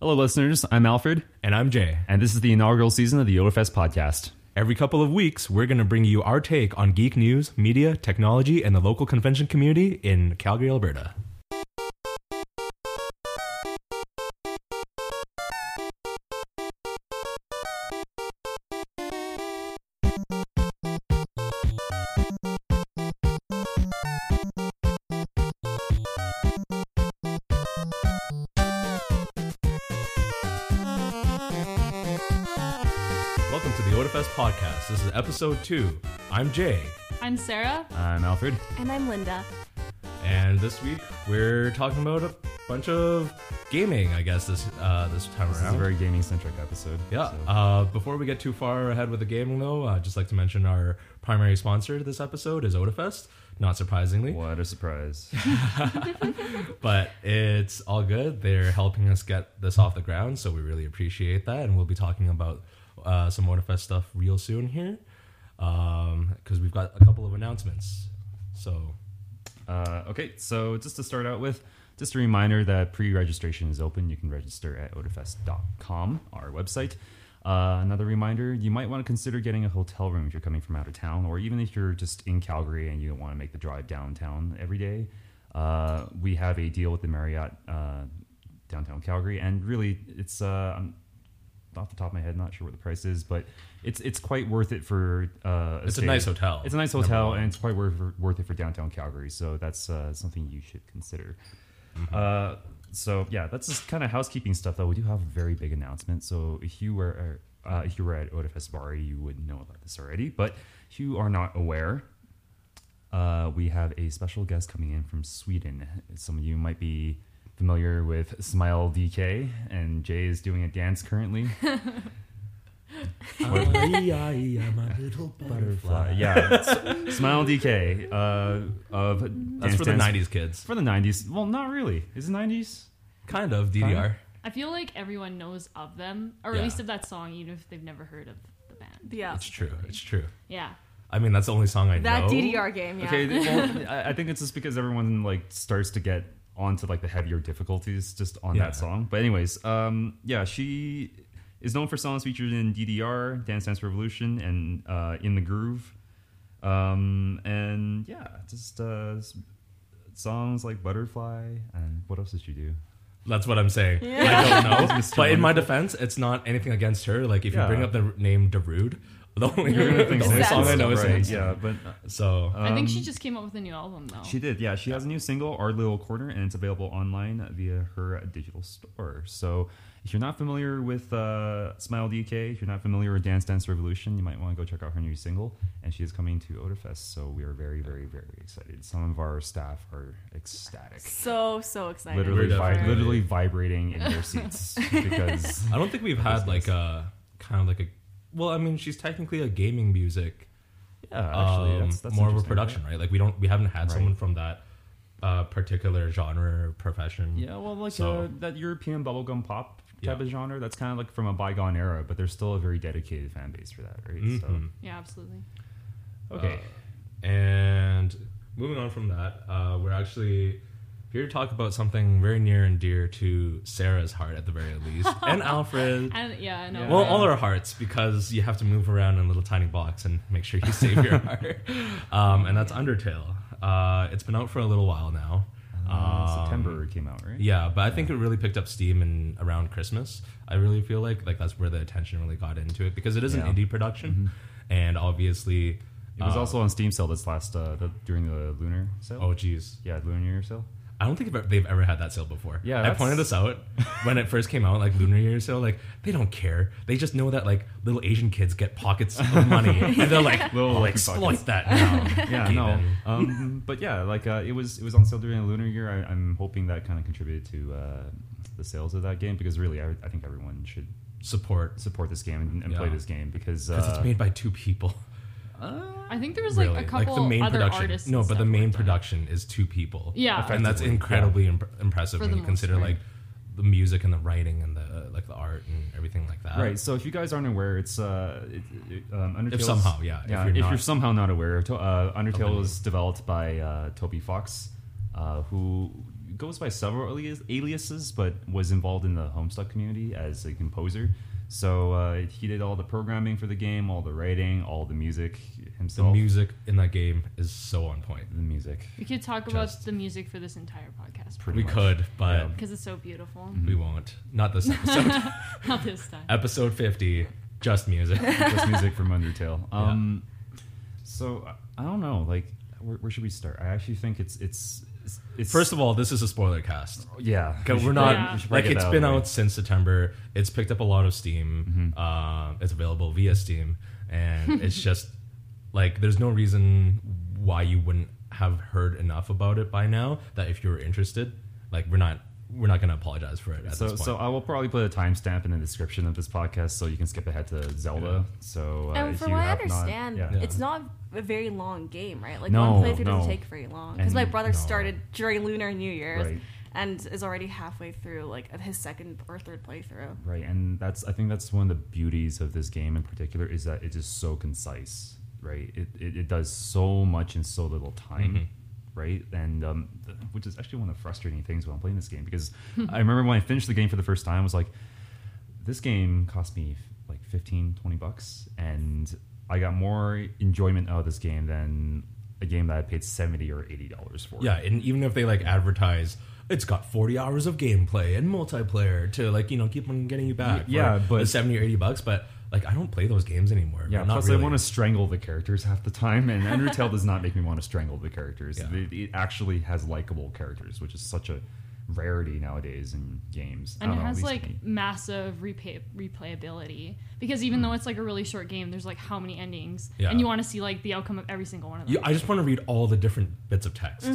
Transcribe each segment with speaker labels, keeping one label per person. Speaker 1: Hello, listeners. I'm Alfred,
Speaker 2: And I'm Jay.
Speaker 1: and this is the inaugural season of the YOLOFest podcast.
Speaker 2: Every couple of weeks, we're going to bring you our take on geek news, media, technology, and the local convention community in Calgary, Alberta. Welcome to the OdaFest podcast. This is episode two. I'm Jay,
Speaker 3: I'm Sarah.
Speaker 1: I'm Alfred.
Speaker 3: And I'm Linda.
Speaker 2: and this week we're talking about a bunch of gaming, I guess, this, uh, this time
Speaker 1: This is
Speaker 2: around.
Speaker 1: a very gaming centric episode.
Speaker 2: Yeah.
Speaker 1: so-
Speaker 2: Uh, before we get too far ahead with the gaming, though, I'd just like to mention our primary sponsor to this episode is OdaFest. Not surprisingly,
Speaker 1: what a surprise.
Speaker 2: but it's all good. They're helping us get this off the ground, so we really appreciate that. And we'll be talking about uh, some OdaFest stuff real soon here, because we've got a couple of announcements. So
Speaker 1: Uh, okay, so just to start out with, just a reminder that pre-registration is open. You can register at odafest.com, our website. Uh, another reminder, you might want to consider getting a hotel room if you're coming from out of town, or even if you're just in Calgary and you don't want to make the drive downtown every day. Uh, we have a deal with the Marriott uh, downtown Calgary, and really, it's uh, I'm off the top of my head, not sure what the price is, but it's it's quite worth it for uh,
Speaker 2: It's a
Speaker 1: stay.
Speaker 2: nice hotel,
Speaker 1: It's a nice
Speaker 2: number
Speaker 1: hotel,
Speaker 2: one.
Speaker 1: and it's quite worth worth it for downtown Calgary. So that's uh, something you should consider.
Speaker 2: Mm-hmm.
Speaker 1: Uh, so yeah, that's just kind of housekeeping stuff. Though we do have a very big announcement. So if you were uh, if you were at Odafest Bari, you would know about this already. But if you are not aware, uh, we have a special guest coming in from Sweden. Some of you might be familiar with Smile DK, and Jay is doing a dance currently.
Speaker 2: I'm a little
Speaker 1: Fly- Uh, yeah, S- Smile DK uh, of
Speaker 2: That's
Speaker 1: Dance
Speaker 2: for the
Speaker 1: Dance-
Speaker 2: '90s kids,
Speaker 1: For the '90s, well, not really. Is it '90s?
Speaker 2: kind of DDR.
Speaker 3: I feel like everyone knows of them, or
Speaker 2: Yeah.
Speaker 3: at least of that song, even if they've never heard of the band.
Speaker 4: Yeah.
Speaker 2: It's true. It's true.
Speaker 3: Yeah.
Speaker 2: I mean, that's the only song I
Speaker 4: That
Speaker 2: know.
Speaker 4: DDR game, yeah.
Speaker 1: Okay, well, I- I think it's just because everyone like starts to get onto like the heavier difficulties just on
Speaker 2: Yeah.
Speaker 1: that song. But anyways, um, yeah, she is known for songs featured in DDR, Dance Dance Revolution, and uh, In the Groove, um, and yeah, just uh, s- songs like Butterfly and what else did she do?
Speaker 2: That's what I'm saying. I don't know. but in my defense, it's not anything against her. Like if
Speaker 1: Yeah.
Speaker 2: you bring up the name Darude, the only,
Speaker 1: You're gonna think
Speaker 2: the only
Speaker 1: so,
Speaker 2: song I know is
Speaker 1: right?
Speaker 2: Dance.
Speaker 1: Yeah, but uh,
Speaker 2: So
Speaker 3: I think she
Speaker 2: Um,
Speaker 3: just came out with a new album, though.
Speaker 1: She did, yeah. She has a new single, Our Little Corner, and it's available online via her digital store. So if you're not familiar with uh, Smile DK, if you're not familiar with Dance Dance Revolution, you might want to go check out her new single. And she is coming to Odafest, so we are very, very, very excited. Some of our staff are ecstatic.
Speaker 4: So so excited.
Speaker 1: Literally,
Speaker 2: We're
Speaker 1: vi-
Speaker 2: definitely-
Speaker 1: literally vibrating in their seats because
Speaker 2: I don't think we've had like a kind of like a. Well, I mean, she's technically a gaming music,
Speaker 1: yeah, actually,
Speaker 2: um,
Speaker 1: that's, that's
Speaker 2: more of a
Speaker 1: interesting,
Speaker 2: production, right? Like we don't we haven't had
Speaker 1: Right.
Speaker 2: someone from that uh, particular genre or profession.
Speaker 1: Yeah, well, like
Speaker 2: So-
Speaker 1: uh, that European bubblegum pop type
Speaker 2: Yeah.
Speaker 1: of genre, that's kind of like from a bygone era, but there's still a very dedicated fan base for that, right?
Speaker 2: Mhm.
Speaker 3: Yeah, absolutely.
Speaker 1: So, okay.
Speaker 2: Uh, and moving on from that, uh, we're actually here to talk about something very near and dear to Sarah's heart, at the very least, and Alfred.
Speaker 3: And yeah, no.
Speaker 2: Well, all our hearts, because you have to move around in a little tiny box and make sure you save your heart. Um, and that's Undertale. Uh, it's been out for a little while now.
Speaker 1: Uh,
Speaker 2: Um,
Speaker 1: September it came out, right?
Speaker 2: Yeah, but I think it really picked up steam in around Christmas. I really feel like like that's where the attention really got into it because it is
Speaker 1: Yeah. Mm-hmm.
Speaker 2: an indie production, and obviously
Speaker 1: It was
Speaker 2: uh,
Speaker 1: also on Steam sale this last uh, the, during the lunar sale.
Speaker 2: oh geez,
Speaker 1: yeah, lunar sale.
Speaker 2: I don't think they've ever had that sale before.
Speaker 1: Yeah,
Speaker 2: I
Speaker 1: that's-
Speaker 2: pointed this out when it first came out, like Lunar Year sale. Like they don't care. They just know that like little Asian kids get pockets of money, and they're like,
Speaker 1: Little
Speaker 2: "I'll
Speaker 1: lucky
Speaker 2: exploit
Speaker 1: pockets."
Speaker 2: that now."
Speaker 1: Yeah,
Speaker 2: Gaiden.
Speaker 1: no. Um, but yeah, like uh, it was it was on sale during the lunar year. I, I'm hoping that kind of contributed to uh, the sales of that game because really, I, I think everyone should
Speaker 2: support
Speaker 1: support this game and, and play
Speaker 2: Yeah.
Speaker 1: this game because
Speaker 2: because
Speaker 1: uh,
Speaker 2: it's made by two people.
Speaker 3: I think there was like
Speaker 2: really.
Speaker 3: a couple
Speaker 2: the main
Speaker 3: other
Speaker 2: production.
Speaker 3: artists.
Speaker 2: No,
Speaker 3: and
Speaker 2: but the
Speaker 3: stuff
Speaker 2: main
Speaker 3: worked on it.
Speaker 2: production is two people.
Speaker 3: Yeah.
Speaker 2: and that's
Speaker 1: Effectively,
Speaker 2: incredibly imp- impressive
Speaker 3: For
Speaker 2: when
Speaker 3: the
Speaker 2: you
Speaker 3: most
Speaker 2: consider
Speaker 3: part.
Speaker 2: like the music and the writing and the like the art and everything like that.
Speaker 1: Right. So if you guys aren't aware, it's uh, it, it, um, Undertale.
Speaker 2: somehow, yeah, Uh, if
Speaker 1: yeah. If,
Speaker 2: you're
Speaker 1: you're,
Speaker 2: not-
Speaker 1: somehow not aware, to, uh, Undertale
Speaker 2: Company.
Speaker 1: was developed by uh, Toby Fox, uh, who goes by several alias, aliases, but was involved in the Homestuck community as a composer. So uh, he did all the programming for the game, all the writing, all the music
Speaker 2: The
Speaker 1: himself.
Speaker 2: music in that game is so on point.
Speaker 1: The music,
Speaker 3: We could talk about
Speaker 2: Just-
Speaker 3: the music for this entire podcast
Speaker 1: pretty
Speaker 2: We
Speaker 1: much.
Speaker 2: could, but
Speaker 1: Yeah.
Speaker 3: because it's so beautiful.
Speaker 1: Mm-hmm.
Speaker 2: we won't. Not this episode.
Speaker 3: Not this time.
Speaker 2: episode 50, just music.
Speaker 1: just music from Undertale. Um, So I- I don't know, like where, where should we start? I actually think it's it's it's, it's
Speaker 2: First of all, this is a spoiler cast.
Speaker 1: yeah, we
Speaker 2: Because
Speaker 1: should
Speaker 2: we're
Speaker 1: probably-
Speaker 2: not
Speaker 3: Yeah.
Speaker 1: we should
Speaker 2: like
Speaker 1: probably get
Speaker 2: it's
Speaker 1: that
Speaker 2: been
Speaker 1: of the way.
Speaker 2: out since September. It's picked up a lot of
Speaker 1: Mm-hmm.
Speaker 2: steam. Uh, it's available via Steam, and it's just like there's no reason why you wouldn't have heard enough about it by now. That if you were interested, like we're not we're not gonna apologize for it at
Speaker 1: So,
Speaker 2: this point.
Speaker 1: so I will probably put a timestamp in the description of this podcast, so you can skip ahead to Zelda. So, uh,
Speaker 4: and
Speaker 1: if
Speaker 4: from
Speaker 1: you
Speaker 4: what I
Speaker 1: have not-
Speaker 4: understand,
Speaker 1: yeah.
Speaker 4: it's not a very long game, right? Like
Speaker 1: No,
Speaker 4: one playthrough
Speaker 1: no.
Speaker 4: doesn't take very long. Because my
Speaker 1: And-
Speaker 4: brother
Speaker 2: no.
Speaker 4: started during Lunar New Year's
Speaker 1: Right.
Speaker 4: and is already halfway through like his second or third playthrough.
Speaker 1: right, and that's I think that's one of the beauties of this game in particular is that it's just so concise, right? It it, it does so much in so little time. Right, and um, th- which is actually one of the frustrating things when I'm playing this game because I remember when I finished the game for the first time, I was like, this game cost me like 15 20 bucks and i got more enjoyment out of this game than a game that i paid 70 or 80 dollars for
Speaker 2: yeah, and even if they like advertise. It's got 40 hours of gameplay and multiplayer to like you know keep on getting you back. for
Speaker 1: yeah, but-
Speaker 2: the 70 or 80 bucks. But like I don't play those games anymore.
Speaker 1: yeah
Speaker 2: Well, not
Speaker 1: plus
Speaker 2: really.
Speaker 1: i want to strangle the characters half the time and undertale does not make me want to strangle the characters
Speaker 2: Yeah.
Speaker 1: it, it actually has likable characters which is such a rarity nowadays in games I
Speaker 3: and it
Speaker 1: don't know, at
Speaker 3: has
Speaker 1: least
Speaker 3: like
Speaker 1: to me.
Speaker 3: massive replay- replayability because even though it's like a really short game, there's like how many endings,
Speaker 2: Mm. Yeah.
Speaker 3: and you want to see like the outcome of every single one of them.
Speaker 2: You, I just want to read all the different bits of text.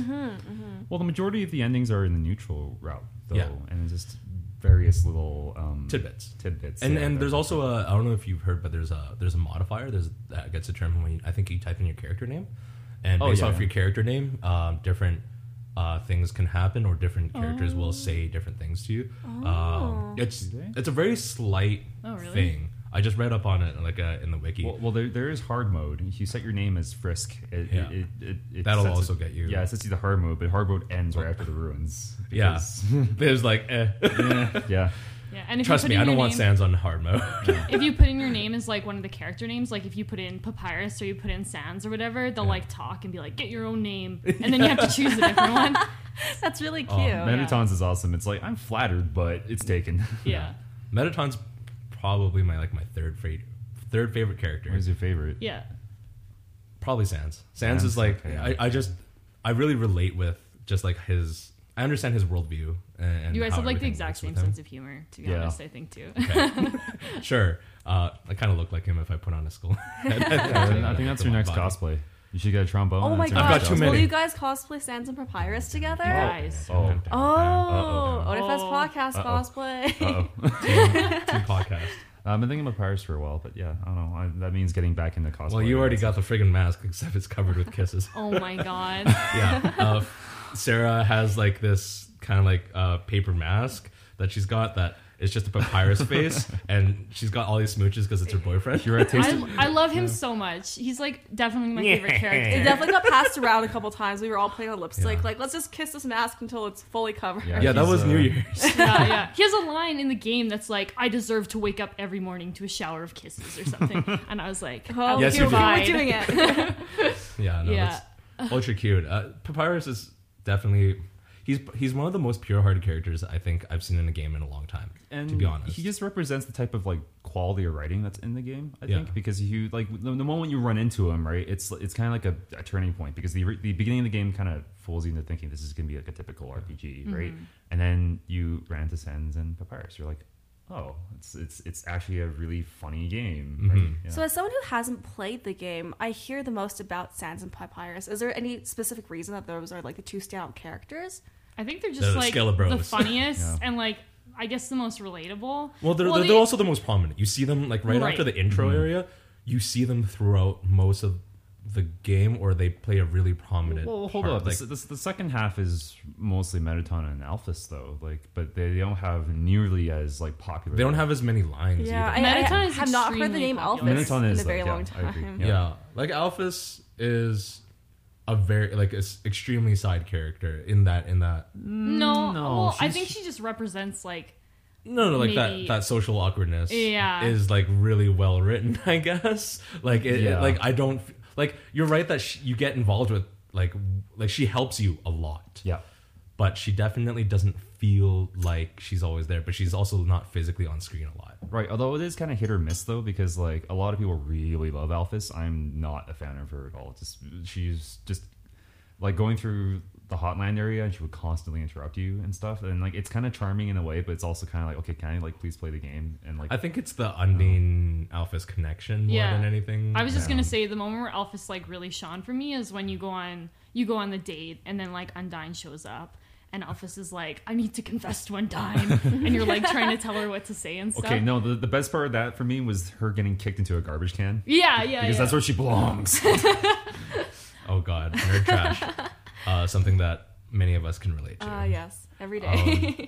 Speaker 1: well the majority of the endings are in the neutral route though
Speaker 2: Yeah.
Speaker 1: and it's just various little um,
Speaker 2: tidbits.
Speaker 1: tidbits
Speaker 2: And
Speaker 1: yeah,
Speaker 2: and
Speaker 1: that-
Speaker 2: there's also a I don't know if you've heard, but there's a there's a modifier there's that gets determined when you, I think you type in your character name, and
Speaker 1: Oh,
Speaker 2: based
Speaker 1: yeah,
Speaker 2: off
Speaker 1: yeah.
Speaker 2: your character name, um, different uh, things can happen or different characters
Speaker 3: Oh.
Speaker 2: will say different things to you. Um, it's
Speaker 1: Do they?
Speaker 2: it's a very slight
Speaker 3: Oh, really?
Speaker 2: thing. I just read up on it like uh, in the wiki.
Speaker 1: Well, well there, there is hard mode. If you set your name as Frisk, it,
Speaker 2: Yeah.
Speaker 1: it, it, it
Speaker 2: That'll
Speaker 1: sets
Speaker 2: also
Speaker 1: it-
Speaker 2: get you-
Speaker 1: Yeah, it sets you the hard mode, but hard mode ends right after the ruins.
Speaker 2: yeah,
Speaker 1: because-
Speaker 2: there's like eh.
Speaker 1: yeah.
Speaker 3: yeah, and if you
Speaker 2: trust
Speaker 3: put
Speaker 2: me,
Speaker 3: in
Speaker 2: I don't
Speaker 3: your
Speaker 2: want
Speaker 3: name-
Speaker 2: Sans on hard mode.
Speaker 3: if you put in your name as like one of the character names, like if you put in Papyrus or you put in Sans or whatever, they'll like talk and be like, "Get your own name," and then you have to choose a different one.
Speaker 4: That's really cute.
Speaker 1: Oh, Metatons is awesome. It's like I'm flattered, but it's taken.
Speaker 3: Yeah,
Speaker 2: Metaton's probably my like my third favorite third favorite character.
Speaker 1: Where's your favorite?
Speaker 3: yeah,
Speaker 2: Probably Sans. Sans
Speaker 1: Sans,
Speaker 2: is like
Speaker 1: okay.
Speaker 2: I, I just I really relate with just like his I understand his worldview. And and
Speaker 3: You guys
Speaker 2: how
Speaker 3: have like the
Speaker 2: everything
Speaker 3: exact
Speaker 2: works
Speaker 3: same
Speaker 2: with him.
Speaker 3: sense of humor, to be
Speaker 1: Yeah.
Speaker 3: honest. I think too.
Speaker 2: Okay. sure, uh, I kind of look like him if I put on a skull.
Speaker 1: I think that's your next cosplay. You should get a trombone.
Speaker 4: Oh my
Speaker 1: That's your
Speaker 4: gosh.
Speaker 2: got
Speaker 1: next
Speaker 2: too
Speaker 1: cosplay.
Speaker 4: Will
Speaker 2: many.
Speaker 4: you guys cosplay Sans and Papyrus together?
Speaker 3: Guys.
Speaker 1: Oh.
Speaker 4: Oh,
Speaker 1: Uh-oh.
Speaker 4: ODFS
Speaker 3: Oh.
Speaker 4: podcast cosplay.
Speaker 1: Uh-oh.
Speaker 2: podcast.
Speaker 1: I've been thinking about Pirates for a while, but yeah, I don't know. I, that means getting back into cosplay.
Speaker 2: Well, you already got the friggin' mask, except it's covered with kisses.
Speaker 3: oh my god.
Speaker 2: yeah. Uh, Sarah has like this kind of like uh, paper mask that she's got that is just a papyrus face, and she's got all these smooches because it's her boyfriend.
Speaker 1: You're a taste.
Speaker 3: I, I love him so much. He's like definitely my favorite
Speaker 4: It
Speaker 3: character.
Speaker 4: definitely got passed around a couple times. We were all playing on lipstick.
Speaker 2: Yeah.
Speaker 4: Like, let's just kiss this mask until it's fully covered.
Speaker 1: Yeah.
Speaker 2: yeah, that
Speaker 1: He's,
Speaker 2: was
Speaker 1: uh,
Speaker 2: New Year's.
Speaker 3: yeah, yeah. He has a line in the game that's like, "I deserve to wake up every morning to a shower of kisses" or something, and I was like,
Speaker 4: Oh,
Speaker 2: Yes,
Speaker 4: okay,
Speaker 2: you
Speaker 4: we were
Speaker 3: did.
Speaker 4: doing it.
Speaker 2: Yeah, no,
Speaker 3: Yeah.
Speaker 2: it's ultra cute. Uh, Papyrus is definitely he's he's one of the most pure-hearted characters I think I've seen in a game in a long time.
Speaker 1: and
Speaker 2: to be honest,
Speaker 1: he just represents the type of like quality of writing that's in the game. I
Speaker 2: Yeah.
Speaker 1: think because you like the, the moment you run into him, right? It's it's kind of like a, a turning point because the the beginning of the game kind of fools you into thinking this is going to be like a typical RPG, right?
Speaker 2: Mm-hmm.
Speaker 1: And then you ran into Sans and Papyrus. You're like, oh, it's it's it's actually a really funny game. Right?
Speaker 2: Mm-hmm.
Speaker 1: Yeah.
Speaker 4: So, as someone who hasn't played the game, I hear the most about Sans and Papyrus. Is there any specific reason that those are like the two standout characters?
Speaker 3: I think they're
Speaker 2: They're
Speaker 3: just
Speaker 2: the
Speaker 3: like
Speaker 2: Skella
Speaker 3: the
Speaker 2: Bros.
Speaker 3: funniest
Speaker 1: Yeah.
Speaker 3: and like I guess the most relatable.
Speaker 2: well, they're they're,
Speaker 3: they-
Speaker 2: they're also the most prominent. You see them like right,
Speaker 3: Right.
Speaker 2: after the intro area. You see them throughout most of the game, or they play a really prominent.
Speaker 1: Well, hold
Speaker 2: part.
Speaker 1: up.
Speaker 2: Like,
Speaker 1: this, this, the second half is mostly Metaton and Alphys, though. Like, but they, they don't have nearly as like popular.
Speaker 2: they don't have as many lines.
Speaker 4: Yeah, I,
Speaker 2: either.
Speaker 4: I
Speaker 3: Metaton is
Speaker 4: have not heard the
Speaker 3: extremely
Speaker 4: name
Speaker 3: popular.
Speaker 4: Alphys
Speaker 1: Metaton
Speaker 4: in
Speaker 1: is
Speaker 4: a very
Speaker 1: like,
Speaker 4: long
Speaker 1: yeah, I agree.
Speaker 4: time.
Speaker 2: yeah. like Alphys is a very like a s extremely side character in that in that
Speaker 3: No,
Speaker 2: no,
Speaker 3: well, I
Speaker 2: she's-
Speaker 3: think she just represents like
Speaker 2: no no like
Speaker 3: Maybe-
Speaker 2: that that social awkwardness
Speaker 3: Yeah.
Speaker 2: is like really well written I guess like it, it-
Speaker 1: Yeah.
Speaker 2: like I don't f- like you're right that sh you get involved with like w- like she helps you a lot
Speaker 1: Yeah.
Speaker 2: but she definitely doesn't feel like she's always there but she's also not physically on screen a lot
Speaker 1: Right. Although it is kind of hit or miss though, because like a lot of people really love Alphys. I'm not a fan of her at all. Just she's just like going through the hotline area and she would constantly interrupt you and stuff. And like it's kind of charming in a way, but it's also kind of like okay, can I like please play the game and like
Speaker 2: I think it's the Undine Alpha's connection more
Speaker 3: Yeah.
Speaker 2: than anything
Speaker 3: I was just
Speaker 2: Yeah.
Speaker 3: gonna say the moment where Elphys like really shone for me is when you go on you go on the date and then like Undine shows up and Elphys is like, I need to confess to Undine and you're like trying to tell her what to say and stuff.
Speaker 1: okay, no. The, the best part of that for me was her getting kicked into a garbage can
Speaker 3: Yeah, yeah.
Speaker 1: because
Speaker 3: yeah.
Speaker 1: that's where she belongs.
Speaker 2: Oh God, nerd trash. Uh, something that many of us can relate to.
Speaker 4: Uh, yes, every day.
Speaker 2: Um,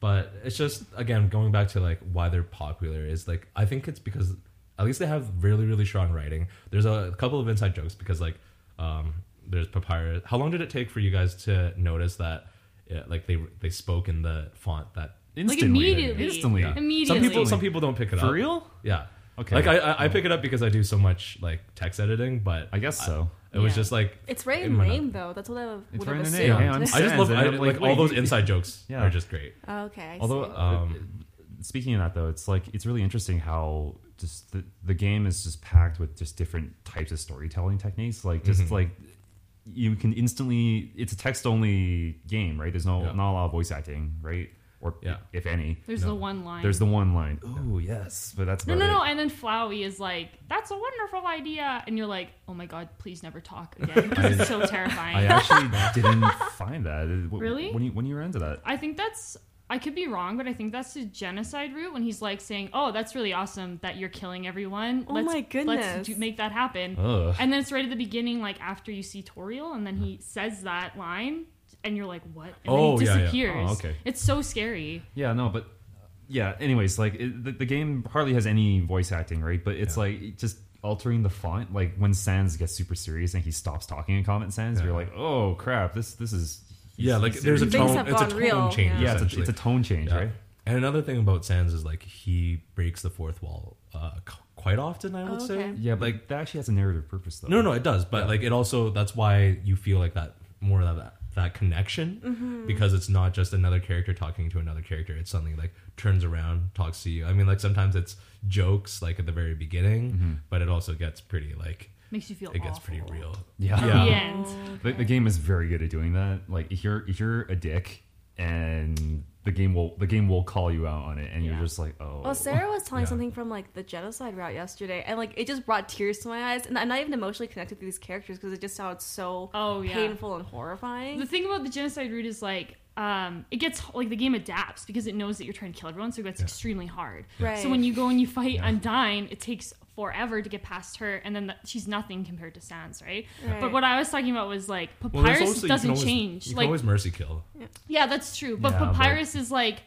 Speaker 2: but it's just again going back to like why they're popular is like I think it's because at least they have really really strong writing. There's a couple of inside jokes because like um, there's papyrus. How long did it take for you guys to notice that uh like they they spoke in the font that
Speaker 1: Instantly.
Speaker 3: immediately.
Speaker 1: Instantly.
Speaker 2: Yeah.
Speaker 3: Immediately.
Speaker 2: some people some people don't pick it up
Speaker 1: For real?
Speaker 2: Yeah.
Speaker 1: Okay. Oh.
Speaker 2: Like I, I, I pick it up because I do so much like text editing, but
Speaker 1: I guess so.
Speaker 2: it was
Speaker 3: Yeah.
Speaker 2: just like
Speaker 4: it's right
Speaker 2: It
Speaker 4: in the
Speaker 2: might not-
Speaker 4: name, though. That's what I would
Speaker 1: It's
Speaker 4: have
Speaker 1: right in the
Speaker 4: assumed.
Speaker 1: name, yeah,
Speaker 2: I just love
Speaker 1: And
Speaker 2: I,
Speaker 1: I'm like,
Speaker 2: like, all those
Speaker 1: wait.
Speaker 2: inside jokes
Speaker 1: Yeah.
Speaker 2: are just great.
Speaker 4: Oh, okay. I
Speaker 1: Although,
Speaker 4: see.
Speaker 2: Um,
Speaker 1: uh, speaking of that, though, it's like it's really interesting how just the, the game is just packed with just different types of storytelling techniques. Like, just
Speaker 2: Mm-hmm.
Speaker 1: like you can instantly, it's a text only game, right? There's no
Speaker 2: Yeah.
Speaker 1: not a lot of voice acting, right? Or
Speaker 2: Yeah.
Speaker 1: if any,
Speaker 3: There's
Speaker 2: No.
Speaker 3: the one line.
Speaker 1: there's the one line. Oh yes, but that's
Speaker 3: no,
Speaker 1: about
Speaker 3: no, no,
Speaker 1: it.
Speaker 3: and then Flowey is like, "That's a wonderful idea," and you're like, "Oh my god, please never talk again because it's so terrifying."
Speaker 1: I actually didn't find that. It- wh-
Speaker 3: Really?
Speaker 1: When you when you were into that?
Speaker 3: I think that's. I could be wrong, but I think that's the genocide route when he's like saying, "Oh, that's really awesome that you're killing everyone.
Speaker 4: Oh
Speaker 3: let's,
Speaker 4: my
Speaker 3: let's
Speaker 4: goodness.
Speaker 3: do, make that happen."
Speaker 1: Ugh.
Speaker 3: And then it's right at the beginning, like after you see Toriel, and then he says that line, and you're like, "What?" And
Speaker 2: Oh,
Speaker 3: then he
Speaker 2: yeah, yeah.
Speaker 3: disappears.
Speaker 1: Oh, okay.
Speaker 3: It's so scary.
Speaker 1: Yeah, no, but yeah. Anyways, like it, the, the game hardly has any voice acting, right? But it's like it just altering the font. Like when Sans gets super serious and he stops talking in Comet Sans,
Speaker 2: Yeah.
Speaker 1: you're like, oh crap, this this is
Speaker 2: yeah,
Speaker 1: he's-
Speaker 2: like
Speaker 1: he's
Speaker 2: there's a
Speaker 1: serious.
Speaker 2: tone.
Speaker 4: Things have
Speaker 2: It's a
Speaker 4: gone
Speaker 2: tone
Speaker 4: real,
Speaker 2: change.
Speaker 1: yeah, it's a,
Speaker 2: essentially.
Speaker 1: it's a tone change,
Speaker 2: Yeah.
Speaker 1: right?
Speaker 2: And another thing about Sans is like he breaks the fourth wall uh, c- quite often. I would
Speaker 4: Oh,
Speaker 2: say.
Speaker 4: okay.
Speaker 1: Yeah, but like that actually has a narrative purpose though.
Speaker 2: No, no, it does, but like it also that's why you feel like that more of that that connection
Speaker 3: Mm-hmm.
Speaker 2: because it's not just another character talking to another character. It's something like turns around, talks to you. I mean, like sometimes it's jokes like at the very beginning, but it also gets pretty like
Speaker 3: Makes you feel.
Speaker 2: it gets
Speaker 3: awful.
Speaker 2: pretty real.
Speaker 1: Yeah.
Speaker 3: At the
Speaker 2: Yeah.
Speaker 3: end.
Speaker 1: The, the game is very good at doing that. Like if you're if you're a dick and the game will the game will call you out on it and
Speaker 3: Yeah.
Speaker 1: you're just like, oh
Speaker 4: Well, Sarah was telling
Speaker 2: Yeah.
Speaker 4: something from like the genocide route yesterday, and like it just brought tears to my eyes. And I'm not even emotionally connected to these characters because it just sounds so
Speaker 3: Oh, yeah.
Speaker 4: painful and horrifying.
Speaker 3: The thing about the genocide route is like um, it gets like the game adapts because it knows that you're trying to kill everyone, so it gets extremely hard.
Speaker 4: Right.
Speaker 3: So when you go and you fight Undyne, it takes forever to get past her, and then the, she's nothing compared to Sans, right? But
Speaker 4: Right.
Speaker 3: what I was talking about was like
Speaker 2: Well, there's
Speaker 3: Papyrus
Speaker 2: also- you can
Speaker 3: doesn't
Speaker 2: always-
Speaker 3: change.
Speaker 2: You can
Speaker 3: Like
Speaker 2: always mercy kill.
Speaker 3: yeah, that's true. But
Speaker 1: Yeah, but-
Speaker 3: Papyrus is like.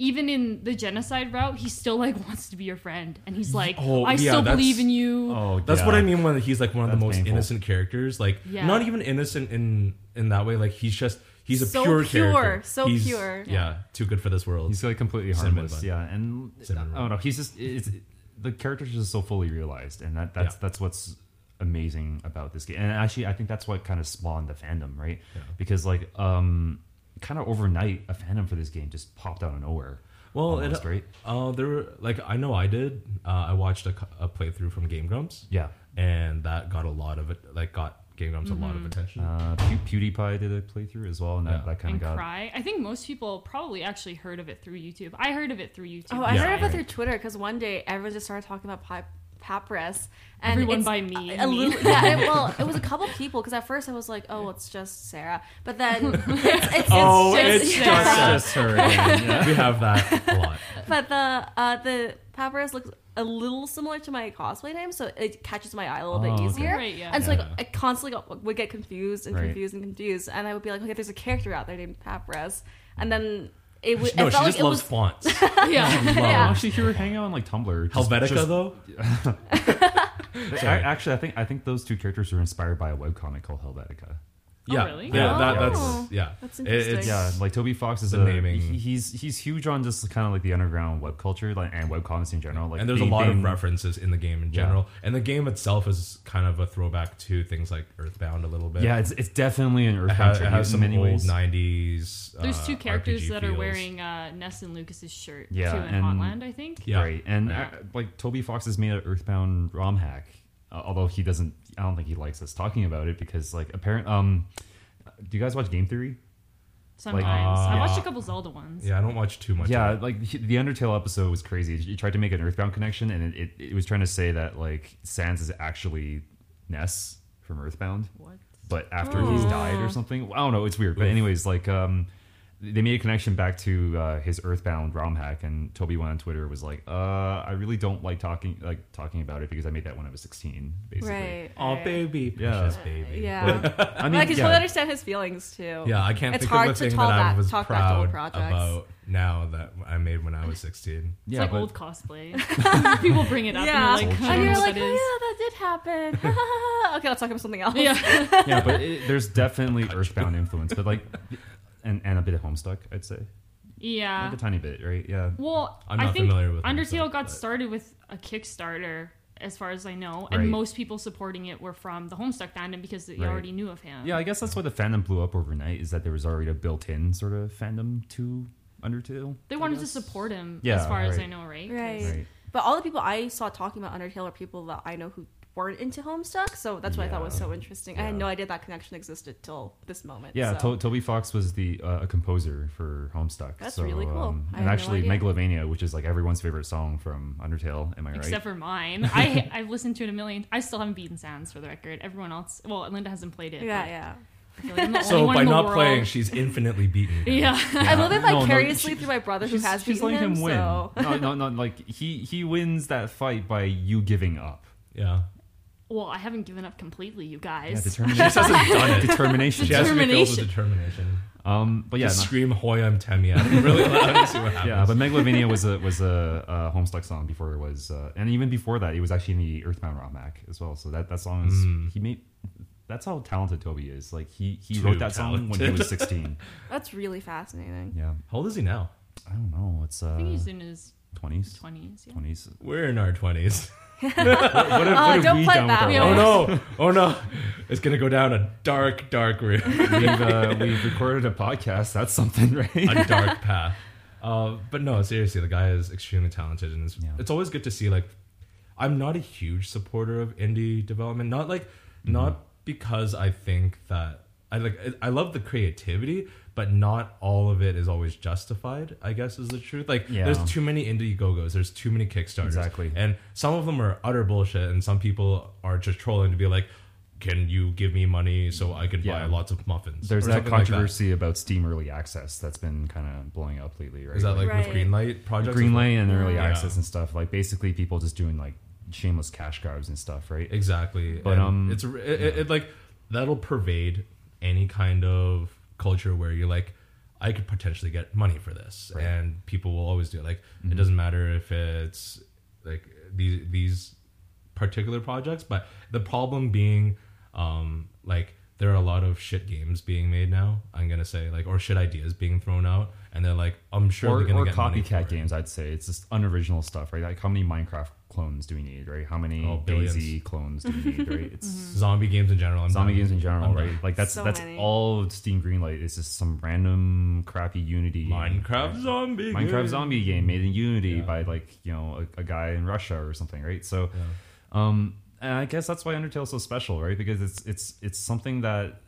Speaker 3: Even in the genocide route, he still like wants to be your friend, and he's like,
Speaker 2: Oh,
Speaker 3: "I
Speaker 2: yeah,
Speaker 3: still
Speaker 2: that's-
Speaker 3: believe in you."
Speaker 1: oh
Speaker 2: That's what
Speaker 1: yeah.
Speaker 2: I mean when he's like one of the
Speaker 1: That's
Speaker 2: most
Speaker 1: painful.
Speaker 2: innocent characters. Like
Speaker 3: Yeah.
Speaker 2: not even innocent in in that way. Like he's just he's a
Speaker 4: So
Speaker 2: pure,
Speaker 4: pure,
Speaker 2: character.
Speaker 4: so
Speaker 2: He's-
Speaker 4: pure.
Speaker 2: Yeah. too good for this world.
Speaker 1: He's like completely
Speaker 2: Cinnamon
Speaker 1: harmless.
Speaker 2: bun.
Speaker 1: Yeah, and
Speaker 2: Cinnamon
Speaker 1: I don't know. He's just it's the character's just so fully realized, and that that's
Speaker 2: Yeah.
Speaker 1: that's what's amazing about this game. And actually, I think that's what kind of spawned the fandom, right?
Speaker 2: Yeah.
Speaker 1: Because like um, kind of overnight, a fandom for this game just popped out of nowhere.
Speaker 2: Well,
Speaker 1: almost,
Speaker 2: it,
Speaker 1: right?
Speaker 2: Uh, there were like I know I did. Uh, I watched a, cu- a playthrough from Game Grumps.
Speaker 1: Yeah.
Speaker 2: and that got a lot of it. Like got Game Grumps a lot
Speaker 4: Mm-hmm.
Speaker 2: of attention.
Speaker 1: Uh, Pew- PewDiePie did a playthrough as well, and that,
Speaker 2: Yeah.
Speaker 1: that kind
Speaker 3: and
Speaker 1: of got
Speaker 3: cry. I think most people probably actually heard of it through YouTube. I heard of it through YouTube.
Speaker 4: oh, I
Speaker 2: Yeah,
Speaker 4: heard about
Speaker 2: right.
Speaker 4: through Twitter because one day everyone just started talking about pap- papyrus. And
Speaker 3: Everyone
Speaker 4: it's
Speaker 3: by me
Speaker 4: A, a
Speaker 3: and me.
Speaker 4: little, yeah. It, well, it was a couple people because at first I was like, "Oh, it's just Sarah," but then it's, it's, it's
Speaker 2: Oh,
Speaker 4: just,
Speaker 2: it's
Speaker 4: yeah.
Speaker 2: just Sarah.
Speaker 1: just her. again, yeah.
Speaker 2: we have that a lot.
Speaker 4: But the uh, the papyrus looks a little similar to my cosplay name, so it catches my eye a little
Speaker 1: Oh, okay.
Speaker 4: bit easier.
Speaker 3: Right, yeah.
Speaker 4: And so
Speaker 2: Yeah.
Speaker 4: like I constantly got, would get confused and
Speaker 1: Right.
Speaker 4: confused and confused, and I would be like, okay, there's a character out there named papyrus, and then it would.
Speaker 2: no,
Speaker 4: it
Speaker 2: she
Speaker 4: felt
Speaker 2: just
Speaker 4: like
Speaker 2: loves
Speaker 4: it was. Oh,
Speaker 2: fonts.
Speaker 3: yeah.
Speaker 1: Well,
Speaker 2: Oh,
Speaker 4: Yeah.
Speaker 1: Actually, if you were hanging out on like Tumblr, just-
Speaker 2: Helvetica
Speaker 1: just-
Speaker 2: though.
Speaker 1: They- I, actually, I think I think those two characters were inspired by a webcomic called Helvetica.
Speaker 2: yeah,
Speaker 3: really?
Speaker 2: yeah, that,
Speaker 4: Oh.
Speaker 2: that's yeah.
Speaker 4: That's
Speaker 2: It-
Speaker 4: interesting.
Speaker 2: it's,
Speaker 1: Yeah, like Toby Fox is
Speaker 2: The
Speaker 1: a
Speaker 2: naming.
Speaker 1: he- he's he's huge on just kind of like the underground web culture like and webcomics in general. Like
Speaker 2: and there's a
Speaker 1: they-
Speaker 2: lot
Speaker 1: they-
Speaker 2: of references in the game in
Speaker 1: Yeah.
Speaker 2: general, and the game itself is kind of a throwback to things like Earthbound a little bit.
Speaker 1: Yeah, it's it's definitely an
Speaker 2: it,
Speaker 1: Earthbound
Speaker 2: ha- it
Speaker 1: tribute
Speaker 2: has
Speaker 1: in
Speaker 2: some
Speaker 1: many
Speaker 2: old
Speaker 1: ways.
Speaker 2: '90s. Uh,
Speaker 3: There's two characters
Speaker 2: RPG
Speaker 3: that are
Speaker 2: feels.
Speaker 3: wearing uh, Ness and Lucas's shirt
Speaker 1: Yeah,
Speaker 3: too in
Speaker 1: and-
Speaker 3: Hotland, I think.
Speaker 2: Yeah.
Speaker 1: Right. And
Speaker 3: Yeah.
Speaker 1: uh, like Toby Fox has made an Earthbound ROM hack, uh, although he doesn't. I don't think he likes us talking about it because like apparent. Um, do you guys watch Game Theory?
Speaker 3: Sometimes
Speaker 2: Ah.
Speaker 1: uh,
Speaker 3: I watched a couple Zelda ones.
Speaker 2: Yeah, I don't watch too much.
Speaker 1: Yeah,
Speaker 2: of it.
Speaker 1: like he- the Undertale episode was crazy. It tried to make an Earthbound connection, and it, it, it was trying to say that like Sans is actually Ness from Earthbound.
Speaker 3: What? Oh.
Speaker 1: but after he's died or something. I don't know. It's weird. But
Speaker 2: Oof.
Speaker 1: anyways, like um, they made a connection back to uh, his Earthbound ROM hack, and Toby went on Twitter was like, uh, "I really don't like talking like talking about it because I made that when I was 16, basically."
Speaker 4: Right.
Speaker 2: oh
Speaker 4: right.
Speaker 2: baby,
Speaker 1: Yeah.
Speaker 2: precious baby.
Speaker 4: Yeah.
Speaker 1: I mean,
Speaker 4: I can
Speaker 1: yeah.
Speaker 4: totally understand his feelings too.
Speaker 2: Yeah, I can't
Speaker 4: It's
Speaker 2: think
Speaker 4: hard
Speaker 2: of a
Speaker 4: to
Speaker 2: thing that,
Speaker 4: tell
Speaker 2: I
Speaker 4: that-
Speaker 2: was
Speaker 4: talk back to
Speaker 2: proud
Speaker 4: old projects.
Speaker 2: about now that I made when I was 16.
Speaker 3: It's
Speaker 1: Yeah,
Speaker 3: like
Speaker 1: but-
Speaker 3: old cosplay. People bring it up
Speaker 4: Yeah.
Speaker 3: and you're like,
Speaker 1: Old
Speaker 3: I
Speaker 1: shit.
Speaker 3: don't
Speaker 4: And you're
Speaker 3: know what
Speaker 4: like,
Speaker 3: that is.
Speaker 4: oh, yeah, that did happen. okay, let's talk about something else.
Speaker 3: Yeah.
Speaker 1: yeah, but it, there's definitely Earthbound influence, but like, and and a bit of Homestuck, I'd say,
Speaker 3: Yeah. Ah.
Speaker 1: like a tiny bit, right? Yeah.
Speaker 3: Well,
Speaker 2: I'm
Speaker 3: I
Speaker 2: not
Speaker 3: think
Speaker 2: familiar with them,
Speaker 3: Undertale
Speaker 2: so-
Speaker 3: got
Speaker 2: but-
Speaker 3: started with a Kickstarter, as far as I know,
Speaker 1: Right.
Speaker 3: and most people supporting it were from the Homestuck fandom because they
Speaker 1: Right.
Speaker 3: already knew of him.
Speaker 1: Yeah, I guess that's why the fandom blew up overnight. Is that there was already a built-in sort of fandom to Undertale?
Speaker 3: they
Speaker 1: I
Speaker 3: wanted to
Speaker 1: guess?
Speaker 3: support him,
Speaker 1: Yeah,
Speaker 3: as far as
Speaker 1: right.
Speaker 3: I know, right? 'Cause-
Speaker 4: Right.
Speaker 1: Right.
Speaker 4: But all the people I saw talking about Undertale are people that I know who weren't into Homestuck, so that's what I thought was
Speaker 1: Yeah.
Speaker 4: so interesting. I had
Speaker 1: Yeah.
Speaker 4: no idea that connection existed till this moment.
Speaker 1: Yeah,
Speaker 4: so.
Speaker 1: To- Toby Fox was the uh, a composer for Homestuck.
Speaker 4: That's
Speaker 1: so,
Speaker 4: really cool.
Speaker 1: um,
Speaker 4: I had
Speaker 1: and
Speaker 4: no
Speaker 1: actually,
Speaker 4: idea.
Speaker 1: Megalovania, which is like everyone's favorite song from Undertale. Am I right?
Speaker 3: Except for mine, I I've listened to it a million. I still haven't beaten Sans for the record. Everyone else, well, Linda hasn't played it.
Speaker 4: yeah,
Speaker 3: but
Speaker 4: yeah.
Speaker 3: I feel like I'm the only
Speaker 2: So
Speaker 3: one
Speaker 2: by
Speaker 3: in the
Speaker 2: not
Speaker 3: world.
Speaker 2: playing, she's infinitely beaten.
Speaker 3: yeah,
Speaker 4: I live it
Speaker 1: No, no,
Speaker 4: vicariously
Speaker 1: she-
Speaker 4: through my brother who
Speaker 1: She's-
Speaker 4: has
Speaker 1: she's
Speaker 4: beaten
Speaker 1: letting
Speaker 4: him,
Speaker 1: him, win.
Speaker 4: so
Speaker 1: no, no, no. Like he he wins that fight by you giving up.
Speaker 2: yeah.
Speaker 3: well, I haven't given up completely, you
Speaker 1: Yeah,
Speaker 3: guys.
Speaker 1: determination.
Speaker 2: done it.
Speaker 1: determination.
Speaker 2: She has to be filled with determination.
Speaker 1: Um, but yeah,
Speaker 2: Just
Speaker 1: no-
Speaker 2: scream "Hoy, I'm Temia" really loud and see what happens.
Speaker 1: yeah. But Megalovania was a was a, a Homestuck song before it was, uh, and even before that, it was actually in the Earthbound ROM hack as well. So that that song is he made. That's how talented Toby is. Like he he
Speaker 2: Hmm. Too
Speaker 1: wrote that song when he
Speaker 2: talented.
Speaker 1: was sixteen.
Speaker 4: that's really fascinating.
Speaker 1: Yeah.
Speaker 2: How old is he now?
Speaker 1: I don't know. It's uh
Speaker 3: I think he's in his
Speaker 1: twenties.
Speaker 3: twenties. Yeah.
Speaker 1: Twenties.
Speaker 2: We're in our twenties.
Speaker 1: What, have-
Speaker 4: Uh,
Speaker 1: what have
Speaker 4: don't
Speaker 1: we
Speaker 4: play
Speaker 1: done with
Speaker 4: that.
Speaker 1: our
Speaker 3: We
Speaker 2: Oh
Speaker 1: lives?
Speaker 2: no! Oh no! It's gonna go down a dark, dark route,
Speaker 1: We've, uh, we've recorded a podcast. That's something, right?
Speaker 2: a dark path. Uh, but no, seriously, the guy is extremely talented, and it's,
Speaker 1: Yeah.
Speaker 2: it's always good to see. Like, I'm not a huge supporter of indie development. Not like,
Speaker 1: Mm-hmm.
Speaker 2: not because I think that I like. I love the creativity, but not all of it is always justified. I guess is the truth. Like,
Speaker 1: Yeah.
Speaker 2: there's too many indie go gos. There's too many Kickstarters.
Speaker 1: Exactly.
Speaker 2: And some of them are utter bullshit, and some people are just trolling to be like, "Can you give me money so I can
Speaker 1: Yeah.
Speaker 2: buy lots of muffins?"
Speaker 1: There's
Speaker 2: or
Speaker 1: that
Speaker 2: something like
Speaker 1: controversy about Steam Early Access that's been kind of blowing up lately, right?
Speaker 2: Is that like
Speaker 4: Right.
Speaker 2: with Greenlight projects? as well?
Speaker 1: Greenlight and Early
Speaker 2: Yeah.
Speaker 1: Access and stuff? Like basically people just doing like shameless cash grabs and stuff, right?
Speaker 2: Exactly.
Speaker 1: But,
Speaker 2: And
Speaker 1: um,
Speaker 2: it's it, it, it, like that'll pervade any kind of culture where you're like, I could potentially get money for this,
Speaker 1: Right. Mm-hmm.
Speaker 2: and people will always do it. Like it doesn't matter if it's like these these particular projects, but the problem being, um, like there are a lot of shit games being made now. I'm gonna say like or shit ideas being thrown out, and they're like, I'm sure
Speaker 1: Or,
Speaker 2: they're gonna
Speaker 1: or
Speaker 2: get money for
Speaker 1: copycat
Speaker 2: it.
Speaker 1: games, I'd say. It's just unoriginal stuff, right? Like how many Minecraft clones do we need, right? How many
Speaker 2: Oh, billions.
Speaker 1: Daisy clones do we need, right? It's
Speaker 2: zombie games in general. I'm
Speaker 1: zombie
Speaker 2: done.
Speaker 1: games in general,
Speaker 2: I'm
Speaker 1: right?
Speaker 2: done.
Speaker 1: Like that's
Speaker 4: Mm-hmm. So
Speaker 1: that's
Speaker 4: many.
Speaker 1: all Steam Greenlight is just some random crappy Unity
Speaker 2: Minecraft zombie.
Speaker 1: Minecraft
Speaker 2: game.
Speaker 1: zombie game made in Unity
Speaker 2: Yeah.
Speaker 1: by like you know a, a guy in Russia or something, right? So, um, and I guess that's why Undertale's so special, right? Because it's it's it's something that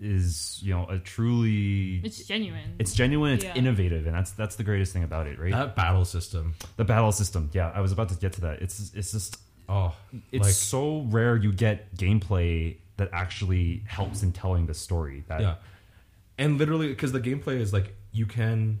Speaker 1: is you know a truly it's,
Speaker 3: It's genuine.
Speaker 1: genuine, it's
Speaker 3: Yeah.
Speaker 1: innovative, and that's that's the greatest thing about it, right?
Speaker 2: That battle system.
Speaker 1: the battle system, yeah, I was about to get to that. It's it's just
Speaker 2: Oh,
Speaker 1: it's
Speaker 2: like
Speaker 1: so rare you get gameplay that actually helps in telling the story. That
Speaker 2: yeah, and literally because the gameplay is like you can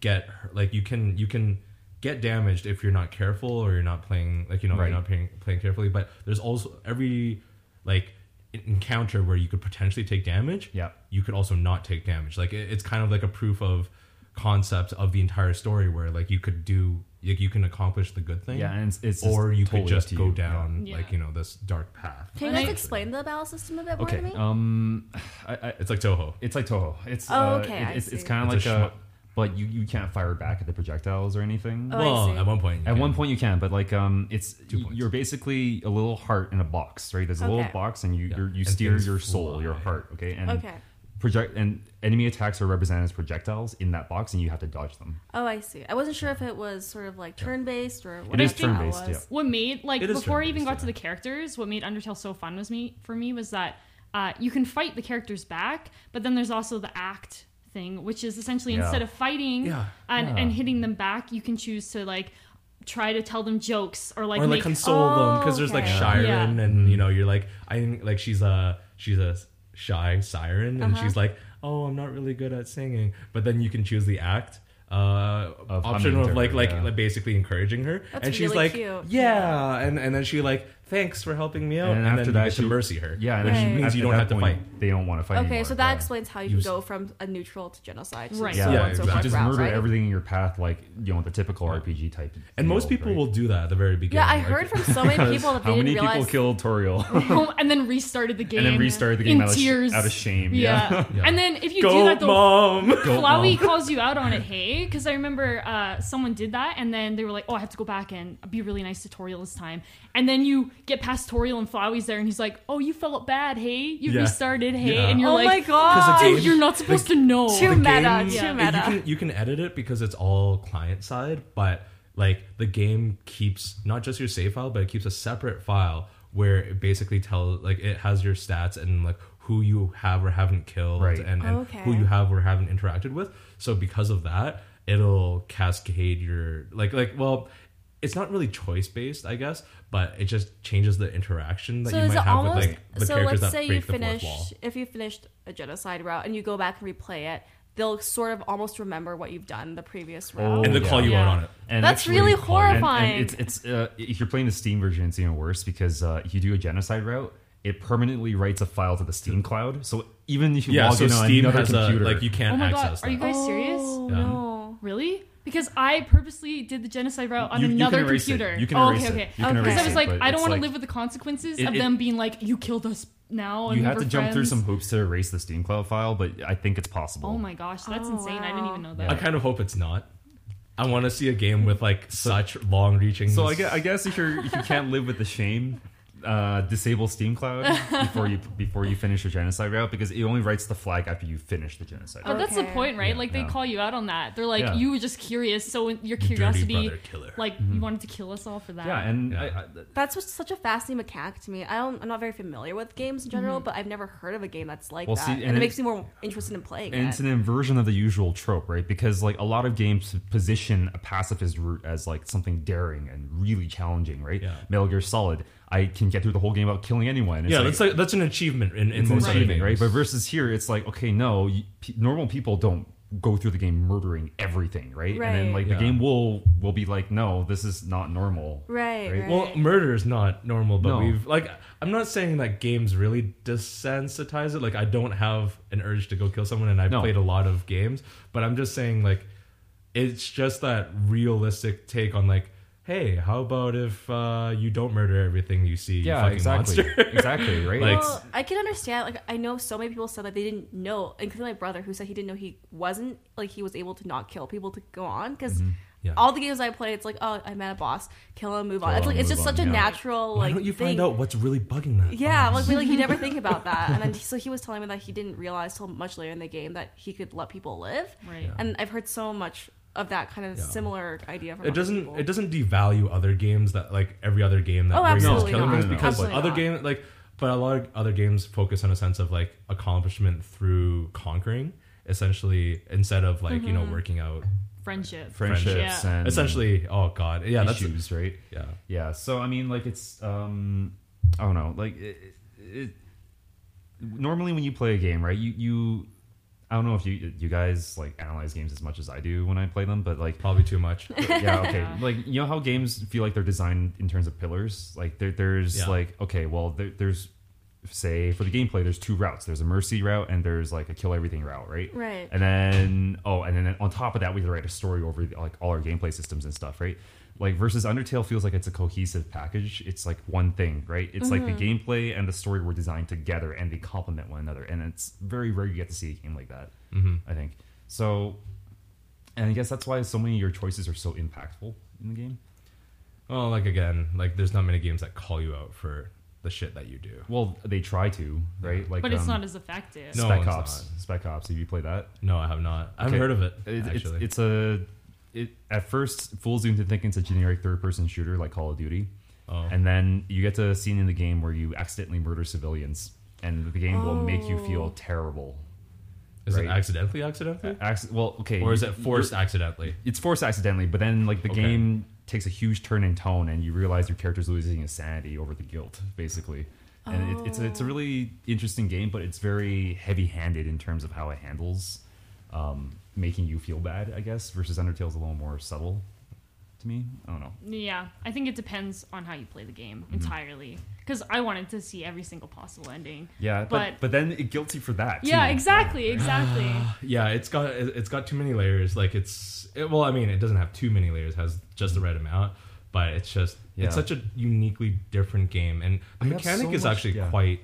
Speaker 2: get hurt- like you can you can get damaged if you're not careful or you're not playing like you know
Speaker 1: Right.
Speaker 2: you're not playing, playing carefully. But there's also every like en- encounter where you could potentially take damage.
Speaker 1: Yeah.
Speaker 2: you could also not take damage. Like it, it's kind of like a proof of concept of the entire story where like you could do like you can accomplish the good thing
Speaker 1: Yeah, and it's, it's just
Speaker 2: or you
Speaker 1: totally
Speaker 2: could
Speaker 1: up
Speaker 2: just
Speaker 1: to
Speaker 2: go
Speaker 1: you.
Speaker 2: down
Speaker 3: Yeah.
Speaker 2: like you know this dark path
Speaker 4: Can you
Speaker 3: Like-
Speaker 4: guys explain the battle system a bit more
Speaker 1: Okay.
Speaker 4: to me?
Speaker 1: Um, I, I,
Speaker 2: it's like toho
Speaker 1: it's like Toho. It's
Speaker 4: Oh,
Speaker 1: uh,
Speaker 4: okay,
Speaker 1: it-
Speaker 4: I
Speaker 1: it's, it's
Speaker 4: see.
Speaker 1: kind of like
Speaker 2: It's a
Speaker 1: a,
Speaker 2: shmup.
Speaker 1: but you, you can't fire back at the projectiles or anything.
Speaker 4: Oh, I
Speaker 2: well
Speaker 4: see.
Speaker 2: at one point you
Speaker 1: At
Speaker 2: can.
Speaker 1: one point you can, but like um, it's y-
Speaker 2: points.
Speaker 1: you're basically a little heart in a box, right? There's a little
Speaker 4: Okay.
Speaker 1: box, and you
Speaker 2: Yeah.
Speaker 1: you're, you
Speaker 2: And
Speaker 1: steer
Speaker 2: things
Speaker 1: your soul,
Speaker 2: fly.
Speaker 1: your heart, okay? And
Speaker 4: Okay.
Speaker 1: project and enemy attacks are represented as projectiles in that box, and you have to dodge them.
Speaker 4: Oh, I see. I wasn't sure if it was sort of like turn based or what
Speaker 1: It is
Speaker 4: I think
Speaker 1: turn
Speaker 4: that
Speaker 1: based, yeah.
Speaker 4: was.
Speaker 3: what made like
Speaker 2: It is
Speaker 3: before I even
Speaker 2: turn-based,
Speaker 3: got to
Speaker 2: yeah.
Speaker 3: the characters, what made Undertale so fun was me for me was that uh, you can fight the characters back, but then there's also the act thing, which is essentially
Speaker 1: Yeah.
Speaker 3: instead of fighting
Speaker 2: Yeah,
Speaker 3: and,
Speaker 1: yeah.
Speaker 3: and hitting them back, you can choose to like try to tell them jokes or like
Speaker 2: or like
Speaker 3: make
Speaker 2: console them because there's like
Speaker 4: okay.
Speaker 2: Shiren
Speaker 3: Yeah.
Speaker 2: and you know you're like I think like she's a she's a shy siren and
Speaker 4: Uh-huh.
Speaker 2: she's like oh I'm not really good at singing but then you can choose the act uh
Speaker 1: Of
Speaker 2: option
Speaker 1: humming to
Speaker 2: of like
Speaker 1: her,
Speaker 2: like,
Speaker 1: yeah.
Speaker 2: like basically encouraging her
Speaker 4: That's
Speaker 2: and she's
Speaker 4: really
Speaker 2: like
Speaker 4: cute.
Speaker 2: yeah. and and then she like thanks for helping me out
Speaker 1: And
Speaker 2: and,
Speaker 1: then after
Speaker 2: then
Speaker 1: that
Speaker 2: you get to
Speaker 1: she-
Speaker 2: mercy her
Speaker 1: Yeah, and
Speaker 4: Which
Speaker 1: then
Speaker 2: means
Speaker 1: at-
Speaker 2: you
Speaker 1: at
Speaker 2: don't
Speaker 1: that
Speaker 2: have to
Speaker 1: point,
Speaker 2: fight.
Speaker 1: They don't want to fight.
Speaker 4: Okay,
Speaker 1: anymore,
Speaker 4: so that
Speaker 1: yeah.
Speaker 4: explains how you
Speaker 2: Use-
Speaker 4: go from a neutral to genocide. To
Speaker 3: Right.
Speaker 4: So
Speaker 1: Yeah,
Speaker 4: on
Speaker 2: Yeah,
Speaker 4: and so
Speaker 2: exactly.
Speaker 4: forth
Speaker 1: you just
Speaker 4: route,
Speaker 1: murder
Speaker 4: right?
Speaker 1: everything in your path, like you know the typical RPG type.
Speaker 2: and most people will do that at the very beginning
Speaker 4: Yeah, I
Speaker 2: like-
Speaker 4: heard from so many people that they
Speaker 1: How many
Speaker 4: didn't
Speaker 1: people
Speaker 4: realize.
Speaker 1: killed Toriel?
Speaker 3: home and then restarted the game
Speaker 1: and then restarted the
Speaker 3: in
Speaker 1: game out of, sh-
Speaker 3: tears
Speaker 1: out of shame.
Speaker 3: Yeah. and then if you do
Speaker 2: go
Speaker 3: that, the
Speaker 2: mom
Speaker 1: Go
Speaker 3: Flowey
Speaker 1: mom.
Speaker 3: calls you out on it, hey? Because I remember uh, someone did that, and then they were like, "Oh, I have to go back and be really nice to Toriel this time." And then you get past Toriel, and Flowey's there, and he's like, "Oh, you felt bad, hey? You
Speaker 2: Yeah.
Speaker 3: restarted, hey?"
Speaker 2: Yeah.
Speaker 3: And you're
Speaker 4: oh
Speaker 3: like,
Speaker 4: my
Speaker 2: Because
Speaker 4: god!
Speaker 2: it's-
Speaker 3: "Dude, you're not supposed to know."
Speaker 4: Too meta.
Speaker 2: game-
Speaker 4: Too
Speaker 3: Yeah.
Speaker 4: meta.
Speaker 2: You can you can edit it because it's all client side, but like the game keeps not just your save file, but it keeps a separate file where it basically tells like it has your stats and like who you have or haven't killed
Speaker 1: Right.
Speaker 2: and, and
Speaker 4: Okay.
Speaker 2: who you have or haven't interacted with. So because of that, it'll cascade your like like well it's not really choice based, I guess, but it just changes the interaction that
Speaker 4: so
Speaker 2: you
Speaker 4: is
Speaker 2: might
Speaker 4: it
Speaker 2: have
Speaker 4: almost
Speaker 2: with like the
Speaker 4: so?
Speaker 2: characters
Speaker 4: Let's
Speaker 2: that
Speaker 4: say
Speaker 2: break
Speaker 4: you
Speaker 2: the
Speaker 4: finish Oh,
Speaker 2: fourth wall.
Speaker 4: if you finished a genocide route and you go back and replay it, they'll sort of almost remember what you've done the previous route.
Speaker 2: And they'll
Speaker 1: yeah.
Speaker 2: call you out
Speaker 3: Yeah.
Speaker 2: on it.
Speaker 1: And
Speaker 4: That's really
Speaker 1: and-
Speaker 4: horrifying.
Speaker 1: And, it's it's uh, if you're playing the Steam version, it's even worse because uh, if you do a genocide route, it permanently writes a file to the Steam cloud. So even if you
Speaker 2: Yeah,
Speaker 1: log
Speaker 2: so
Speaker 1: in on
Speaker 2: Steam
Speaker 1: another
Speaker 2: has a
Speaker 1: computer,
Speaker 2: like you
Speaker 3: Oh
Speaker 2: can't
Speaker 3: my god,
Speaker 2: access
Speaker 3: are
Speaker 2: that.
Speaker 3: you guys serious?
Speaker 4: Oh,
Speaker 2: Yeah.
Speaker 4: no.
Speaker 3: Really? Because I purposely did the genocide route on
Speaker 1: You- you can
Speaker 3: another
Speaker 1: erase it.
Speaker 3: computer.
Speaker 1: You can
Speaker 3: oh,
Speaker 1: erase
Speaker 3: okay,
Speaker 1: it.
Speaker 3: okay.
Speaker 1: You can
Speaker 4: Okay.
Speaker 3: Because
Speaker 4: erase
Speaker 3: I was
Speaker 1: it,
Speaker 3: like,
Speaker 1: but
Speaker 3: I don't
Speaker 1: it's
Speaker 3: want to
Speaker 1: like-
Speaker 3: live with the consequences
Speaker 1: It-
Speaker 3: of
Speaker 1: it-
Speaker 3: them being like, "You killed us now." And
Speaker 1: you
Speaker 3: we
Speaker 1: have
Speaker 3: were
Speaker 1: to jump through
Speaker 3: friends."
Speaker 1: some hoops to erase the Steam cloud file, but I think it's possible.
Speaker 3: Oh my gosh, that's
Speaker 4: Oh,
Speaker 3: insane! I didn't
Speaker 4: wow.
Speaker 3: even know
Speaker 2: I
Speaker 3: that.
Speaker 2: kind of hope it's not. I want to see a game with like such long-reaching.
Speaker 1: So I guess, I guess if you're if you can't live with the shame, uh, disable Steam Cloud before you before you finish your genocide route because it only writes the flag after you finish the genocide.
Speaker 3: But
Speaker 1: route.
Speaker 3: that's the
Speaker 4: Okay.
Speaker 3: point, right?
Speaker 1: Yeah.
Speaker 3: like they
Speaker 1: Yeah.
Speaker 3: call you out on that. They're like,
Speaker 1: Yeah.
Speaker 3: you were just curious, so your
Speaker 2: dirty
Speaker 3: curiosity,
Speaker 2: brother killer.
Speaker 3: like you wanted to kill us all for that.
Speaker 1: Mm-hmm. Yeah, and I, I,
Speaker 4: That's just such a fascinating mechanic to me. I don't, I'm not very familiar with games in general, but I've never heard of a game that's like
Speaker 1: Well,
Speaker 4: that,
Speaker 1: see,
Speaker 4: and,
Speaker 1: and
Speaker 4: it
Speaker 1: it-
Speaker 4: makes me more interested in playing
Speaker 1: and
Speaker 4: it.
Speaker 1: it's an inversion of the usual trope, right? Because like a lot of games position a pacifist route as like something daring and really challenging, right?
Speaker 2: Yeah.
Speaker 1: Metal Gear Solid, I can get through the whole game without killing anyone. It's
Speaker 2: yeah,
Speaker 1: like,
Speaker 2: that's like that's an achievement in, in
Speaker 1: it's
Speaker 2: most
Speaker 1: most
Speaker 2: other
Speaker 1: achieving, right?
Speaker 2: games.
Speaker 1: But versus here, it's like okay, no, you, p- normal people don't go through the game murdering everything, right? And then
Speaker 4: Right.
Speaker 1: like
Speaker 2: Yeah.
Speaker 1: the game will will be like, no, this is not normal,
Speaker 4: Right, right.
Speaker 2: well, murder is not normal, but
Speaker 1: No.
Speaker 2: we've like I'm not saying that games really desensitize it. Like I don't have an urge to go kill someone, and I've
Speaker 1: No.
Speaker 2: played a lot of games, but I'm just saying like it's just that realistic take on like, hey, how about if uh, you don't murder everything you see? you
Speaker 1: Yeah,
Speaker 2: fucking
Speaker 1: exactly,
Speaker 2: monster?
Speaker 1: exactly, right?
Speaker 2: Like-
Speaker 4: Well, I can understand. Like, I know so many people said that they didn't know, including my brother, who said he didn't know he wasn't like he was able to not kill people to go on because
Speaker 2: Mm-hmm. Yeah.
Speaker 4: all the games I play, it's like, oh, I met a boss, kill him, move on.
Speaker 1: Kill
Speaker 4: It's like
Speaker 1: him,
Speaker 4: it's
Speaker 1: move
Speaker 4: just
Speaker 1: on,
Speaker 4: such a
Speaker 1: yeah.
Speaker 4: natural
Speaker 2: Why
Speaker 4: like
Speaker 2: don't you
Speaker 4: thing.
Speaker 2: find out what's really bugging that?
Speaker 4: Yeah,
Speaker 2: boss?
Speaker 4: like, we- like you never think about that, and then so he was telling me that he didn't realize till much later in the game that he could let people live.
Speaker 3: Right. Yeah.
Speaker 4: And I've heard so much of that kind of
Speaker 2: Yeah.
Speaker 4: similar idea from
Speaker 2: it
Speaker 4: other
Speaker 2: doesn't
Speaker 4: people.
Speaker 2: it doesn't devalue other games that like every other game that
Speaker 4: Oh,
Speaker 2: where you're just
Speaker 4: absolutely
Speaker 2: killing
Speaker 1: not.
Speaker 2: things
Speaker 1: No, no, no.
Speaker 2: because
Speaker 4: Absolutely
Speaker 2: other
Speaker 4: not.
Speaker 2: game like but a lot of other games focus on a sense of like accomplishment through conquering essentially instead of like you know working out
Speaker 3: friendship.
Speaker 1: Friendships
Speaker 3: Yeah.
Speaker 1: and
Speaker 2: essentially oh god yeah that's
Speaker 1: issues, right?
Speaker 2: yeah
Speaker 1: Yeah. So I mean, like it's um, I don't know, like it, it. Normally, when you play a game, right, you you, I don't know if you you guys like analyze games as much as I do when I play them, but like
Speaker 2: probably too much
Speaker 1: yeah, okay.
Speaker 3: Yeah.
Speaker 1: Like you know how games feel like they're designed in terms of pillars. Like there, there's
Speaker 2: Yeah.
Speaker 1: like okay, well there, there's say for the gameplay, there's two routes. There's a mercy route and there's like a kill everything route, right?
Speaker 4: Right.
Speaker 1: And then oh, and then on top of that, we had to write a story over like all our gameplay systems and stuff, right? Like versus Undertale feels like it's a cohesive package. It's like one thing, right? It's like the
Speaker 3: Mm-hmm.
Speaker 1: gameplay and the story were designed together and they complement one another. And it's very rare you get to see a game like that.
Speaker 2: Mm-hmm.
Speaker 1: I think so. And I guess that's why so many of your choices are so impactful in the game.
Speaker 2: Well, like again, like there's not many games that call you out for the shit that you do.
Speaker 1: Well, they try to, right? Like,
Speaker 3: but it's
Speaker 1: um,
Speaker 3: not as effective.
Speaker 2: No,
Speaker 1: Spec
Speaker 2: it's
Speaker 1: Ops.
Speaker 2: not.
Speaker 1: Spec Ops. Have you played that?
Speaker 2: No, I have not. I haven't
Speaker 1: Okay.
Speaker 2: heard of it.
Speaker 1: It- it's,
Speaker 2: actually,
Speaker 1: it's a. It at first fools you into thinking it's a generic third-person shooter like Call of Duty,
Speaker 2: Oh.
Speaker 1: and then you get to a scene in the game where you accidentally murder civilians, and the game will make you feel terrible.
Speaker 2: is it
Speaker 1: right.
Speaker 2: accidentally accidentally,
Speaker 1: Acc- well, okay,
Speaker 2: or is
Speaker 1: Uh, you-
Speaker 2: it forced accidentally?
Speaker 1: it's forced accidentally, but then like the
Speaker 2: Okay.
Speaker 1: game takes a huge turn in tone, and you realize your character's losing his sanity over the guilt, basically. And it, it's a, it's
Speaker 3: Oh.
Speaker 1: a really interesting game, but it's very heavy-handed in terms of how it handles um, making you feel bad, I guess. Versus Undertale's a little more subtle to me. I don't know.
Speaker 3: Yeah, I think it depends on how you play the game
Speaker 1: Mm-hmm.
Speaker 3: entirely. Because I wanted to see every single possible ending.
Speaker 1: Yeah, but
Speaker 3: But-
Speaker 1: but, then it guilty for that.
Speaker 3: Yeah,
Speaker 1: too.
Speaker 3: exactly, exactly.
Speaker 2: Yeah, it's got it- it's got too many layers. Like it's it, well, I mean, it doesn't have too many layers. It has just the right amount, but it's just
Speaker 1: Yeah.
Speaker 2: it's such a uniquely different game, and the
Speaker 1: They have
Speaker 2: mechanic
Speaker 1: so
Speaker 2: is
Speaker 1: much-
Speaker 2: actually
Speaker 1: yeah.
Speaker 2: quite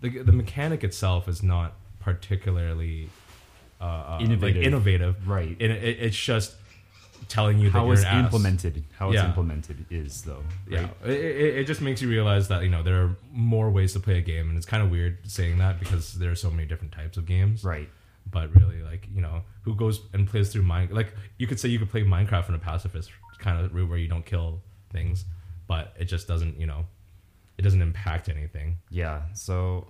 Speaker 2: the the mechanic itself is not particularly uh, uh,
Speaker 1: Innovative.
Speaker 2: like innovative,
Speaker 1: Right.
Speaker 2: And it, it's just telling you that
Speaker 1: How
Speaker 2: you're
Speaker 1: it's
Speaker 2: an ass.
Speaker 1: implemented, how it's
Speaker 2: Yeah.
Speaker 1: implemented is though.
Speaker 2: Yeah,
Speaker 1: Right?
Speaker 2: it, it, it just makes you realize that you know there are more ways to play a game, and it's kind of weird saying that because there are so many different types of games.
Speaker 1: Right.
Speaker 2: But really, like you know, who goes and plays through mine? Like you could say you could play Minecraft in a pacifist kind of route where you don't kill things, but it just doesn't you know, it doesn't impact anything.
Speaker 1: Yeah. So,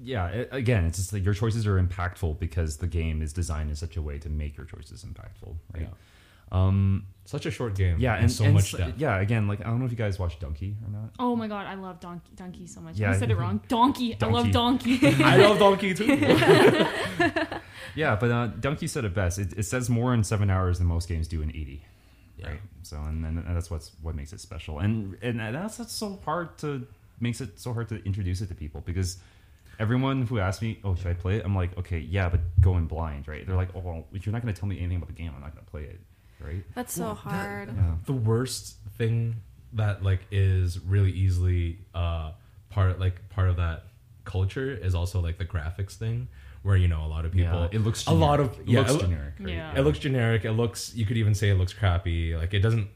Speaker 1: yeah. It, again, it's just like your choices are impactful because the game is designed in such a way to make your choices impactful, right?
Speaker 2: Yeah.
Speaker 1: Um.
Speaker 2: Such a short game.
Speaker 1: Yeah. And,
Speaker 2: so
Speaker 1: and
Speaker 2: much
Speaker 1: s-
Speaker 2: depth.
Speaker 1: Yeah. Again, like I don't know if you guys watch Donkey or not.
Speaker 3: Oh my god, I love Donkey, donkey so much.
Speaker 1: Yeah.
Speaker 3: I said it wrong. Donkey. I love Donkey.
Speaker 2: I love Donkey too.
Speaker 1: Yeah, but uh, Donkey said it best. It, it says more in seven hours than most games do in eighty.
Speaker 2: Yeah.
Speaker 1: Right. So, and, and that's what's what makes it special, and and that's that's so hard to makes it so hard to introduce it to people because everyone who asks me, "Oh, should I play it?" I'm like, "Okay, yeah, but going blind, right?" They're like, "Oh, well, if you're not going to tell me anything about the game, I'm not going to play it." Right?
Speaker 4: That's so hard.
Speaker 1: Yeah.
Speaker 2: the worst thing that like is really easily uh part like part of that culture is also like the graphics thing where you know a lot of people
Speaker 1: Yeah, it looks
Speaker 2: a lot of
Speaker 1: generic. It
Speaker 2: yeah,
Speaker 1: looks
Speaker 2: it,
Speaker 1: generic,
Speaker 3: right? Yeah.
Speaker 2: it looks generic it looks you could even say it looks crappy like it doesn't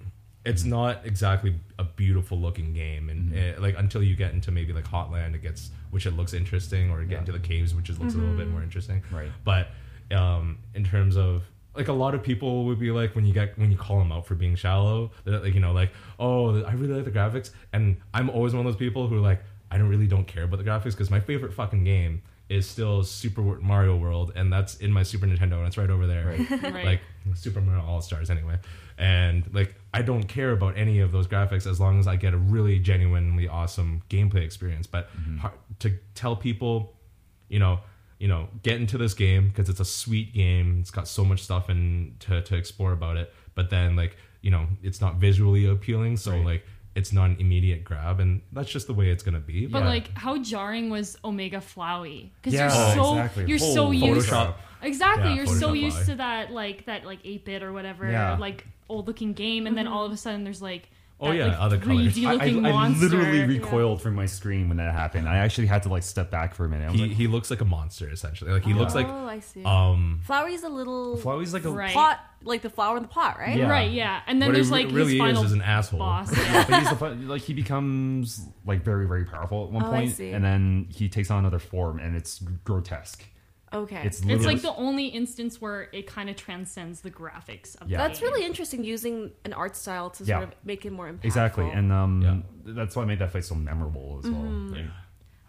Speaker 2: it's
Speaker 1: Mm-hmm.
Speaker 2: not exactly a beautiful looking game and it, like until you get into maybe like hotland it gets which it looks interesting or you get
Speaker 1: Yeah.
Speaker 2: into the caves which is looks a little bit more interesting
Speaker 1: Right.
Speaker 2: but um, in terms of like a lot of people would be like when you get when you call them out for being shallow, they're like you know like oh I really like the graphics, and I'm always one of those people who are like I don't really don't care about the graphics because my favorite fucking game is still Super Mario World, and that's in my Super Nintendo, and it's right over there,
Speaker 3: Right.
Speaker 2: like Super Mario All Stars anyway, and like I don't care about any of those graphics as long as I get a really genuinely awesome gameplay experience. But har to tell people you know, you know, get into this game because it's a sweet game. It's got so much stuff and to, to explore about it. But then like, you know, it's not visually appealing, so
Speaker 1: Right.
Speaker 2: like it's not an immediate grab and that's just the way it's gonna be.
Speaker 3: But like, how jarring was Omega Flowey? Because
Speaker 1: Yeah,
Speaker 3: you're so
Speaker 1: exactly.
Speaker 3: you're so
Speaker 1: Holy
Speaker 3: used
Speaker 2: Photoshop.
Speaker 3: exactly
Speaker 2: Yeah,
Speaker 3: you're so
Speaker 2: Photoshop
Speaker 3: used
Speaker 2: Flowey.
Speaker 3: to that like that like eight bit or whatever
Speaker 1: Yeah.
Speaker 3: like old looking game, and then all of a sudden there's like
Speaker 2: Mm-hmm. Oh,
Speaker 3: that,
Speaker 2: yeah,
Speaker 3: like,
Speaker 2: other colors.
Speaker 3: 3D
Speaker 1: I,
Speaker 3: looking
Speaker 1: I- I
Speaker 3: monster.
Speaker 1: literally recoiled from my screen when that happened. I actually had to like step back for a minute. I was
Speaker 2: he,
Speaker 1: like,
Speaker 2: he looks like a monster essentially. Like he looks like
Speaker 4: oh, I see.
Speaker 2: um
Speaker 4: Flowery's a little
Speaker 1: Flowey's like a
Speaker 3: Right.
Speaker 4: pot, like the flower in the pot, right?
Speaker 1: Yeah.
Speaker 3: Right, yeah, and then
Speaker 2: what
Speaker 3: there's
Speaker 2: he
Speaker 3: like
Speaker 2: really
Speaker 3: his
Speaker 2: is
Speaker 3: final
Speaker 2: is an asshole.
Speaker 3: boss.
Speaker 1: Yeah, but he's the fun- like he becomes like very very powerful at one
Speaker 4: Oh, I
Speaker 1: point,
Speaker 4: see.
Speaker 1: and then he takes on another form, and it's grotesque.
Speaker 4: Okay.
Speaker 1: It's
Speaker 3: It's
Speaker 1: literally
Speaker 3: like the only instance where it kind of transcends the graphics of
Speaker 1: Yeah.
Speaker 3: the
Speaker 4: That's
Speaker 3: game.
Speaker 4: really interesting using an art style to
Speaker 1: Yeah.
Speaker 4: sort of make it more impactful.
Speaker 1: Exactly, and um,
Speaker 2: Yeah.
Speaker 1: that's what made that fight so memorable as well.
Speaker 2: Yeah.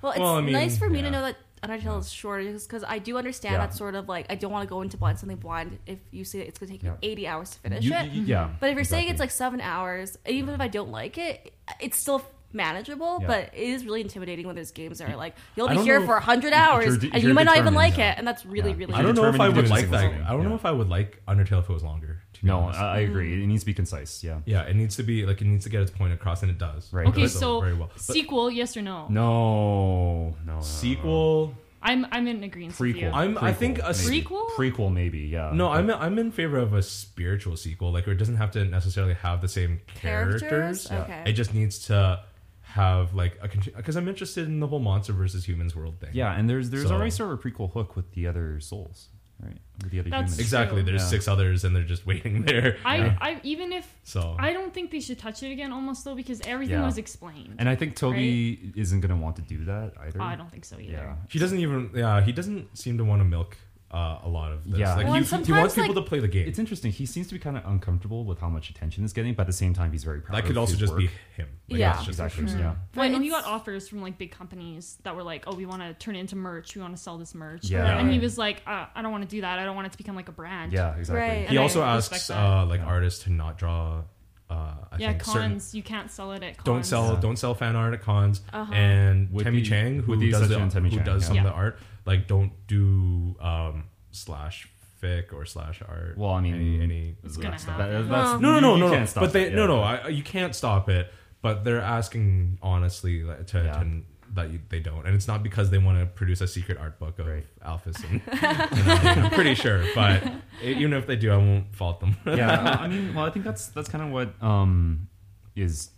Speaker 4: well, it's
Speaker 2: well, I mean,
Speaker 4: nice for me
Speaker 2: yeah.
Speaker 4: to know that Undertale is short because I do understand
Speaker 1: Yeah.
Speaker 4: that sort of like I don't want to go into blind something blind if you say it's going to take you
Speaker 1: Yeah.
Speaker 4: 80 hours to finish
Speaker 1: You-
Speaker 4: it.
Speaker 1: you- yeah,
Speaker 4: but if you're saying it's
Speaker 1: exactly.
Speaker 4: like seven hours, even if I don't like it, it's still manageable.
Speaker 1: Yeah.
Speaker 4: But it is really intimidating when there's games that are like you'll
Speaker 2: I
Speaker 4: be
Speaker 2: don't
Speaker 4: here
Speaker 2: know
Speaker 4: for 100
Speaker 1: if
Speaker 4: hours
Speaker 1: you're de-
Speaker 4: and
Speaker 1: if you're
Speaker 4: you might not even
Speaker 1: determined,
Speaker 4: like
Speaker 1: yeah.
Speaker 4: it, and that's really
Speaker 1: Yeah.
Speaker 4: really.
Speaker 2: I don't know if
Speaker 1: Determined
Speaker 2: I
Speaker 1: to do
Speaker 2: would
Speaker 1: a
Speaker 2: like
Speaker 1: single
Speaker 2: that.
Speaker 1: thing.
Speaker 2: I don't know
Speaker 1: Yeah.
Speaker 2: if I would like Undertale if it was longer. To be
Speaker 1: No, uh,
Speaker 2: honest.
Speaker 1: I, I agree. It needs to be concise. Yeah.
Speaker 2: yeah, it needs to be like it needs to get its point across, and it does.
Speaker 1: Right.
Speaker 2: It
Speaker 1: Okay,
Speaker 3: Okay,
Speaker 2: does
Speaker 3: so
Speaker 2: very well. But
Speaker 3: sequel, yes or no?
Speaker 1: No, no, no, no.
Speaker 2: sequel.
Speaker 3: I'm I'm in agreement. With you.
Speaker 1: Prequel.
Speaker 2: I'm- I
Speaker 1: Prequel,
Speaker 2: think a
Speaker 1: maybe.
Speaker 3: Prequel?
Speaker 1: Prequel, maybe. Yeah.
Speaker 2: No, I'm I'm in favor of a spiritual sequel. Like, where it doesn't have to necessarily have the same characters.
Speaker 4: Characters? Okay.
Speaker 2: It just needs to have like a because I'm interested in the whole monster versus humans world thing.
Speaker 1: Yeah, and there's there's
Speaker 2: So-
Speaker 1: already sort of a prequel hook with the other souls, right? With the other
Speaker 3: That's-
Speaker 1: humans.
Speaker 2: Exactly.
Speaker 3: True.
Speaker 2: There's
Speaker 1: Yeah.
Speaker 2: six others, and they're just waiting there.
Speaker 3: I,
Speaker 2: Yeah.
Speaker 3: I even if
Speaker 2: so
Speaker 3: I don't think they should touch it again, almost though, because everything
Speaker 1: Yeah.
Speaker 3: was explained.
Speaker 1: And I think Toby isn't gonna want to do that either.
Speaker 3: Oh, I don't think so either.
Speaker 1: Yeah.
Speaker 2: he doesn't even. Yeah, he doesn't seem to want to milk uh, a lot of this.
Speaker 1: Yeah.
Speaker 2: Like,
Speaker 1: Well,
Speaker 2: he,
Speaker 3: and
Speaker 2: he wants
Speaker 3: sometimes,
Speaker 2: people
Speaker 3: like-
Speaker 2: to play the game.
Speaker 1: It's interesting. He seems to be kind of uncomfortable with how much attention it's getting, but at the same time, he's very proud.
Speaker 2: That
Speaker 1: of
Speaker 2: could also
Speaker 1: his
Speaker 2: just be
Speaker 1: work.
Speaker 2: him.
Speaker 4: Yeah.
Speaker 2: that's just-
Speaker 1: exactly. Yeah.
Speaker 4: But
Speaker 3: Well, I know he
Speaker 4: it's-
Speaker 3: got offers from like big companies that were like, "Oh, we want to turn it into merch. We want to sell this merch."
Speaker 1: Yeah.
Speaker 3: And he was like, uh, "I don't want to do that. I don't want it to become like a brand."
Speaker 1: Yeah. Exactly.
Speaker 4: Right.
Speaker 2: He
Speaker 3: And I
Speaker 2: also
Speaker 3: respect
Speaker 2: asks
Speaker 3: that.
Speaker 2: uh, like
Speaker 1: Yeah.
Speaker 2: artists to not draw. Uh, I
Speaker 3: Yeah.
Speaker 2: think certain-
Speaker 3: Cons. You can't sell it at cons.
Speaker 2: don't sell
Speaker 1: Yeah.
Speaker 2: don't sell fan art at cons
Speaker 4: Uh-huh.
Speaker 2: and
Speaker 1: With
Speaker 2: Temi
Speaker 1: the-
Speaker 2: Chang who
Speaker 1: with the
Speaker 2: does the,
Speaker 1: exception of Temi
Speaker 2: who
Speaker 1: Chang,
Speaker 2: does
Speaker 1: yeah.
Speaker 2: some
Speaker 3: Yeah.
Speaker 2: of the art like don't do um slash fic or slash art
Speaker 1: Well, I mean,
Speaker 2: any, any
Speaker 3: It's
Speaker 2: that
Speaker 3: gonna
Speaker 2: stuff.
Speaker 3: happen.
Speaker 1: That- that's-
Speaker 2: no no
Speaker 1: you-
Speaker 2: no
Speaker 1: you
Speaker 2: no, no.
Speaker 1: can't stop
Speaker 2: but they
Speaker 1: it,
Speaker 2: no
Speaker 1: yeah.
Speaker 2: no I, you can't stop it but they're asking honestly like, to,
Speaker 1: Yeah.
Speaker 2: to- that you, they don't and it's not because they want to produce a secret art book of
Speaker 1: Right.
Speaker 2: alphas and, and Alpha, I'm pretty sure but even if they do I won't fault them
Speaker 1: yeah, I mean, well, I think that's that's kind of what um, is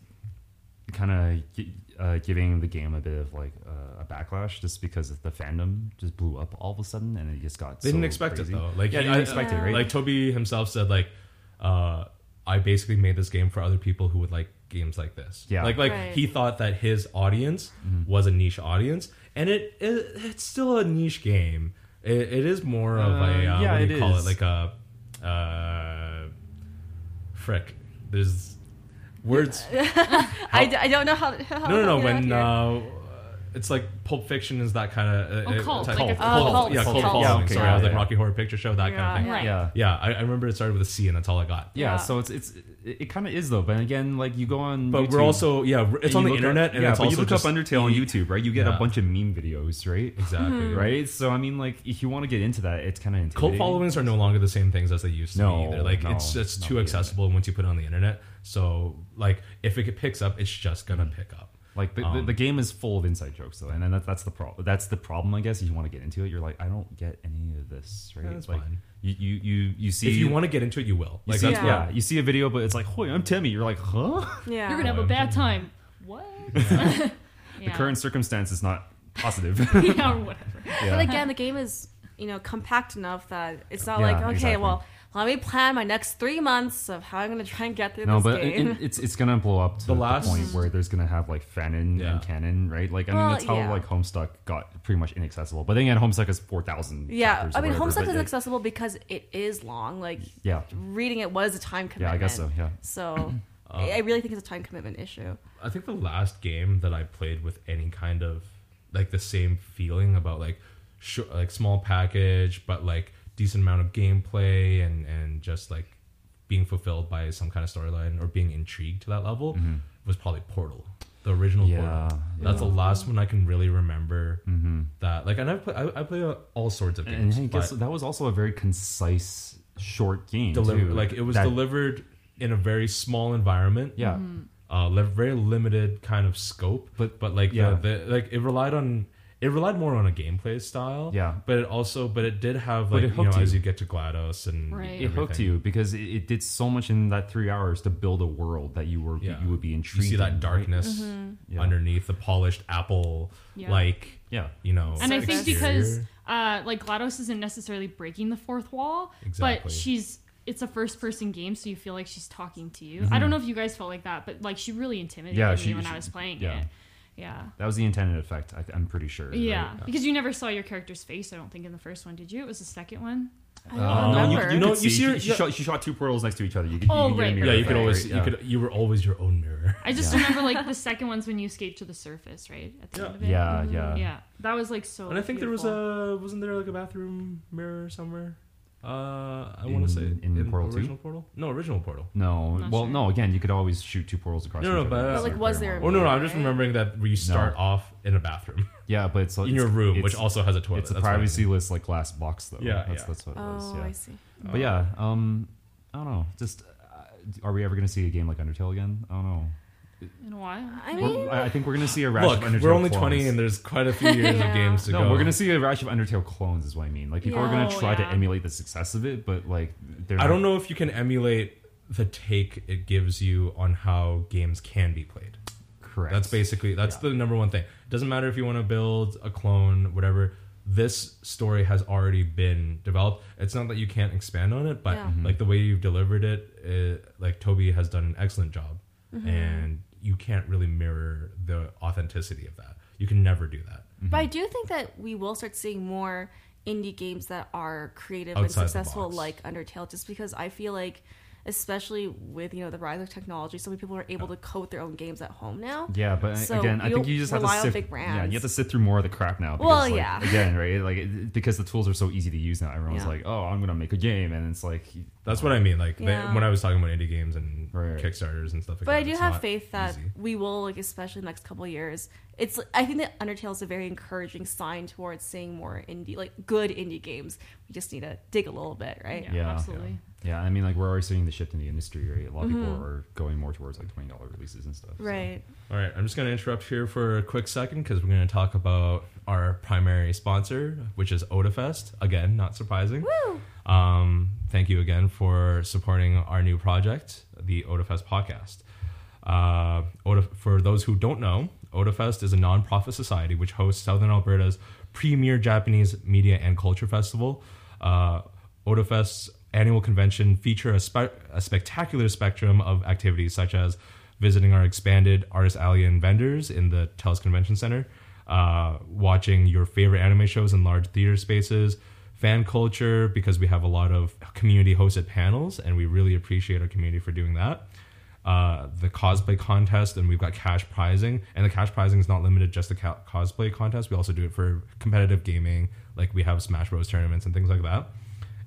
Speaker 1: kind of uh, giving the game a bit of like uh, a backlash, just because the fandom just blew up all of a sudden, and it just got.
Speaker 2: They didn't
Speaker 1: so
Speaker 2: expect
Speaker 1: crazy.
Speaker 2: it though. Like
Speaker 1: yeah, they
Speaker 2: he-
Speaker 1: didn't
Speaker 2: I-
Speaker 1: expect it,
Speaker 4: Yeah.
Speaker 1: right?
Speaker 2: Like Toby himself said, like uh, I basically made this game for other people who would like games like this.
Speaker 1: Yeah. Mm-hmm.
Speaker 2: Like like
Speaker 4: Right.
Speaker 2: he thought that his audience was a niche audience, and it, it it's still a niche game. It, it is more of a
Speaker 1: Uh,
Speaker 2: uh,
Speaker 1: yeah,
Speaker 2: what do you
Speaker 1: it
Speaker 2: call
Speaker 1: is.
Speaker 2: it? Like a uh, frick. There's words.
Speaker 4: I, d- I don't know how. how
Speaker 2: No, no, no.
Speaker 4: you know,
Speaker 2: When
Speaker 4: here.
Speaker 2: uh, it's like Pulp Fiction is that kind of
Speaker 3: Oh,
Speaker 2: uh,
Speaker 3: cult,
Speaker 2: type-
Speaker 3: like a
Speaker 2: cult,
Speaker 4: cult.
Speaker 2: yeah,
Speaker 4: Cult,
Speaker 2: cult
Speaker 4: yeah.
Speaker 2: following.
Speaker 1: Yeah, okay,
Speaker 2: Sorry,
Speaker 1: yeah,
Speaker 2: I was like
Speaker 1: yeah.
Speaker 2: Rocky Horror Picture Show, that kind of
Speaker 4: Yeah.
Speaker 2: thing.
Speaker 3: Right.
Speaker 1: yeah.
Speaker 2: Yeah, I, I remember it started with a C, and that's all I got.
Speaker 1: Yeah,
Speaker 4: Yeah.
Speaker 1: so it's it's it, it kind of is though, but again, like you go on,
Speaker 2: But
Speaker 1: YouTube
Speaker 2: we're also yeah, it's
Speaker 1: and
Speaker 2: on
Speaker 1: you
Speaker 2: the
Speaker 1: look
Speaker 2: internet,
Speaker 1: up,
Speaker 2: and
Speaker 1: yeah,
Speaker 2: it's
Speaker 1: but
Speaker 2: also
Speaker 1: you look
Speaker 2: just
Speaker 1: up Undertale on
Speaker 2: the-
Speaker 1: YouTube, right? You get
Speaker 2: Yeah.
Speaker 1: a bunch of meme videos, right?
Speaker 2: Mm-hmm. Exactly.
Speaker 1: Right. So I mean, like if you want to get into that, it's kind of
Speaker 2: Cult followings are no longer the same things as they used to
Speaker 1: No,
Speaker 2: be. Either. Like
Speaker 1: no,
Speaker 2: it's it's
Speaker 1: not
Speaker 2: too
Speaker 1: the
Speaker 2: accessible once you put it on the internet. So like if it picks up, it's just gonna
Speaker 1: Mm-hmm.
Speaker 2: pick up.
Speaker 1: Like the, the,
Speaker 2: Um,
Speaker 1: the game is full of inside jokes though, and then that's that's the problem. That's the problem, I guess. If you want to get into it, you're like, I don't get any of this, right?
Speaker 2: Yeah, that's
Speaker 1: like,
Speaker 2: fine.
Speaker 1: You, you you you see
Speaker 2: If you want to get into it, you will.
Speaker 1: you
Speaker 2: Like
Speaker 1: see,
Speaker 2: that's
Speaker 1: yeah.
Speaker 4: what-
Speaker 1: you see a video, but it's like, "Hoy, I'm Timmy." You're like, "Huh?"
Speaker 4: Yeah.
Speaker 3: You're gonna have a bad time. What?
Speaker 1: The current circumstance is not positive.
Speaker 3: yeah, or whatever.
Speaker 1: yeah.
Speaker 4: But again, the game is you know compact enough that it's not
Speaker 1: Yeah,
Speaker 4: like okay,
Speaker 1: exactly.
Speaker 4: well, let me plan my next three months of how I'm gonna try and get through
Speaker 1: no,
Speaker 4: this
Speaker 1: but it,
Speaker 4: game.
Speaker 1: it- it's it's gonna blow up to
Speaker 2: The
Speaker 1: the,
Speaker 2: last-
Speaker 1: point where there's gonna have like fanon
Speaker 2: Yeah.
Speaker 1: and canon, right? Like I mean,
Speaker 4: Well,
Speaker 1: that's how
Speaker 4: yeah.
Speaker 1: like Homestuck got pretty much inaccessible. But then again, Homestuck is four thousand.
Speaker 4: yeah, I mean, Homestuck is
Speaker 1: is
Speaker 4: accessible because it is long. Like
Speaker 1: Yeah,
Speaker 4: reading it was a time
Speaker 1: yeah,
Speaker 4: commitment.
Speaker 1: I guess so. Uh, Yeah,
Speaker 4: So I I really think it's a time commitment issue.
Speaker 2: I think the last game that I played with any kind of like the same feeling about like sh- like small package, but like decent amount of gameplay and and just like being fulfilled by some kind of storyline or being intrigued to that level was probably Portal, the original
Speaker 1: Mm-hmm. Yeah,
Speaker 2: Portal.
Speaker 1: yeah.
Speaker 2: That's the last one I can really remember that. Like, and I play I, I play uh, all sorts of
Speaker 1: and
Speaker 2: games,
Speaker 1: I guess
Speaker 2: but
Speaker 1: that was also a very concise, short game.
Speaker 2: deliver-
Speaker 1: too.
Speaker 2: like it was
Speaker 1: That-
Speaker 2: delivered in a very small environment
Speaker 1: Yeah,
Speaker 3: Mm-hmm.
Speaker 2: uh, li- very limited kind of scope. But but like
Speaker 1: Yeah.
Speaker 2: the, the like it relied on it relied more on a gameplay style.
Speaker 1: Yeah.
Speaker 2: but it also but it did have
Speaker 1: But
Speaker 2: like
Speaker 1: it
Speaker 2: you know
Speaker 1: hooked you.
Speaker 2: as you get to Glados and
Speaker 3: Right.
Speaker 1: it hooked
Speaker 2: everything.
Speaker 1: you because it, it did so much in that three hours to build a world that you were
Speaker 2: Yeah.
Speaker 1: you would be
Speaker 2: You
Speaker 1: intrigued.
Speaker 2: see
Speaker 1: in,
Speaker 2: that
Speaker 1: right?
Speaker 2: darkness
Speaker 1: Yeah.
Speaker 2: underneath the polished apple,
Speaker 3: Mm-hmm. Yeah.
Speaker 2: like
Speaker 1: Yeah,
Speaker 2: you know.
Speaker 3: and I think because
Speaker 2: exterior.
Speaker 3: uh, like Glados isn't necessarily breaking the fourth wall,
Speaker 2: Exactly.
Speaker 3: but she's it's a first person game, so you feel like she's talking to you. I don't know if you guys felt like that, but like she really intimidated
Speaker 1: Mm-hmm. Yeah,
Speaker 3: me
Speaker 1: she-
Speaker 3: when
Speaker 1: she-
Speaker 3: I was playing
Speaker 1: yeah.
Speaker 3: it. Yeah.
Speaker 1: that was the intended effect. I, I'm pretty sure. right?
Speaker 3: Yeah, because you never saw your character's face. I don't think in the first one, did you? It was the second one.
Speaker 1: Uh, no, you,
Speaker 4: remember.
Speaker 1: you know, you
Speaker 2: You could see-
Speaker 1: see, her,
Speaker 2: she-
Speaker 1: she,
Speaker 2: yeah.
Speaker 1: shot, she shot two portals next to each other. You could, you
Speaker 3: Oh,
Speaker 1: could get a
Speaker 3: right,
Speaker 1: mirror
Speaker 2: yeah, you
Speaker 1: effect,
Speaker 2: could always
Speaker 1: right? Yeah.
Speaker 2: you could you were always your own mirror.
Speaker 3: I just remember like the second one's when you escaped to the surface, right at the end of it.
Speaker 1: Yeah, yeah,
Speaker 3: yeah. That was like so.
Speaker 2: And I think there was
Speaker 3: Oh, beautiful.
Speaker 2: a wasn't there like a bathroom mirror somewhere? Uh, I want to say
Speaker 1: In- in Portal 2?
Speaker 2: original Portal. No, original Portal.
Speaker 1: No,
Speaker 3: Not
Speaker 1: well,
Speaker 3: sure.
Speaker 1: no. Again, you could always shoot two portals across.
Speaker 2: No,
Speaker 1: each
Speaker 2: no,
Speaker 1: other.
Speaker 2: but-
Speaker 1: That's
Speaker 2: But, like,
Speaker 1: their
Speaker 4: was
Speaker 1: plan
Speaker 4: there-
Speaker 2: Oh no, no! I'm just
Speaker 4: Right?
Speaker 2: remembering that we start
Speaker 1: No.
Speaker 2: off in a bathroom
Speaker 1: Yeah, but it's
Speaker 2: in your
Speaker 1: it's-
Speaker 2: room,
Speaker 1: it's-
Speaker 2: which also has a toilet.
Speaker 1: it's a
Speaker 2: That's what I mean.
Speaker 1: privacy-less like glass box though.
Speaker 2: Yeah,
Speaker 3: Oh,
Speaker 1: that's
Speaker 2: yeah.
Speaker 1: that's what it was.
Speaker 4: Oh,
Speaker 1: Yeah.
Speaker 4: I see.
Speaker 1: But yeah, um, I don't know. Just uh, are we ever going to see a game like Undertale again? I don't know.
Speaker 3: in a while.
Speaker 4: I
Speaker 1: We're-
Speaker 4: mean,
Speaker 1: I I think we're going to see a rash
Speaker 2: Look,
Speaker 1: of Undertale
Speaker 2: we're only
Speaker 1: clones.
Speaker 2: 20 and there's quite a few years
Speaker 3: Yeah.
Speaker 2: of games to
Speaker 1: no,
Speaker 2: go.
Speaker 1: we're gonna see a rash of Undertale clones, is what I mean. Like people are
Speaker 3: Yeah.
Speaker 1: gonna
Speaker 3: Oh,
Speaker 1: try to
Speaker 3: yeah.
Speaker 1: emulate the success of it, but like they're
Speaker 2: I
Speaker 1: not-
Speaker 2: don't know if you can emulate the take it gives you on how games can be played.
Speaker 1: Correct.
Speaker 2: That's basically that's
Speaker 1: Yeah.
Speaker 2: the number one thing. Doesn't matter if you want to build a clone, whatever. This story has already been developed. It's not that you can't expand on it, but
Speaker 4: Yeah.
Speaker 1: Mm-hmm.
Speaker 4: Mhm.
Speaker 2: like the way you've delivered it, uh like Toby has done an excellent job,
Speaker 4: Mm-hmm.
Speaker 2: and you can't really mirror the authenticity of that. You can never do that.
Speaker 4: but I do think that we will start seeing more indie games that are creative
Speaker 2: Outside the
Speaker 4: and successful,
Speaker 2: box.
Speaker 4: like Undertale, just because I feel like, especially with you know the rise of technology, so many people are able to code their own games at home now.
Speaker 1: Yeah, but
Speaker 4: So
Speaker 1: again, I
Speaker 4: you
Speaker 1: think you just have to
Speaker 4: rely on
Speaker 1: sift.
Speaker 4: big
Speaker 1: yeah, you have to
Speaker 4: brands.
Speaker 1: sift through more of the crap now.
Speaker 4: Well,
Speaker 1: like,
Speaker 4: yeah.
Speaker 1: Again, right? Like it, because the tools are so easy to use now. Everyone's
Speaker 4: Yeah.
Speaker 1: like, "Oh, I'm gonna make a game," and it's like,
Speaker 2: That's what I mean. Like
Speaker 4: Yeah.
Speaker 2: they, when I was talking about indie games and
Speaker 1: Right, right.
Speaker 2: Kickstarters and stuff. Like
Speaker 4: But
Speaker 2: that,
Speaker 4: I do
Speaker 2: it's
Speaker 4: have
Speaker 2: not
Speaker 4: faith that
Speaker 2: easy.
Speaker 4: we will, like, especially in the next couple of years. It's I think that Undertale is a very encouraging sign towards seeing more indie, like good indie games. We just need to dig a little bit, right?
Speaker 3: Yeah,
Speaker 1: Yeah.
Speaker 3: absolutely.
Speaker 1: yeah. I mean, like we're already seeing the shift in the industry, right? A lot of people are going more towards like twenty dollar releases and stuff. so-
Speaker 4: Mm-hmm. Right.
Speaker 2: All right, I'm just going to interrupt here for a quick second because we're going to talk about our primary sponsor, which is OdaFest. Again, not surprising.
Speaker 4: Woo!
Speaker 2: Um, thank you again for supporting our new project, the OdaFest podcast. Uh, Oda, for those who don't know, OdaFest is a nonprofit society which hosts Southern Alberta's premier Japanese media and culture festival. Uh, OdaFest's annual convention feature a, spe- a spectacular spectrum of activities such as visiting our expanded Artist Alley and vendors in the TELUS Convention Center, uh, watching your favorite anime shows in large theater spaces, fan culture because we have a lot of community hosted panels and we really appreciate our community for doing that uh, the cosplay contest and we've got cash prizing and the cash prizing is not limited just to ca- cosplay contest we also do it for competitive gaming like we have smash bros tournaments and things like that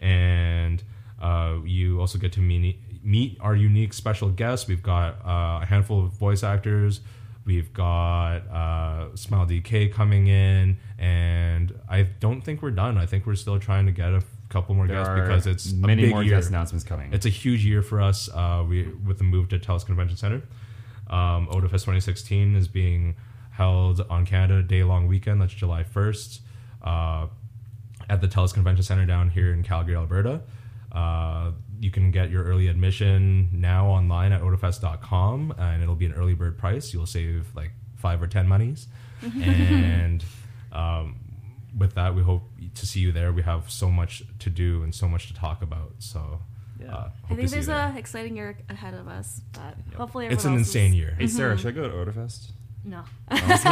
Speaker 2: and uh, you also get to meet, meet our unique special guests we've got uh, a handful of voice actors we've got uh, smile dk coming in and i don't think we're done i think we're still trying to get a f- couple more
Speaker 1: There
Speaker 2: guests
Speaker 1: are
Speaker 2: because it's
Speaker 1: many
Speaker 2: a big
Speaker 1: more
Speaker 2: year.
Speaker 1: guest announcements coming.
Speaker 2: It's a huge year for us. Uh, we with the move to Telus Convention Center. Um, OdaFest 2016 is being held on Canada Day Long Weekend. That's July 1st uh, at the Telus Convention Center down here in Calgary, Alberta. Uh, you can get your early admission now online at odafest.com and it'll be an early bird price. You'll save like five or ten monies. and um, with that, we hope to see you there. We have so much to do and so much to talk about. So,
Speaker 1: Yeah.
Speaker 2: uh, hope
Speaker 4: I
Speaker 2: to
Speaker 4: think
Speaker 2: see you
Speaker 4: there's
Speaker 2: there.
Speaker 4: a exciting year ahead of us, but
Speaker 1: Yep.
Speaker 4: hopefully
Speaker 2: It's an
Speaker 4: everyone else
Speaker 2: insane
Speaker 4: is- Mm-hmm.
Speaker 2: year.
Speaker 1: hey Sarah, should I go to Odafest?
Speaker 3: No.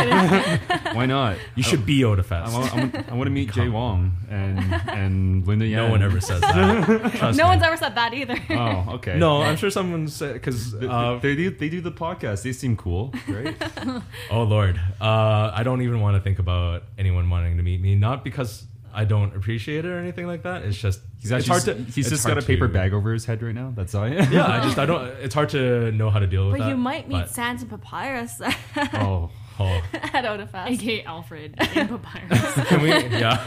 Speaker 1: Why not?
Speaker 2: You should be
Speaker 1: I
Speaker 2: OdaFest.
Speaker 1: want, I want, I want to meet Jay
Speaker 2: Come.
Speaker 1: Wong and and Linda Yan.
Speaker 2: No one ever says that. Trust
Speaker 4: No
Speaker 2: me.
Speaker 4: one's ever said that either.
Speaker 1: Oh, okay.
Speaker 2: No, I'm sure someone said because.
Speaker 1: They-
Speaker 2: Uh,
Speaker 1: they do. They do the podcast. They seem cool, right?
Speaker 2: oh Lord, uh, I don't even want to think about anyone wanting to meet me. Not because I don't appreciate it or anything like that. It's just
Speaker 1: He's
Speaker 2: it's
Speaker 1: actually
Speaker 2: hard to.
Speaker 1: he's
Speaker 2: it's
Speaker 1: just
Speaker 2: hard
Speaker 1: got a paper
Speaker 2: to-
Speaker 1: bag over his head right now. That's all.
Speaker 2: Yeah, I just I don't. It's hard to know how to deal with
Speaker 4: but
Speaker 2: that.
Speaker 4: you might meet
Speaker 2: but-
Speaker 4: Sans and Papyrus
Speaker 1: Oh,
Speaker 2: Oh,
Speaker 4: at Odafest.
Speaker 3: AKA Alfred in Papyrus.
Speaker 2: can we? Yeah.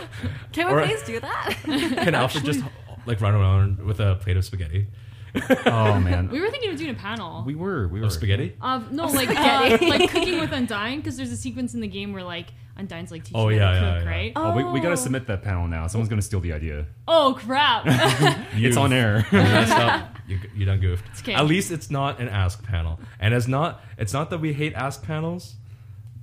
Speaker 4: Can we
Speaker 2: Or-
Speaker 4: please do that?
Speaker 2: Can Alfred just like run around with a plate of spaghetti?
Speaker 1: oh man.
Speaker 3: we were thinking of doing a panel.
Speaker 1: We were. We were
Speaker 2: Of spaghetti?
Speaker 3: Of no, like uh, like cooking with Undyne because there's a sequence in the game where like Undyne's like teaching
Speaker 2: Oh,
Speaker 3: you
Speaker 2: yeah,
Speaker 3: how to
Speaker 2: yeah,
Speaker 3: cook,
Speaker 2: yeah.
Speaker 3: right?
Speaker 1: Oh, we, we
Speaker 4: Oh.
Speaker 1: gotta submit that panel now. Someone's gonna steal the idea.
Speaker 3: Oh crap!
Speaker 1: It's on air.
Speaker 2: You messed up. You, you done goofed.
Speaker 3: okay.
Speaker 2: At least it's not an ask panel, and it's not it's not that we hate ask panels,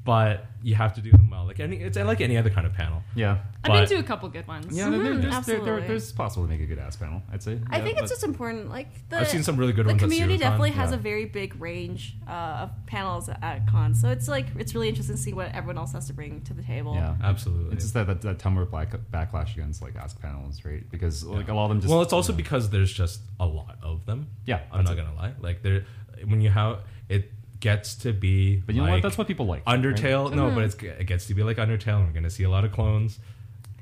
Speaker 2: but you have to do them well. Like any it's like any other kind of panel.
Speaker 1: yeah.
Speaker 3: I've been
Speaker 2: But-
Speaker 3: to a couple good ones.
Speaker 1: Yeah. there- there's, there- there-
Speaker 4: absolutely.
Speaker 1: there's possible to make a good ass panel. I'd say.
Speaker 4: I
Speaker 1: Yeah,
Speaker 4: think it's
Speaker 1: but-
Speaker 4: just important. Like the
Speaker 2: I've seen some really good
Speaker 4: the
Speaker 2: ones.
Speaker 4: community
Speaker 2: at Syracon.
Speaker 4: definitely has
Speaker 2: Yeah.
Speaker 4: a very big range uh, of panels at cons, so it's like it's really interesting to see what everyone else has to bring to the table.
Speaker 1: Yeah.
Speaker 2: absolutely.
Speaker 1: It's just that that, that Tumblr black, backlash against like ask panels, right? Because like a lot of them just
Speaker 2: well, it's also because there's just a lot of them.
Speaker 1: Yeah,
Speaker 2: I'm
Speaker 1: that's
Speaker 2: not gonna lie. Like there, when you have it gets to be.
Speaker 1: But you know
Speaker 2: like
Speaker 1: what? That's what people like. right?
Speaker 2: Undertale. No,
Speaker 4: Mm-hmm.
Speaker 2: but it's, it gets to be like Undertale, and we're gonna see a lot of clones.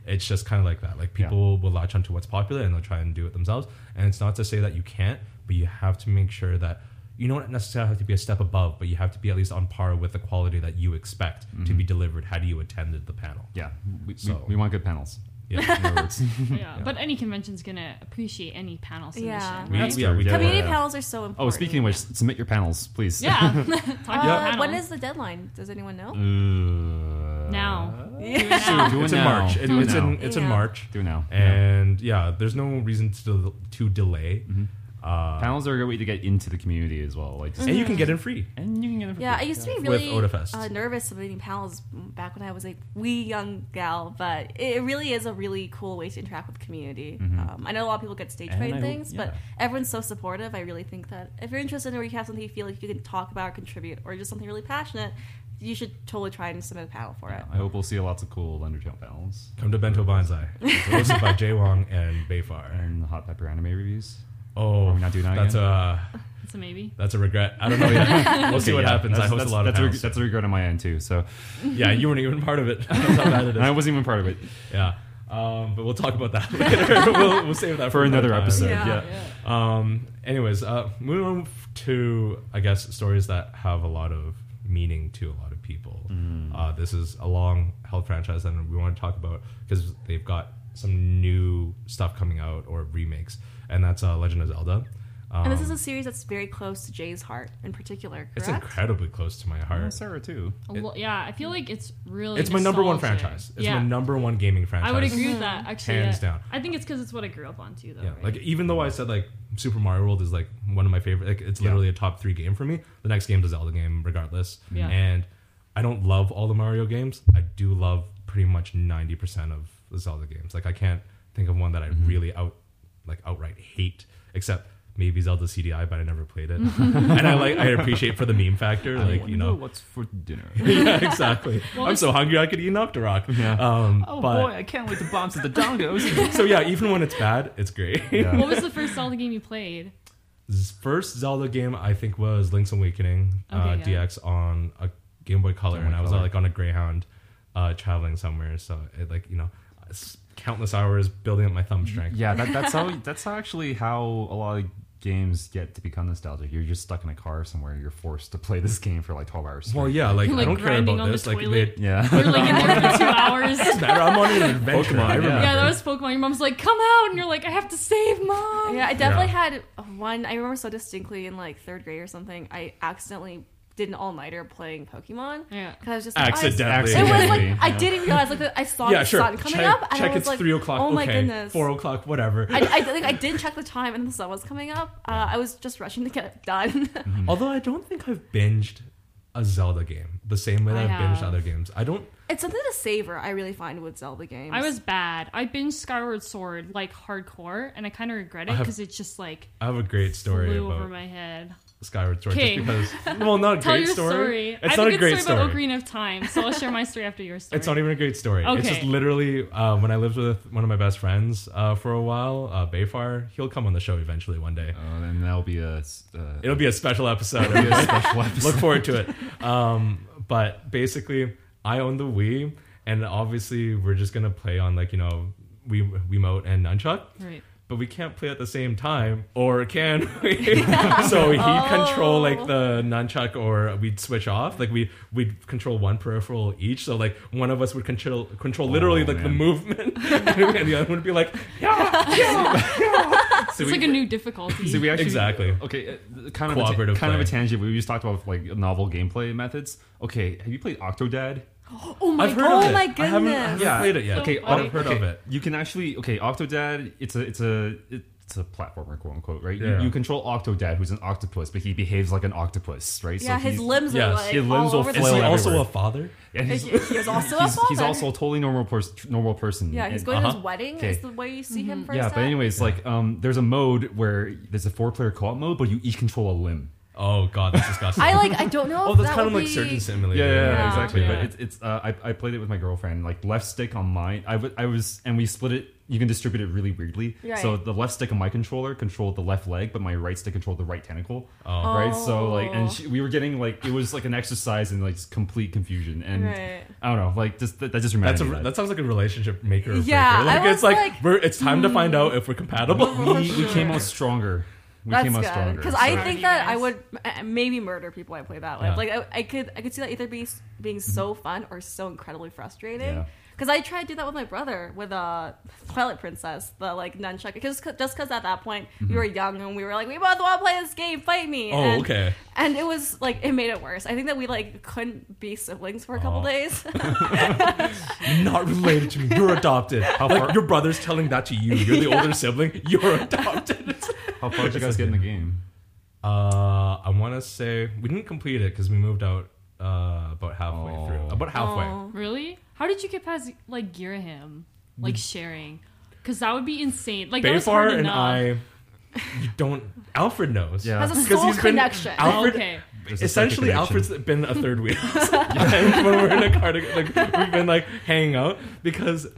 Speaker 2: It's just kind of like that. Like
Speaker 1: Yeah.
Speaker 2: people will latch onto what's popular and they'll try and do it themselves. And it's not to say that you can't, but you have to make sure that you don't necessarily have to be a step above, but you have to be at least on par with the quality that you expect to be delivered. How do you attend the panel?
Speaker 1: Yeah. We, we-
Speaker 2: So-
Speaker 1: we want good panels.
Speaker 2: Yeah.
Speaker 1: No words.
Speaker 3: yeah. But any convention's gonna appreciate any panel submission.
Speaker 4: Yeah.
Speaker 1: We-
Speaker 3: right?
Speaker 1: yeah, we did
Speaker 2: Yeah.
Speaker 4: Community
Speaker 1: that.
Speaker 4: panels are so important.
Speaker 1: Oh, speaking of which, submit your panels, please.
Speaker 3: Yeah. Talk about
Speaker 4: uh,
Speaker 3: panels.
Speaker 4: when is the deadline? Does anyone know?
Speaker 1: Uh,
Speaker 3: Now.
Speaker 1: Sure, do it
Speaker 2: it's in
Speaker 1: now.
Speaker 2: March. It-
Speaker 1: Do it
Speaker 2: it's
Speaker 1: now.
Speaker 2: in it's in
Speaker 4: Yeah.
Speaker 2: March.
Speaker 1: Do it now.
Speaker 2: And yeah, there's no reason to to delay. Uh,
Speaker 1: Panels are a good way to get into the community as well. Like, just,
Speaker 2: and you can get in free.
Speaker 1: and you can get it for
Speaker 4: Yeah, I
Speaker 1: free.
Speaker 4: used to be
Speaker 2: With
Speaker 4: really
Speaker 2: Odafest.
Speaker 4: uh, nervous submitting panels back when I was like wee young gal, but it really is a really cool way to interact with community. Um, I know a lot of people get stage
Speaker 1: And
Speaker 4: fright
Speaker 1: I-
Speaker 4: and things, but
Speaker 1: yeah.
Speaker 4: everyone's so supportive. I really think that if you're interested or you have something you feel like you can talk about or contribute or just something really passionate, you should totally try and submit a panel for it.
Speaker 1: I hope we'll see lots of cool Undertale panels
Speaker 2: Come to Bento Banzai. It's hosted by Jay Wong and Bayfar.
Speaker 1: and the hot pepper anime reviews.
Speaker 2: Oh,
Speaker 1: Are we not doing that
Speaker 2: that's
Speaker 1: again?
Speaker 2: a
Speaker 3: So maybe.
Speaker 2: that's a regret. I don't know yet. We'll see
Speaker 1: Okay,
Speaker 2: what
Speaker 1: yeah,
Speaker 2: happens.
Speaker 1: that's-
Speaker 2: I host
Speaker 1: that's,
Speaker 2: a lot of
Speaker 1: that's
Speaker 2: panels.
Speaker 1: that's a regret on my end too. So,
Speaker 2: yeah, you weren't even part of it. That's how bad it
Speaker 1: and I
Speaker 2: is.
Speaker 1: wasn't even part of it
Speaker 2: Yeah. Um, but we'll talk about that later. we'll, we'll save that
Speaker 1: for another
Speaker 2: time.
Speaker 1: episode.
Speaker 4: Yeah.
Speaker 1: Yeah.
Speaker 2: Um, anyways, uh, moving on f- to I guess stories that have a lot of meaning to a lot of people. Uh, this is a long held franchise, and we want to talk about because they've got some new stuff coming out or remakes, and that's uh, Legend of Zelda. Um,
Speaker 4: and this is a series that's very close to Jay's heart in particular,
Speaker 2: it's
Speaker 4: correct?
Speaker 2: incredibly close to my
Speaker 1: Oh,
Speaker 2: heart.
Speaker 1: Sarah too.
Speaker 3: A lo- yeah, I feel like it's really.
Speaker 2: it's my number one
Speaker 3: nostalgic.
Speaker 2: franchise. It's
Speaker 3: yeah.
Speaker 2: my number one gaming franchise.
Speaker 3: I would agree with that. Actually,
Speaker 2: Hands
Speaker 3: yeah.
Speaker 2: down.
Speaker 3: I think it's because it's what I grew up on too, though.
Speaker 2: Yeah,
Speaker 3: right?
Speaker 2: like even though I said like Super Mario World is like one of my favorite, like it's
Speaker 1: Yeah.
Speaker 2: literally a top three game for me. The next game's a Zelda game, regardless.
Speaker 3: Yeah.
Speaker 2: And I don't love all the Mario games. I do love pretty much ninety percent of the Zelda games. Like I can't think of one that I really out like outright hate, except maybe Zelda CDI, but I never played it. and I like I appreciate for the meme factor, like you know.
Speaker 1: what's for dinner.
Speaker 2: yeah, exactly. I'm
Speaker 3: this-
Speaker 2: so hungry I could eat Nocturok.
Speaker 1: Yeah.
Speaker 2: Um,
Speaker 1: Oh
Speaker 2: but,
Speaker 1: boy, I can't wait to bounce at the dongos.
Speaker 2: So yeah, even when it's bad, it's great.
Speaker 1: yeah.
Speaker 3: What was the first Zelda game you played?
Speaker 2: Z- first Zelda game I think was Link's Awakening uh,
Speaker 3: Okay, yeah.
Speaker 2: DX on a Game Boy Color,
Speaker 1: Game Boy
Speaker 2: and I was
Speaker 1: Color.
Speaker 2: like on a Greyhound uh, traveling somewhere. So it like you know s- countless hours building up my thumb strength.
Speaker 1: Yeah, that, that's how. That's how actually how a lot of games get to become nostalgic. You're just stuck in a car somewhere. You're forced to play this game for like 12 hours.
Speaker 2: Well,
Speaker 1: straight.
Speaker 2: yeah, like, I
Speaker 3: Like
Speaker 2: don't care
Speaker 3: grinding
Speaker 2: about
Speaker 3: on the
Speaker 2: this. Like they,
Speaker 3: toilet.
Speaker 2: it
Speaker 1: yeah.
Speaker 3: You're like in there for two hours.
Speaker 2: doesn't matter. I'm on an adventure.
Speaker 1: Pokemon,
Speaker 2: I
Speaker 1: yeah.
Speaker 2: remember.
Speaker 3: Yeah, that was Pokemon. Your mom's like, "Come out," and you're like, "I have to save mom."
Speaker 4: Yeah, I definitely had one. I remember so distinctly in like third grade or something. I accidentally did an all nighter playing Pokemon.
Speaker 3: Yeah.
Speaker 4: because I was just like, I-
Speaker 2: accidentally.
Speaker 4: It was like
Speaker 1: Accidentally,
Speaker 4: I
Speaker 1: yeah.
Speaker 4: didn't realize like I saw
Speaker 2: yeah,
Speaker 4: the
Speaker 2: sure.
Speaker 4: sun coming
Speaker 2: check,
Speaker 4: up, and
Speaker 2: check
Speaker 4: I was
Speaker 2: it's
Speaker 4: like,
Speaker 2: three o'clock.
Speaker 4: Oh my
Speaker 2: okay.
Speaker 4: goodness!
Speaker 2: Four o'clock. Whatever.
Speaker 4: I, I think I didn't check the time, and the sun was coming up. Uh, I was just rushing to get it done.
Speaker 1: Mm-hmm.
Speaker 2: Although I don't think I've binged a Zelda game the same way
Speaker 3: I
Speaker 2: that I've binged
Speaker 3: have.
Speaker 2: other games. I don't.
Speaker 4: it's something to savor. I really find with Zelda games.
Speaker 3: I was bad. I binged Skyward Sword like hardcore, and I kind of regret
Speaker 2: I
Speaker 3: it
Speaker 2: have-
Speaker 3: because it's just like
Speaker 2: I have a great story
Speaker 3: flew
Speaker 2: about
Speaker 3: over my head.
Speaker 2: Skyward Sword
Speaker 3: Okay.
Speaker 2: just because well not a
Speaker 3: Tell
Speaker 2: great
Speaker 3: your story.
Speaker 2: story.
Speaker 3: I
Speaker 2: It's
Speaker 3: have
Speaker 2: not
Speaker 3: a
Speaker 2: a,
Speaker 3: good
Speaker 2: great
Speaker 3: story,
Speaker 2: story.
Speaker 3: about Ocarina of Time, so I'll share my story after your story.
Speaker 2: It's not even a great story. It's just
Speaker 3: Okay.
Speaker 2: literally uh, when I lived with one of my best friends uh, for a while, uh, Bayfar. He'll come on the show eventually one day.
Speaker 1: Oh, and that'll be a. s- Uh,
Speaker 2: It'll be a special episode.
Speaker 1: that'll be a special episode.
Speaker 2: Look forward to it. Um, but basically, I own the Wii, and obviously, we're just gonna play on like you know Wii Wiimote and nunchuck.
Speaker 3: right.
Speaker 2: but we can't play at the same time, or can we? so he'd
Speaker 4: Oh.
Speaker 2: control like the nunchuck, or we'd switch off. Like we we'd control one peripheral each. So like one of us would control control literally like the
Speaker 1: man.
Speaker 2: movement, and the other would be like, yeah, yeah, yeah. So
Speaker 3: It's
Speaker 2: we-
Speaker 3: like a new difficulty.
Speaker 1: So we actually
Speaker 2: Exactly.
Speaker 1: okay. uh, Kind of a ta-
Speaker 2: Cooperative
Speaker 1: kind of a
Speaker 2: play.
Speaker 1: tangent. We just talked about like novel gameplay methods. Okay, have you played Octodad?
Speaker 4: oh my,
Speaker 2: I've heard
Speaker 4: oh
Speaker 2: of it.
Speaker 4: my
Speaker 2: I haven't, I haven't
Speaker 4: goodness!
Speaker 1: Yeah.
Speaker 2: played it yet.
Speaker 3: Okay,
Speaker 2: but I've heard
Speaker 1: okay,
Speaker 2: of it.
Speaker 1: You can actually okay, Octodad. It's a it's a it's a platformer, quote unquote, right?
Speaker 2: Yeah.
Speaker 1: You, you control Octodad, who's an octopus, but he behaves like an octopus, right?
Speaker 4: Yeah, his
Speaker 1: he's-
Speaker 4: limbs are
Speaker 2: yes,
Speaker 4: like
Speaker 1: his limbs will
Speaker 4: all over the
Speaker 2: Is
Speaker 1: flail
Speaker 2: he
Speaker 4: place.
Speaker 1: out.
Speaker 2: also
Speaker 1: everywhere.
Speaker 2: a father?
Speaker 1: yeah,
Speaker 4: He-
Speaker 1: he's,
Speaker 4: He was also
Speaker 1: he's,
Speaker 4: a father.
Speaker 1: he's also a totally normal person. Normal person.
Speaker 4: yeah. He's
Speaker 1: And-
Speaker 4: going to
Speaker 2: Uh-huh.
Speaker 4: his wedding.
Speaker 1: Okay.
Speaker 4: Is the way you see
Speaker 3: Mm-hmm.
Speaker 4: him first.
Speaker 1: yeah,
Speaker 4: at.
Speaker 1: but anyways, like um, there's a mode where there's a four-player co-op mode, but you each control a limb.
Speaker 2: Oh god, that's disgusting.
Speaker 4: I like. I don't know.
Speaker 2: Oh,
Speaker 4: if
Speaker 2: that's
Speaker 4: that
Speaker 2: kind of
Speaker 4: would
Speaker 2: like
Speaker 4: be...
Speaker 2: Surgeon Simulator.
Speaker 1: Yeah, yeah, yeah,
Speaker 4: Yeah.
Speaker 1: exactly.
Speaker 2: Yeah.
Speaker 1: But it's it's uh, I, I played it with my girlfriend. Like left stick on mine, I wa- I was and we split it. You can distribute it really weirdly.
Speaker 4: Right.
Speaker 1: So the left stick on my controller controlled the left leg, but my right stick controlled the right tentacle.
Speaker 2: Oh.
Speaker 1: Right. So like, and
Speaker 4: Oh.
Speaker 1: she, we were getting like it was like an exercise in like complete confusion, and
Speaker 4: Right.
Speaker 1: I don't know, like just that, that just reminds
Speaker 2: That's a,
Speaker 1: me. of
Speaker 2: that sounds like a relationship maker. or
Speaker 4: Yeah,
Speaker 2: breaker. like
Speaker 4: I
Speaker 2: it's
Speaker 4: was
Speaker 2: like,
Speaker 4: like,
Speaker 1: Mm-hmm.
Speaker 2: we're, it's time to find out if we're compatible.
Speaker 1: that. we, we came out stronger. We
Speaker 4: That's
Speaker 1: came out
Speaker 4: good
Speaker 1: stronger.
Speaker 4: because
Speaker 1: so-
Speaker 4: I
Speaker 3: Proud of
Speaker 4: think
Speaker 3: you
Speaker 4: that
Speaker 3: guys.
Speaker 4: I would uh, maybe murder people I play that with.
Speaker 1: Yeah.
Speaker 4: Like I, I could I could see that either be being
Speaker 2: Mm-hmm.
Speaker 4: so fun or so incredibly frustrating.
Speaker 1: Yeah.
Speaker 4: Because I tried to do that with my brother with uh, Twilight Princess, the like nunchuck. Because just because at that point we were young and we were like, we both want to play this game, fight me.
Speaker 2: Mm-hmm. Oh,
Speaker 4: and,
Speaker 2: okay.
Speaker 4: And it was like it made it worse. I think that we like couldn't be siblings for a couple
Speaker 1: Oh.
Speaker 4: days.
Speaker 2: Not related to me. You're adopted.
Speaker 1: How
Speaker 2: like
Speaker 1: far-
Speaker 2: your brother's telling that to you. You're the older sibling. You're adopted.
Speaker 1: How far did you guys get in the game?
Speaker 2: Uh, I want to say we didn't complete it because we moved out uh, about halfway
Speaker 1: Oh.
Speaker 2: through. About halfway.
Speaker 4: Oh.
Speaker 3: Really? How did you get past like Girahim, like sharing? Because that would be insane. Like that was hard
Speaker 2: Mm. Bayfar and
Speaker 3: enough.
Speaker 2: I, you don't. Alfred knows.
Speaker 1: Yeah.
Speaker 4: Has a
Speaker 2: 'Cause
Speaker 4: soul
Speaker 2: he's been-
Speaker 4: connection.
Speaker 2: Alfred-
Speaker 3: Oh, okay.
Speaker 1: There's a psychic
Speaker 2: Essentially,
Speaker 1: connection.
Speaker 2: Alfred's been a third wheel. And when we're in a car, to- like we've been like hanging out because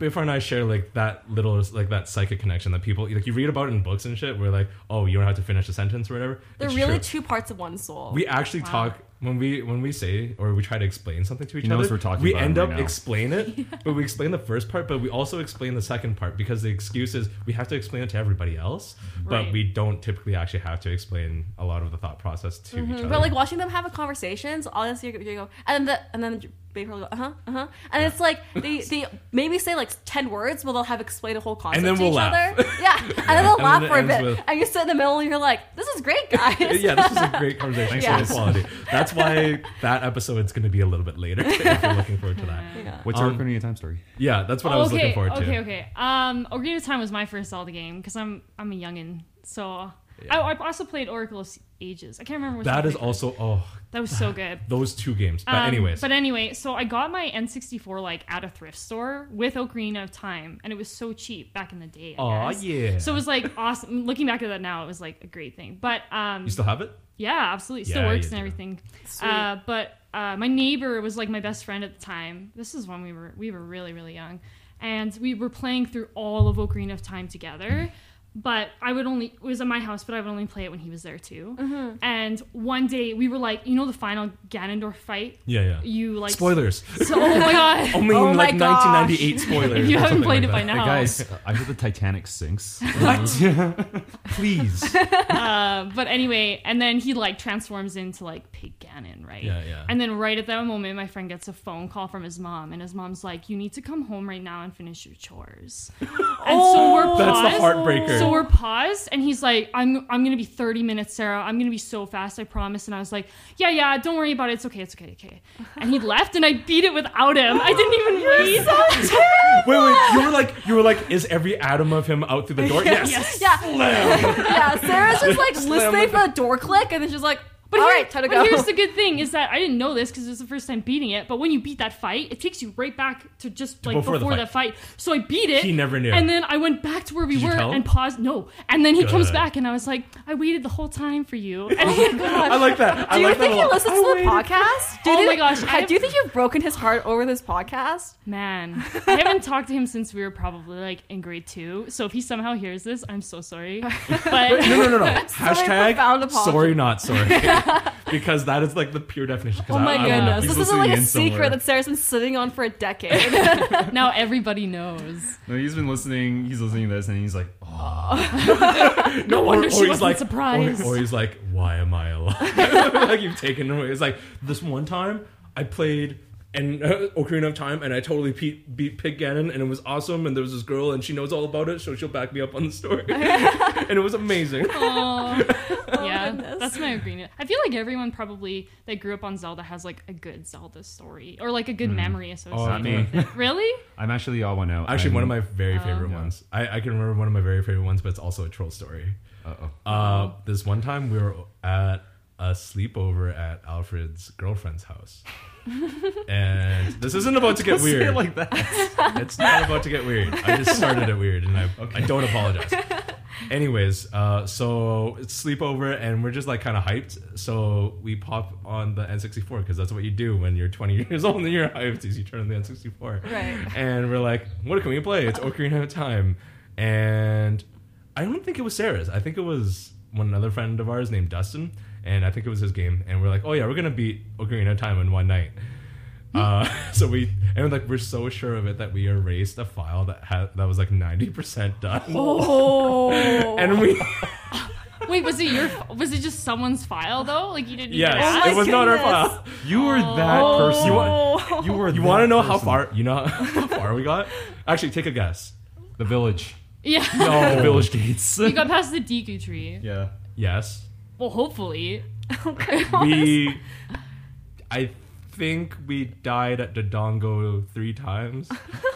Speaker 2: Bayfar and I share like that little like that psychic connection that people like you read about in books and shit. Where like, oh, you don't have to finish a sentence or whatever.
Speaker 4: They're
Speaker 2: It's
Speaker 4: really
Speaker 2: true.
Speaker 4: two parts of one soul.
Speaker 2: we actually
Speaker 3: Wow.
Speaker 2: talk when we when we say or we try to explain something to each
Speaker 1: He knows
Speaker 2: other.
Speaker 1: we're talking
Speaker 2: we
Speaker 1: about
Speaker 2: end
Speaker 1: him
Speaker 2: up
Speaker 1: right now.
Speaker 2: explain it, but we explain the first part, but we also explain the second part because the excuse is we have to explain it to everybody else, but
Speaker 3: Right.
Speaker 2: we don't typically actually have to explain a lot of the thought process to each other.
Speaker 4: Mm-hmm. But like watching them have a conversation, so all this you you go, and then the, and then Babe will go, uh huh, uh huh, and it's like they they maybe say like ten words, but they'll have explained a whole concept
Speaker 2: then
Speaker 4: to
Speaker 2: we'll
Speaker 4: each
Speaker 2: laugh.
Speaker 4: other. Yeah, and then they'll
Speaker 2: And
Speaker 4: laugh
Speaker 2: then it
Speaker 4: for a
Speaker 2: ends
Speaker 4: bit,
Speaker 2: with-
Speaker 4: and you sit in the middle, and you're like, this is great, guys.
Speaker 2: yeah, this is a great conversation.
Speaker 4: Yeah.
Speaker 2: It's quality. That's why that episode's going to be a little bit later if you're looking forward to that.
Speaker 4: Yeah.
Speaker 1: What's
Speaker 2: Um,
Speaker 1: your Ocarina of Time story?
Speaker 2: Yeah, that's what I was
Speaker 3: okay,
Speaker 2: looking forward to.
Speaker 3: Okay, okay. Um, Ocarina of Time was my first Zelda game because I'm I'm a youngin, so I, I also played Oracle of Ages. I can't remember which
Speaker 2: That
Speaker 3: one I
Speaker 2: is
Speaker 3: played
Speaker 2: also oh
Speaker 3: first. that was so good.
Speaker 2: those two games. But
Speaker 3: Um,
Speaker 2: anyways,
Speaker 3: But anyway, so I got my N64 like at a thrift store with Ocarina of Time, and it was so cheap back in the day. I
Speaker 2: Aw,
Speaker 3: guess.
Speaker 2: yeah.
Speaker 3: So it was like awesome. Looking back at that now, it was like a great thing. But um,
Speaker 2: you still have it?
Speaker 3: yeah, absolutely. It Still
Speaker 2: Yeah,
Speaker 3: works
Speaker 2: you
Speaker 3: and
Speaker 2: do.
Speaker 3: everything.
Speaker 4: Sweet.
Speaker 3: Uh, but uh, my neighbor was like my best friend at the time. This is when we were we were really really young, and we were playing through all of Ocarina of Time together. But I would only it was at my house, but I would only play it when he was there too. And one day we were like, you know, the final Ganondorf fight.
Speaker 2: Yeah, yeah.
Speaker 3: You like
Speaker 2: Spoilers.
Speaker 3: So, oh my god!
Speaker 2: Only
Speaker 4: Oh
Speaker 2: in
Speaker 4: my
Speaker 2: like
Speaker 4: gosh.
Speaker 2: 1998 spoilers.
Speaker 3: If you
Speaker 2: or
Speaker 3: haven't
Speaker 2: something
Speaker 3: played
Speaker 2: like
Speaker 3: it by
Speaker 2: that.
Speaker 3: now,
Speaker 1: Hey guys, I heard the Titanic sinks.
Speaker 2: please.
Speaker 3: Uh, but anyway, and then he like transforms into like Pig Ganon, right?
Speaker 2: Yeah, yeah.
Speaker 3: And then right at that moment, my friend gets a phone call from his mom, and his mom's like, "You need to come home right now and finish your chores." and
Speaker 4: Oh,
Speaker 3: so we're paused.
Speaker 2: Oh, That's the heartbreaker.
Speaker 3: So we're paused, and he's like, "I'm I'm gonna be 30 minutes, Sarah. I'm gonna be so fast, I promise." And I was like, "Yeah, yeah, don't worry about it. It's okay, it's okay, okay." And he left, and I beat it without him. I didn't even wait.
Speaker 2: wait, wait. You were like, you were like, is every atom of him out through the door? Yes.
Speaker 3: Yes.
Speaker 4: yeah, yeah. Sarah's just like
Speaker 2: Slam
Speaker 4: listening
Speaker 2: the
Speaker 4: for the door click, and then she's like,
Speaker 3: But,
Speaker 4: all
Speaker 3: here-
Speaker 4: right, time to
Speaker 3: but
Speaker 4: go.
Speaker 3: here's the good thing is that I didn't know this because it was the first time beating it. But when you beat that fight, it takes you right back to just like
Speaker 2: before
Speaker 3: before,
Speaker 2: the fight.
Speaker 3: that fight. So I beat it.
Speaker 2: He never knew.
Speaker 3: And then I went back to where we
Speaker 2: Did you
Speaker 3: were
Speaker 2: tell him?
Speaker 3: and paused. No. And then he comes
Speaker 2: Good.
Speaker 3: back and I was like, I waited the whole time for you. And
Speaker 2: I like that. I
Speaker 4: do you
Speaker 2: like
Speaker 4: think
Speaker 2: that
Speaker 4: he
Speaker 2: a lot. Oh,
Speaker 4: listens
Speaker 2: I
Speaker 4: to the
Speaker 2: waited-
Speaker 4: podcast? Do you
Speaker 3: Oh my
Speaker 4: think-
Speaker 3: gosh,
Speaker 4: ha-
Speaker 3: I've-
Speaker 4: do you think you've broken his heart over this podcast?
Speaker 3: man, I haven't talked to him since we were probably like in grade two. So if he somehow hears this, I'm so sorry. But
Speaker 2: No, no, no, no.
Speaker 4: profound
Speaker 2: Hashtag
Speaker 4: apology.
Speaker 2: sorry, not sorry. because that is like the pure definition. 'Cause
Speaker 4: Oh
Speaker 2: I-
Speaker 4: my
Speaker 2: I would
Speaker 4: goodness,
Speaker 2: be-
Speaker 4: this
Speaker 1: He's
Speaker 4: isn't like a
Speaker 1: listening in somewhere.
Speaker 4: secret that Sarah's been sitting on for a decade.
Speaker 3: now everybody knows.
Speaker 1: No, he's been listening. He's listening to this, and he's like, oh,
Speaker 2: no
Speaker 3: wonder she
Speaker 2: he's
Speaker 3: wasn't
Speaker 2: like,
Speaker 3: surprised.
Speaker 2: Or, or he's like, why am I alive? like you've taken away. It's like this one time I played. And uh, Ocarina of Time, and I totally pe- beat Pig Ganon, and it was awesome. And there was this girl, and she knows all about it, so she'll back me up on the story. and it was amazing.
Speaker 3: Oh, yeah,
Speaker 4: goodness.
Speaker 3: that's my agreement. I feel like everyone probably that grew up on Zelda has like a good Zelda story or like a
Speaker 2: Mm-hmm.
Speaker 3: good memory
Speaker 2: Oh,
Speaker 1: not
Speaker 3: associated
Speaker 1: me.
Speaker 3: with it. Really?
Speaker 1: I'm actually all one out.
Speaker 2: Actually,
Speaker 1: I'm,
Speaker 2: one of my
Speaker 3: Oh,
Speaker 2: very favorite
Speaker 1: Yeah.
Speaker 2: ones. I, I can remember one of my very favorite ones, but it's also a troll story.
Speaker 1: Uh-oh.
Speaker 2: Uh, this one time we were at a sleepover at Alfred's girlfriend's house. and this isn't about to get
Speaker 1: Say
Speaker 2: weird.
Speaker 1: it like that.
Speaker 2: it's not about to get weird. I just started it weird and I, I don't apologize. Anyways, uh, so it's sleepover and we're just like kind of hyped. So we pop on the N64 because that's what you do when you're 20 years old and you're hyped is you turn on the N64.
Speaker 4: Right.
Speaker 2: And we're like, what can we play? It's Ocarina of Time. And I don't think it was Sarah's. I think it was one another friend of ours named Dustin. And I think it was his game. And we're like, oh yeah, we're going to beat Ocarina of Time in one night. Uh, so we and like we're so sure of it that we erased a file that had that was like ninety percent done,
Speaker 4: Oh,
Speaker 2: and we
Speaker 3: Wait, was it your? Was it just someone's file though? Like you didn't.
Speaker 2: Yes,
Speaker 3: even ask?
Speaker 4: my
Speaker 2: it was not our
Speaker 4: goodness.
Speaker 2: file.
Speaker 1: You were that
Speaker 3: Oh.
Speaker 1: person.
Speaker 2: You
Speaker 4: Oh.
Speaker 1: You were.
Speaker 2: You
Speaker 1: that
Speaker 2: want to know how
Speaker 1: person.
Speaker 2: far? You know how far we got? Actually, take a guess.
Speaker 1: The village.
Speaker 3: Yeah.
Speaker 2: Oh.
Speaker 1: the village gates.
Speaker 3: You got past the Deku tree.
Speaker 1: yeah.
Speaker 2: Yes,
Speaker 3: Well, hopefully.
Speaker 2: we. I think we died at Dodongo three times,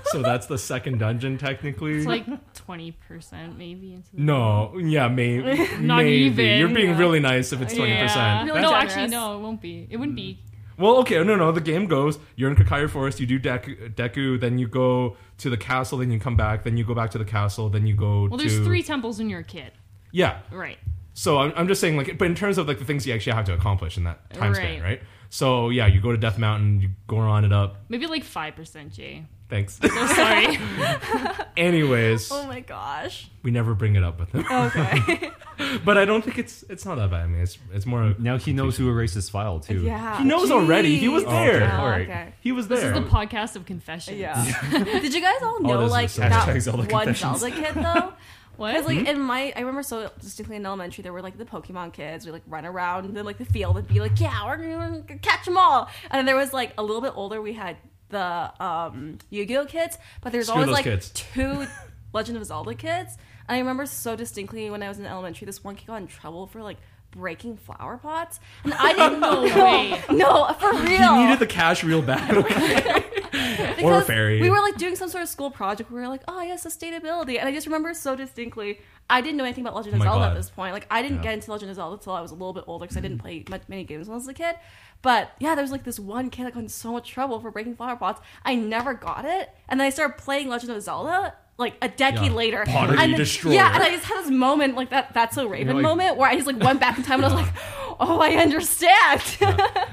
Speaker 2: so that's the second dungeon technically.
Speaker 3: It's like twenty percent maybe into the
Speaker 2: no, yeah, may,
Speaker 3: Not
Speaker 2: maybe.
Speaker 3: even,
Speaker 2: You're being
Speaker 3: yeah.
Speaker 2: really nice if it's twenty
Speaker 3: Yeah.
Speaker 2: percent. Mm,
Speaker 3: No, no, actually, no, it won't be. It wouldn't be.
Speaker 2: Well, okay, no, no. The game goes: you're in Kakaior Forest, you do Deku, Deku, then you go to the castle, then you come back, then you go back to the castle, then you go.
Speaker 3: Well,
Speaker 2: to,
Speaker 3: there's three temples when you're a kid,
Speaker 2: Yeah,
Speaker 3: right?
Speaker 2: so I'm, I'm just saying, like, but in terms of like the things you actually have to accomplish in that time span,
Speaker 3: Right.
Speaker 2: right? So yeah, you go to Death Mountain, you go on it up.
Speaker 3: Maybe like five percent, Jay.
Speaker 2: Thanks.
Speaker 3: So sorry.
Speaker 2: Anyways,
Speaker 4: Oh my gosh.
Speaker 2: we never bring it up with him,
Speaker 4: Okay.
Speaker 2: but I don't think it's it's not that bad. I mean, it's it's more.
Speaker 1: Now he knows who erased his file too.
Speaker 4: yeah.
Speaker 2: He knows already. He was
Speaker 4: Jeez. Oh,
Speaker 2: there.
Speaker 1: All right.
Speaker 4: okay.
Speaker 2: He was
Speaker 3: this is
Speaker 2: there.
Speaker 3: the podcast of confessions.
Speaker 4: Yeah. Did you guys all
Speaker 2: this
Speaker 4: know
Speaker 2: is
Speaker 4: like
Speaker 2: so-
Speaker 4: that
Speaker 1: Hashtag Zelda
Speaker 4: one
Speaker 1: confessions.
Speaker 4: Zelda kid though?
Speaker 3: What?
Speaker 4: Because
Speaker 2: Mm-hmm.
Speaker 4: like in my, I remember so distinctly in elementary, there were like the Pokemon kids. We like run around the like the field and be like, yeah, we're gonna catch them all. And then there was like a little bit older, we had the um, Yu-Gi-Oh kids, but there's
Speaker 2: Screw
Speaker 4: always
Speaker 2: those
Speaker 4: like
Speaker 2: kids.
Speaker 4: two Legend of Zelda kids. And I remember so distinctly when I was in elementary, this one kid got in trouble for like breaking flower pots, and I didn't know.
Speaker 3: way.
Speaker 4: No, for real.
Speaker 2: he needed the cash real bad. or a
Speaker 4: Because
Speaker 2: fairy.
Speaker 4: We were like doing some sort of school project. We were like, oh yeah, sustainability. And I just remember so distinctly. I didn't know anything about Legend
Speaker 2: Oh
Speaker 4: of
Speaker 2: my
Speaker 4: Zelda
Speaker 2: God. Mm-hmm.
Speaker 4: at this point. Like I didn't
Speaker 1: Yeah.
Speaker 4: get into Legend of Zelda until I was a little bit older because I didn't play much, many games when I was a kid. But yeah, there was like this one kid that got in so much trouble for breaking flower pots. I never got it, and then I started playing Legend of Zelda like a decade
Speaker 2: Yeah.
Speaker 4: later.
Speaker 2: Pottery
Speaker 4: and then-
Speaker 2: Destroyer.
Speaker 4: Yeah, and I just had this moment like that. That's so Raven
Speaker 1: like-
Speaker 4: moment where I just like went back in time and I was like, oh, I understand.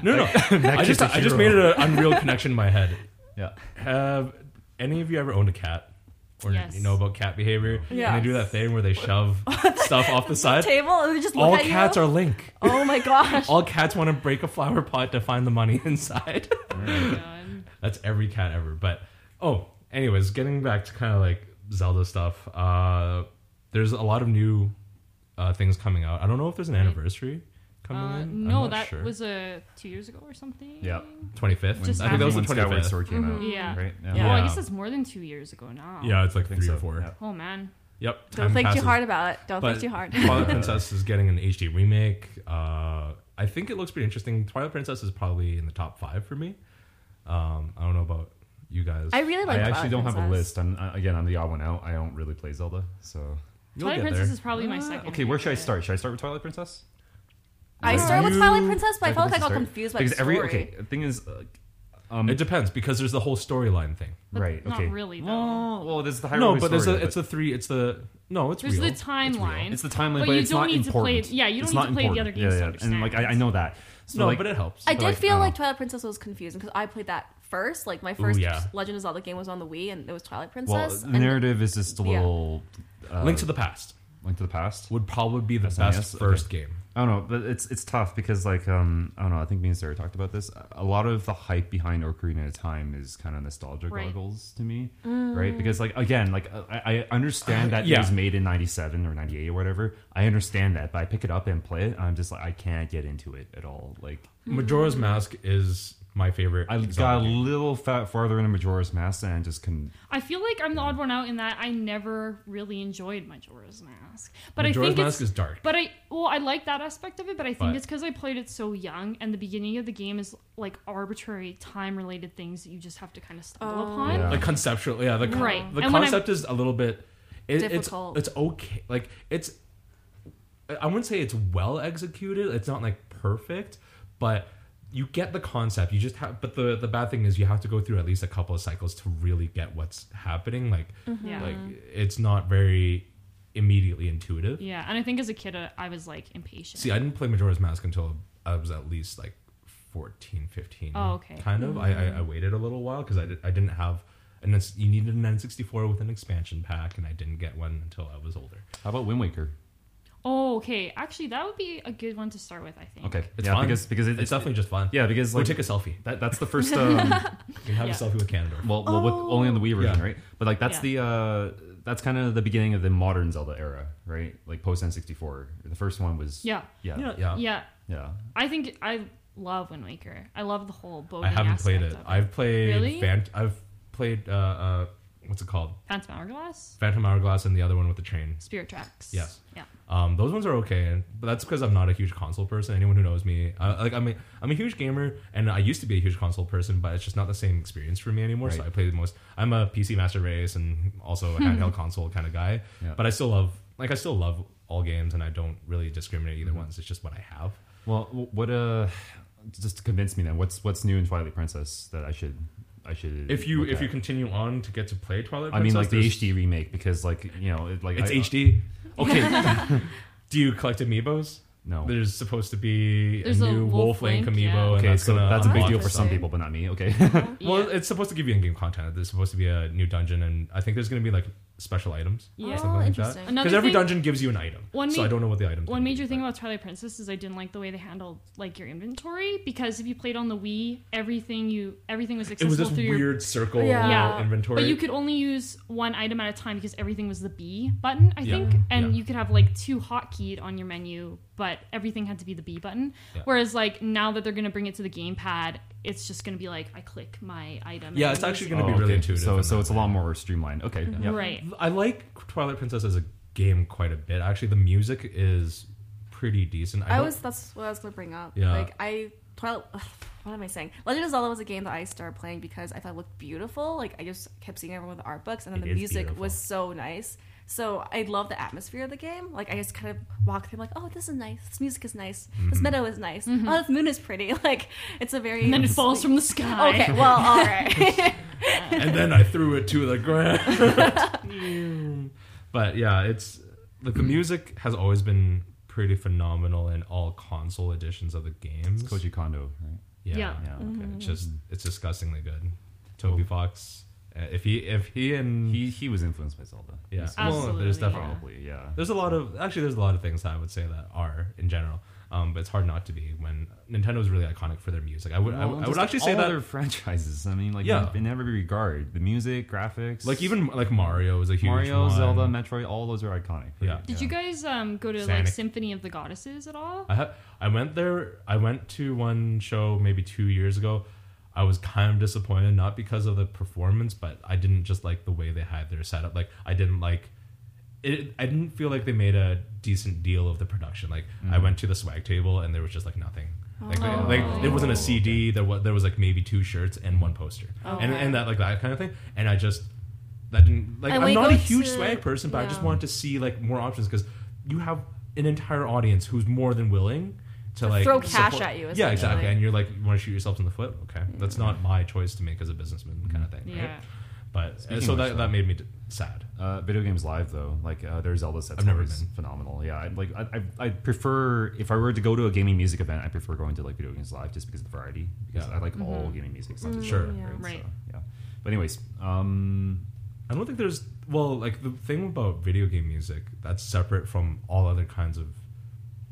Speaker 2: no, no. I
Speaker 1: kid's
Speaker 2: just
Speaker 1: a
Speaker 2: I just made
Speaker 1: hero.
Speaker 2: it an unreal connection in my head.
Speaker 1: Yeah.
Speaker 2: Have any of you ever owned a cat? Or
Speaker 3: Yes.
Speaker 2: you know about cat behavior? And
Speaker 4: Yes.
Speaker 2: they do that thing where they shove stuff off the side.
Speaker 4: Table and they just look
Speaker 2: All
Speaker 4: at you.
Speaker 2: cats are Link.
Speaker 4: Oh my gosh.
Speaker 2: All cats want to break a flower pot to find the money inside.
Speaker 3: Oh my God.
Speaker 2: That's every cat ever. But oh, anyways, getting back to kind of like Zelda stuff. Uh, there's a lot of new uh, things coming out. I don't know if there's an anniversary coming
Speaker 3: Uh,
Speaker 2: in. I'm
Speaker 3: no,
Speaker 2: not
Speaker 3: that
Speaker 2: sure.
Speaker 3: was uh, two years ago or something.
Speaker 1: Yeah.
Speaker 2: 25th.
Speaker 3: Just Mm-hmm.
Speaker 2: I think that was the
Speaker 1: when Skyward
Speaker 2: 25th.
Speaker 1: Sword came out.
Speaker 3: Yeah.
Speaker 1: Right.
Speaker 3: Well, I
Speaker 2: Yeah.
Speaker 3: guess that's more than two years ago now.
Speaker 2: Yeah, it's like
Speaker 1: I think
Speaker 2: three or
Speaker 1: so,
Speaker 2: four.
Speaker 1: yeah.
Speaker 3: Oh man.
Speaker 2: Yep.
Speaker 4: Don't
Speaker 2: time
Speaker 4: think
Speaker 2: passes.
Speaker 4: too hard about it. Don't
Speaker 2: But
Speaker 4: think too hard.
Speaker 2: Twilight Princess is getting an HD remake. Uh, I think it looks pretty interesting. Twilight Princess is probably in the top five for me. Um, I don't know about you guys.
Speaker 4: I really
Speaker 1: I
Speaker 4: like.
Speaker 1: actually
Speaker 4: Twilight
Speaker 1: don't have a
Speaker 4: Princess.
Speaker 1: list. I'm uh, again. I'm the odd one out. I don't really play Zelda, so.
Speaker 2: You'll
Speaker 3: Twilight
Speaker 2: get
Speaker 3: Princess
Speaker 2: there.
Speaker 3: is probably my
Speaker 1: Uh,
Speaker 2: Ah.
Speaker 3: second.
Speaker 1: Okay, where should I
Speaker 3: favorite.
Speaker 1: start? Should I start with Twilight Princess?
Speaker 4: I
Speaker 1: Is
Speaker 4: started with
Speaker 1: you-
Speaker 4: Twilight Princess, but I
Speaker 1: Twilight
Speaker 4: felt like I
Speaker 1: Princess
Speaker 4: got
Speaker 1: start?
Speaker 4: confused by
Speaker 1: because
Speaker 4: the
Speaker 1: every
Speaker 4: story.
Speaker 1: okay the thing is, uh, um,
Speaker 2: It depends because there's the whole storyline thing.
Speaker 3: But
Speaker 1: right?
Speaker 3: not
Speaker 1: Okay,
Speaker 3: really, though.
Speaker 1: Well, well, there's the Hyrule
Speaker 2: no, but there's a,
Speaker 1: story,
Speaker 2: it's a three. It's the no. It's
Speaker 3: There's
Speaker 2: real.
Speaker 3: the
Speaker 2: It's real.
Speaker 3: timeline.
Speaker 1: it's the timeline,
Speaker 3: But
Speaker 1: but,
Speaker 3: you
Speaker 1: it's
Speaker 3: don't
Speaker 1: not
Speaker 3: need to play-
Speaker 1: important.
Speaker 3: yeah, you don't
Speaker 1: It's
Speaker 3: need
Speaker 1: not
Speaker 3: to play the
Speaker 1: important.
Speaker 3: other games
Speaker 1: Yeah,
Speaker 3: to
Speaker 1: yeah, and like I,
Speaker 3: understand.
Speaker 1: I know that. So
Speaker 2: No,
Speaker 1: like,
Speaker 2: but it helps.
Speaker 4: I
Speaker 1: but,
Speaker 4: did
Speaker 1: like,
Speaker 4: feel
Speaker 1: uh,
Speaker 4: like Twilight Princess was confusing because I played that first. Like my first
Speaker 2: yeah.
Speaker 4: Legend of Zelda game was on the Wii, and it was Twilight
Speaker 1: well,
Speaker 4: Princess.
Speaker 1: the
Speaker 4: and
Speaker 1: narrative is just a
Speaker 4: yeah.
Speaker 1: little uh,
Speaker 2: Link to the Past
Speaker 1: link to the past.
Speaker 2: would probably be the
Speaker 1: SNES?
Speaker 2: best
Speaker 1: Okay.
Speaker 2: first game.
Speaker 1: I don't know, but it's it's tough because like um I don't know. I think me and Sarah talked about this. A lot of the hype behind Ocarina of Time is kind of nostalgia
Speaker 3: Right.
Speaker 1: goggles to me, right? Because like again, like uh, I, I understand that
Speaker 2: Uh, Yeah.
Speaker 1: it was made in '97 or '98 or whatever. I understand that, but I pick it up and play it. And I'm just like I can't get into it at all. Like
Speaker 2: Majora's Mask is my favorite.
Speaker 1: I
Speaker 2: Zelda
Speaker 1: got a
Speaker 2: game.
Speaker 1: little fat farther into Majora's Mask and just couldn't.
Speaker 3: I feel like I'm the odd one out in that I never really enjoyed Majora's Mask. But I
Speaker 2: Majora's
Speaker 3: think
Speaker 2: Mask is
Speaker 3: it's,
Speaker 2: dark.
Speaker 3: But I well, I like that aspect of it, but I think
Speaker 2: But-
Speaker 3: it's because I played it so young, and the beginning of the game is like arbitrary time-related things that you just have to kind of stumble upon.
Speaker 1: Yeah.
Speaker 2: like conceptual yeah the, con-
Speaker 3: Right.
Speaker 2: the
Speaker 3: And when I'm-
Speaker 2: concept is a little bit it, it's
Speaker 4: Difficult.
Speaker 2: it's okay like it's I- i wouldn't say it's well executed it's not like perfect but you get the concept you just have but the the bad thing is you have to go through at least a couple of cycles to really get what's happening like
Speaker 3: Yeah.
Speaker 2: like it's not very immediately intuitive
Speaker 3: Um, Yeah, and I think as a kid, uh, I was like impatient.
Speaker 2: see i didn't play majora's mask until i was at least like 14 15
Speaker 3: Oh, okay.
Speaker 2: kind of I, I i waited a little while because I, did, I didn't have and it's, you needed an N64 with an expansion pack, and I didn't get one until I was older.
Speaker 1: How about Wind Waker?
Speaker 3: oh, okay. Actually, that would be a good one to start with. I think.
Speaker 1: Okay,
Speaker 2: It's
Speaker 1: yeah,
Speaker 2: fun
Speaker 1: because because it,
Speaker 2: it's, definitely just fun.
Speaker 1: yeah because
Speaker 2: we'll
Speaker 1: like
Speaker 2: take a selfie.
Speaker 1: that, that's the first um,
Speaker 2: You can have
Speaker 3: Yeah.
Speaker 2: a selfie with Canada.
Speaker 1: Well, well with, only on the Wii version,
Speaker 2: Yeah.
Speaker 1: right? But like that's
Speaker 3: Yeah.
Speaker 1: the uh, that's kind of the beginning of the modern Zelda era, right? Like post N64. The first one was
Speaker 3: Yeah.
Speaker 1: yeah,
Speaker 2: Yeah.
Speaker 1: yeah.
Speaker 3: Yeah.
Speaker 1: yeah.
Speaker 3: I think I love Wind Waker. I love the whole boating
Speaker 2: I haven't played it.
Speaker 3: aspect of
Speaker 2: I've played
Speaker 3: Really?
Speaker 2: Phant- I've played uh, uh, what's it called?
Speaker 3: Phantom Hourglass,
Speaker 2: Phantom Hourglass and the other one with the train.
Speaker 3: Spirit Tracks.
Speaker 2: Yes.
Speaker 3: Yeah.
Speaker 2: Um, those ones are okay, but that's because I'm not a huge console person. Anyone who knows me, I, like I'm a, I'm a huge gamer, and I used to be a huge console person, but it's just not the same experience for me anymore. So
Speaker 1: Right.
Speaker 2: I play the most. I'm a PC master race and also a handheld console kind of guy,
Speaker 1: Yeah.
Speaker 2: but I still love like I still love all games, and I don't really discriminate either ones. It's just what I have.
Speaker 1: Well, w- what uh, just to convince me then, what's what's new in Twilight Princess that I should I should
Speaker 2: If you
Speaker 1: look
Speaker 2: if
Speaker 1: at?
Speaker 2: you continue on to get to play Twilight,
Speaker 1: I mean
Speaker 2: Princess,
Speaker 1: like the
Speaker 2: there's-
Speaker 1: HD remake because like you know it, like
Speaker 2: It's
Speaker 1: I- uh,
Speaker 2: HD. Okay. Do you collect amiibos?
Speaker 1: No.
Speaker 2: There's supposed to be
Speaker 3: There's
Speaker 2: a
Speaker 3: a
Speaker 2: new Wolf
Speaker 3: Wolf
Speaker 2: Link,
Speaker 3: Link,
Speaker 2: amiibo,
Speaker 3: yeah.
Speaker 2: and
Speaker 1: okay,
Speaker 2: that's
Speaker 1: so
Speaker 2: gonna
Speaker 1: that's a big
Speaker 2: unlock
Speaker 1: deal for some
Speaker 3: Interesting.
Speaker 1: people, but not me. Okay,
Speaker 2: Well,
Speaker 3: yeah.
Speaker 2: it's supposed to give you in-game content. There's supposed to be a new dungeon, and I think there's going to be like special items.
Speaker 3: Yeah.
Speaker 4: Oh,
Speaker 2: something like
Speaker 4: interesting.
Speaker 2: that.
Speaker 3: Another
Speaker 2: Because every
Speaker 3: thing-
Speaker 2: dungeon gives you an item.
Speaker 3: One
Speaker 2: so
Speaker 3: ma-
Speaker 2: I don't know what the items.
Speaker 3: One
Speaker 2: gonna
Speaker 3: major
Speaker 2: be,
Speaker 3: thing
Speaker 2: but-
Speaker 3: about Twilight Princess is I didn't like the way they handled like your inventory because if you played on the Wii, everything you everything was
Speaker 2: it
Speaker 3: accessible
Speaker 2: was this
Speaker 3: through
Speaker 2: weird
Speaker 3: your
Speaker 2: circle uh,
Speaker 4: Yeah.
Speaker 3: yeah
Speaker 2: inventory.
Speaker 3: But you could only use one item at a time because everything was the B button, I
Speaker 2: Yeah.
Speaker 3: think, and
Speaker 2: Yeah.
Speaker 3: you could have like two hotkeyed on your menu, but everything had to be the B button.
Speaker 2: Yeah.
Speaker 3: Whereas like now that they're gonna bring it to the gamepad, it's just gonna be like I click my item.
Speaker 2: Yeah,
Speaker 3: and
Speaker 2: it's
Speaker 3: then
Speaker 2: actually
Speaker 3: use it.
Speaker 2: gonna be
Speaker 1: Oh,
Speaker 2: really
Speaker 1: okay.
Speaker 2: intuitive
Speaker 1: So
Speaker 2: in
Speaker 1: so
Speaker 2: that
Speaker 1: it's a
Speaker 2: way.
Speaker 1: lot more streamlined. Okay,
Speaker 2: Mm-hmm.
Speaker 1: yeah.
Speaker 3: right.
Speaker 2: I like Twilight Princess as a game quite a bit. Actually, the music is pretty decent. I,
Speaker 4: I
Speaker 2: don't-
Speaker 4: was that's what I was gonna bring up.
Speaker 2: Yeah.
Speaker 4: Like I Twilight ugh, what am I saying? Legend of Zelda was a game that I started playing because I thought it looked beautiful. Like I just kept seeing everyone with the art books and then
Speaker 2: It
Speaker 4: the
Speaker 2: is
Speaker 4: music
Speaker 2: beautiful.
Speaker 4: was so nice. So I love the atmosphere of the game. Like I just kind of walked through like, oh this is nice. This music is nice.
Speaker 2: Mm-hmm.
Speaker 4: This meadow is nice. Oh this moon is pretty. Like it's a very
Speaker 3: Mm-hmm. And then it falls from the sky.
Speaker 4: Okay, well, all right.
Speaker 2: and then I threw it to the ground. but yeah, it's like the music has always been pretty phenomenal in all console editions of the games.
Speaker 1: Koji Kondo, right?
Speaker 2: Yeah,
Speaker 3: Yeah.
Speaker 1: Yeah, okay.
Speaker 2: It's just it's disgustingly good. Toby Fox, uh, if he if he and
Speaker 1: He he was influenced by Zelda.
Speaker 2: yeah,
Speaker 1: He's-
Speaker 2: well,
Speaker 3: Absolutely,
Speaker 2: there's definitely
Speaker 1: probably yeah.
Speaker 2: there's a lot of actually there's a lot of things that I would say that are in general. Um, but it's hard not to be when Nintendo's really iconic for their music. I would I,
Speaker 1: Well,
Speaker 2: would- I
Speaker 1: just
Speaker 2: would actually say
Speaker 1: all
Speaker 2: that
Speaker 1: other franchises. I mean, like
Speaker 2: Yeah.
Speaker 1: in every regard, the music, graphics,
Speaker 2: like even like Mario is a huge
Speaker 1: Mario,
Speaker 2: one.
Speaker 1: Zelda, Metroid, all those are iconic. right?
Speaker 2: Yeah.
Speaker 3: Did you guys um, go to like
Speaker 2: Sonic.
Speaker 3: Symphony of the Goddesses at all?
Speaker 2: I ha- I went there. I went to one show maybe two years ago. I was kind of disappointed, not because of the performance, but I didn't just like the way they had their setup. Like I didn't like it. I didn't feel like they made a decent deal of the production. Like I went to the swag table and there was just like nothing. Like, they-
Speaker 4: Oh.
Speaker 2: like there wasn't a CD. There was there was like maybe two shirts and one poster, and
Speaker 4: Oh, Okay.
Speaker 2: and that like that kind of thing. And I just that didn't like
Speaker 4: I
Speaker 2: I'm
Speaker 4: would
Speaker 2: not
Speaker 4: go
Speaker 2: a huge
Speaker 4: to-
Speaker 2: swag person, but I just
Speaker 4: yeah.
Speaker 2: want to see like more options because you have an entire audience who's more than willing to like
Speaker 4: throw cash at you,
Speaker 2: Yeah, exactly.
Speaker 4: essentially. Mm.
Speaker 2: And you're like, you want to shoot yourselves in the foot? Okay, that's not my choice to make as a businessman, kind of thing.
Speaker 3: Yeah.
Speaker 2: Right? But uh,
Speaker 1: Speaking
Speaker 2: so
Speaker 1: of which,
Speaker 2: that, that
Speaker 1: though-
Speaker 2: made me d- sad.
Speaker 1: Uh, video games live though, like uh, their Zelda sets.
Speaker 2: I've never
Speaker 1: always
Speaker 2: been.
Speaker 1: phenomenal. Yeah, I, like I, I, I prefer if I were to go to a gaming music event, I prefer going to like video games live just because of the variety. Because
Speaker 2: Yeah.
Speaker 1: I like all gaming music. it's not just
Speaker 2: Sure.
Speaker 1: Zelda,
Speaker 4: Yeah.
Speaker 3: Mm-hmm. Right.
Speaker 1: So, yeah. But anyways, um,
Speaker 2: I don't think there's well, like the thing about video game music that's separate from all other kinds of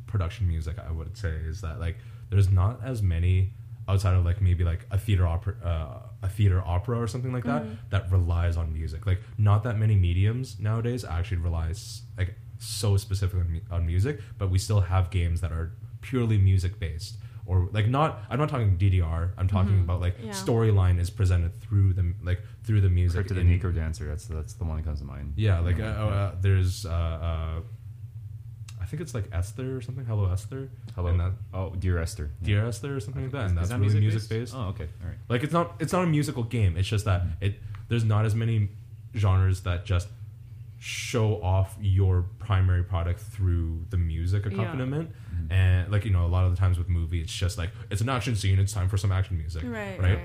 Speaker 2: production music. I would say is that like there's not as many outside of like maybe like a theater opera, uh, a theater opera or something like that that relies on music. Like not that many mediums nowadays actually relies like so specifically on, mu- on music, but we still have games that are purely music based. Or like not, I'm not talking DDR. I'm talking about like
Speaker 4: Yeah.
Speaker 2: storyline is presented through the like through the music.
Speaker 1: Crypt of the
Speaker 2: in-
Speaker 1: Nico Dancer. That's that's the one that comes to mind.
Speaker 2: yeah, like uh, uh, there's, uh, uh, I think it's like Esther or something. Hello Esther.
Speaker 1: Hello.
Speaker 2: And that,
Speaker 1: oh, dear Esther. Yeah.
Speaker 2: Dear Esther or something like that. And that's
Speaker 1: Is that
Speaker 2: really music
Speaker 1: music-based?
Speaker 2: based.
Speaker 1: Oh, okay. All right.
Speaker 2: Like it's not it's not a musical game. It's just that it there's not as many genres that just show off your primary product through the music accompaniment.
Speaker 1: Mm-hmm.
Speaker 2: And like you know, a lot of the times with movie, it's just like it's an action scene. It's time for some action music,
Speaker 4: Right,
Speaker 2: Right.
Speaker 4: right.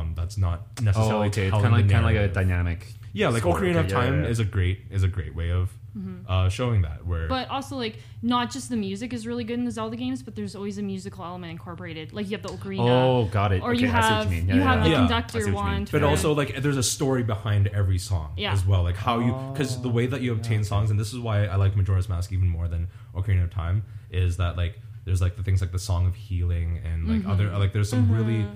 Speaker 2: Um, that's not
Speaker 1: Oh,
Speaker 2: necessarily
Speaker 1: okay. It's
Speaker 2: telling
Speaker 1: kind of like
Speaker 2: the
Speaker 1: kind of like a
Speaker 2: narrative.
Speaker 1: dynamic.
Speaker 2: Yeah, like
Speaker 1: score.
Speaker 2: Ocarina
Speaker 1: Okay,
Speaker 2: of
Speaker 1: yeah, yeah,
Speaker 2: Time
Speaker 1: yeah.
Speaker 2: is a great is a great way of
Speaker 4: Mm-hmm.
Speaker 2: uh, showing that. Where
Speaker 3: But also, like, not just the music is really good in the Zelda games, but there's always a musical element incorporated. Like, you have the ocarina.
Speaker 1: Oh, got it.
Speaker 3: Or
Speaker 1: okay,
Speaker 3: you
Speaker 1: I see what
Speaker 3: have-
Speaker 1: you, mean.
Speaker 3: you have
Speaker 2: the
Speaker 1: yeah.
Speaker 3: conductor
Speaker 1: I see what you mean.
Speaker 3: wand
Speaker 2: but
Speaker 3: Yeah.
Speaker 2: also like there's a story behind every song
Speaker 3: Yeah.
Speaker 2: as well like how you because the way that
Speaker 1: Oh,
Speaker 2: you obtain songs and this is why i like majora's mask even more than ocarina of time
Speaker 4: Mm-hmm.
Speaker 2: is that like there's like the things like the song of healing and like other like there's some really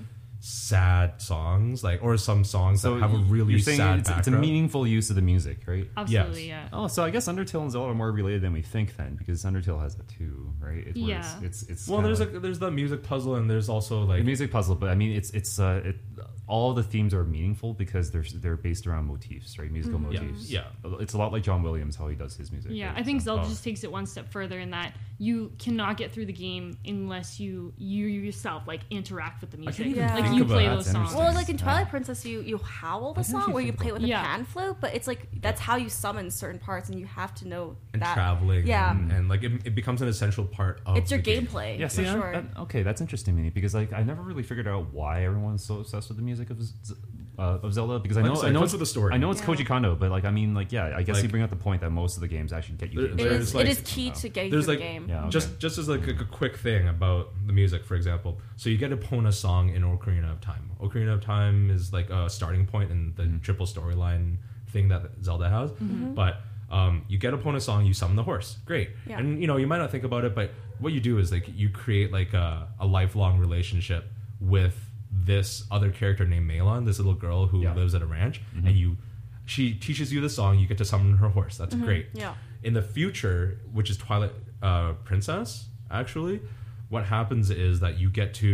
Speaker 2: sad songs, like or some songs
Speaker 1: So
Speaker 2: that have a
Speaker 1: y-
Speaker 2: really
Speaker 1: you're saying
Speaker 2: sad
Speaker 1: it's, it's a
Speaker 2: background.
Speaker 1: meaningful use of the music, right?
Speaker 3: Absolutely, yeah.
Speaker 1: Oh, so I guess Undertale and Zelda are more related than we think then, because Undertale has that too, right? It's where
Speaker 3: Yeah.
Speaker 1: It's, it's, it's
Speaker 2: well,
Speaker 1: kinda
Speaker 2: there's
Speaker 1: like-
Speaker 2: a there's the music puzzle and there's also like
Speaker 1: the music puzzle, but I mean, it's it's uh, it, all the themes are meaningful because they're they're based around motifs, right? Musical
Speaker 2: yeah,
Speaker 1: motifs.
Speaker 2: yeah.
Speaker 1: it's a lot like John Williams how he does his music.
Speaker 3: Mm-hmm. Yeah,
Speaker 1: right?
Speaker 3: I think
Speaker 1: So-
Speaker 3: Zelda
Speaker 2: oh.
Speaker 3: just takes it one step further in that you cannot get through the game unless you you yourself like interact with the music.
Speaker 4: even Yeah.
Speaker 3: Like
Speaker 4: think
Speaker 3: you
Speaker 1: about
Speaker 3: play
Speaker 1: that.
Speaker 3: those
Speaker 1: That's
Speaker 3: songs.
Speaker 1: interesting.
Speaker 4: Well, like in
Speaker 1: Yeah.
Speaker 4: Twilight Princess, you you howl the
Speaker 1: That's
Speaker 4: song
Speaker 1: actually
Speaker 4: where you
Speaker 1: pretty
Speaker 4: play
Speaker 1: cool.
Speaker 4: with a
Speaker 3: Yeah.
Speaker 4: pan flute, but it's like that's how you summon certain parts, and you have to know
Speaker 2: and
Speaker 4: that.
Speaker 2: traveling,
Speaker 4: Yeah.
Speaker 2: and, and, like it, it becomes an essential part of
Speaker 4: It's your
Speaker 2: the game.
Speaker 4: gameplay.
Speaker 1: Yeah, see,
Speaker 4: for
Speaker 1: I'm-
Speaker 4: sure.
Speaker 1: that- okay, that's interesting, Minnie, because like I never really figured out why everyone's so obsessed with the music of Z- uh, of Zelda. Because I
Speaker 2: Like
Speaker 1: know,
Speaker 2: I said,
Speaker 1: I
Speaker 2: it
Speaker 1: know
Speaker 2: comes
Speaker 1: it's
Speaker 2: with a story.
Speaker 1: I know it's
Speaker 4: Yeah.
Speaker 1: Koji Kondo, but like I mean, like yeah, I guess you
Speaker 2: Like-
Speaker 1: bring up the point that most of the games actually get you.
Speaker 2: There-
Speaker 1: to the
Speaker 4: it
Speaker 1: music.
Speaker 4: is.
Speaker 2: there's, like-
Speaker 4: it is key to getting through
Speaker 2: there's
Speaker 4: the
Speaker 2: like
Speaker 4: game.
Speaker 1: Yeah, okay.
Speaker 2: just just as like a, a quick thing about the music for example so you get a pona song in ocarina of time ocarina of time is like a starting point in
Speaker 1: Mm-hmm.
Speaker 2: the triple storyline thing that zelda has
Speaker 4: Mm-hmm.
Speaker 2: but um, you get a pona song you summon the horse great
Speaker 4: Yeah.
Speaker 2: and you know you might not think about it but what you do is like you create like a, a lifelong relationship with this other character named Melon, this little girl who
Speaker 1: Yeah. Mm-hmm.
Speaker 2: lives at a ranch, and you, she teaches you the song. You get to summon her horse. That's
Speaker 4: Mm-hmm.
Speaker 2: great
Speaker 4: Yeah.
Speaker 2: in the future, which is Twilight uh, Princess, actually, what happens is that you get to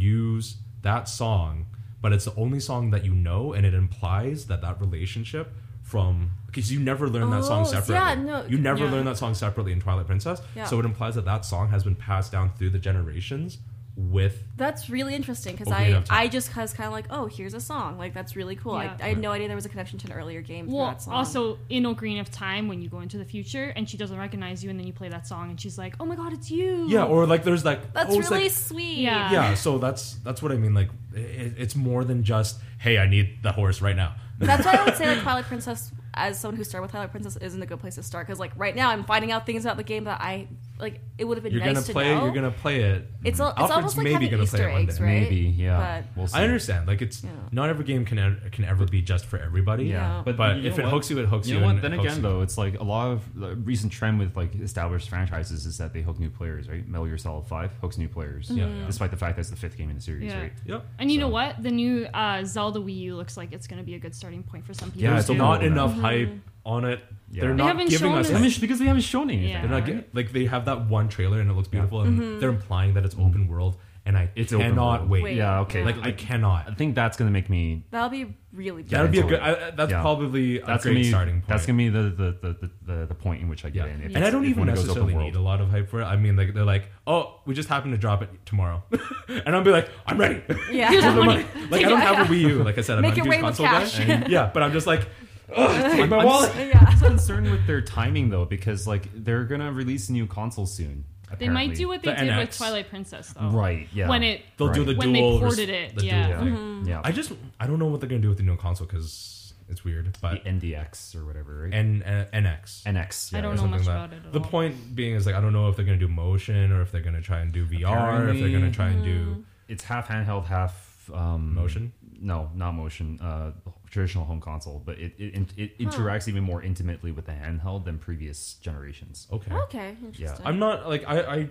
Speaker 2: use that song, but it's the only song that you know, and it implies that that relationship from because you never learn that
Speaker 4: Oh,
Speaker 2: song separately.
Speaker 4: yeah, no,
Speaker 2: you never
Speaker 3: yeah.
Speaker 2: learn that song separately in Twilight Princess,
Speaker 4: Yeah.
Speaker 2: so it implies that that song has been passed down through the generations with
Speaker 4: That's really interesting because
Speaker 2: Ocarina
Speaker 4: I,
Speaker 2: of Time.
Speaker 4: I just was kind of like, oh, here's a song. Like, that's really cool.
Speaker 3: Yeah.
Speaker 4: I, I had no idea there was a connection to an earlier game. through
Speaker 3: Well,
Speaker 4: that song.
Speaker 3: also in Ocarina of Time, when you go into the future and she doesn't recognize you, and then you play that song, and she's like, "Oh my God, it's you!"
Speaker 2: yeah, or like there's like
Speaker 4: that's
Speaker 2: oh, it's
Speaker 4: really
Speaker 2: like-
Speaker 4: sweet.
Speaker 3: Yeah.
Speaker 2: yeah, so that's that's what I mean. Like, it, it's more than just hey, I need the horse right now.
Speaker 4: That's why I would say, like, Twilight Princess, as someone who started with Twilight Princess, isn't a good place to start because, like, right now I'm finding out things about the game that I, like, it would have been
Speaker 2: you're
Speaker 4: nice
Speaker 2: gonna
Speaker 4: to
Speaker 2: play.
Speaker 4: know.
Speaker 2: You're gonna play it.
Speaker 4: it's, al- it's
Speaker 2: Alfred's
Speaker 4: almost like
Speaker 2: maybe
Speaker 4: having
Speaker 2: gonna play
Speaker 4: Easter
Speaker 2: it one
Speaker 4: eggs,
Speaker 2: day.
Speaker 4: right?
Speaker 1: Maybe, yeah.
Speaker 4: But-
Speaker 1: we'll see.
Speaker 2: I understand. Like it's
Speaker 4: Yeah.
Speaker 2: not every game can e- can ever be just for everybody.
Speaker 4: Yeah.
Speaker 2: But,
Speaker 1: you
Speaker 2: if
Speaker 1: know
Speaker 2: it
Speaker 1: what?
Speaker 2: hooks you, it hooks you.
Speaker 1: You know what?
Speaker 2: and
Speaker 1: Then
Speaker 2: it hooks
Speaker 1: again,
Speaker 2: you.
Speaker 1: though, it's like a lot of the recent trend with like established franchises is that they hook new players, right? Metal Gear Solid Five hooks new players,
Speaker 2: Yeah,
Speaker 4: Mm-hmm.
Speaker 2: Mhm. yeah.
Speaker 1: Despite the fact that it's the fifth game in the series,
Speaker 3: Yeah.
Speaker 1: right?
Speaker 2: Yep.
Speaker 3: And you know
Speaker 1: So-
Speaker 3: what? The new uh, Zelda Wii U looks like it's going to be a good starting point for some people.
Speaker 1: Yeah,
Speaker 2: There's
Speaker 1: it's a
Speaker 3: too.
Speaker 1: lot
Speaker 2: not enough hype on it.
Speaker 1: Yeah.
Speaker 2: They're
Speaker 1: They
Speaker 2: not
Speaker 3: haven't
Speaker 2: giving
Speaker 3: shown
Speaker 2: us.
Speaker 3: us-
Speaker 1: They
Speaker 2: that.
Speaker 1: haven't- because they haven't shown anything.
Speaker 3: Yeah.
Speaker 2: They're not
Speaker 1: right?
Speaker 2: get, like they have that one trailer and it looks beautiful and they're implying that it's open world and I
Speaker 1: It's open
Speaker 2: cannot
Speaker 1: world.
Speaker 2: wait.
Speaker 4: Wait.
Speaker 1: Yeah. Okay.
Speaker 2: Like
Speaker 1: Like
Speaker 2: I
Speaker 1: I
Speaker 2: cannot.
Speaker 1: think that's gonna make me.
Speaker 4: That'll be really
Speaker 1: Yeah,
Speaker 2: That
Speaker 4: beautiful.
Speaker 2: would be
Speaker 1: totally.
Speaker 2: a good. I, I- that's
Speaker 1: Yeah.
Speaker 2: probably a
Speaker 1: That's gonna
Speaker 2: great
Speaker 1: be
Speaker 2: starting point.
Speaker 1: That's gonna be the the, the, the, the, the point in which I get
Speaker 2: yeah.
Speaker 1: in.
Speaker 2: and I
Speaker 1: it's-
Speaker 2: don't
Speaker 1: if
Speaker 2: even
Speaker 1: when it goes open
Speaker 2: necessarily
Speaker 1: world.
Speaker 2: need a lot of hype for it. I mean, like they're like, oh, we just happened to drop it tomorrow, and I'll be like, I'm ready.
Speaker 4: Yeah.
Speaker 3: Here's
Speaker 2: Give
Speaker 3: the
Speaker 2: the
Speaker 3: money.
Speaker 2: money. Like I don't
Speaker 4: Yeah.
Speaker 2: have a Wii U. Like I said, I'm
Speaker 4: Make
Speaker 2: not a huge
Speaker 4: it rain with
Speaker 2: console guy.
Speaker 4: cash.
Speaker 2: And- yeah, but I'm just like, ugh, take my
Speaker 1: I'm
Speaker 2: wallet.
Speaker 1: s-
Speaker 4: yeah.
Speaker 1: I'm concerned with their timing though, because like they're gonna release new consoles soon.
Speaker 3: They might
Speaker 1: apparently.
Speaker 3: do what they
Speaker 2: The
Speaker 3: did
Speaker 2: NX.
Speaker 3: with Twilight Princess, though.
Speaker 1: Right, yeah.
Speaker 3: When it
Speaker 2: They'll do
Speaker 1: Right.
Speaker 2: the
Speaker 3: When they
Speaker 2: dual.
Speaker 3: ported it,
Speaker 2: the
Speaker 3: yeah. Mm-hmm.
Speaker 2: dual
Speaker 1: Yeah.
Speaker 2: thing.
Speaker 1: Yeah.
Speaker 2: I just I don't know what they're gonna do with the new console because it's weird.
Speaker 1: the
Speaker 2: But
Speaker 1: NDX or whatever, right?
Speaker 2: N uh, NX.
Speaker 1: NX. Yeah,
Speaker 3: I
Speaker 1: or
Speaker 3: don't know
Speaker 2: something
Speaker 3: much
Speaker 2: like-
Speaker 3: about it at
Speaker 2: the
Speaker 3: all.
Speaker 2: point being is like I don't know if they're gonna do motion or if they're gonna try and do VR or if they're
Speaker 1: Apparently-
Speaker 2: gonna try and do
Speaker 1: It's half handheld, half
Speaker 3: Mm.
Speaker 1: um,
Speaker 2: motion.
Speaker 1: No, not motion. Uh, traditional home console, but it it, it, it interacts even more intimately with the handheld than previous generations.
Speaker 2: Okay.
Speaker 4: Okay. Interesting.
Speaker 2: I'm not like I, I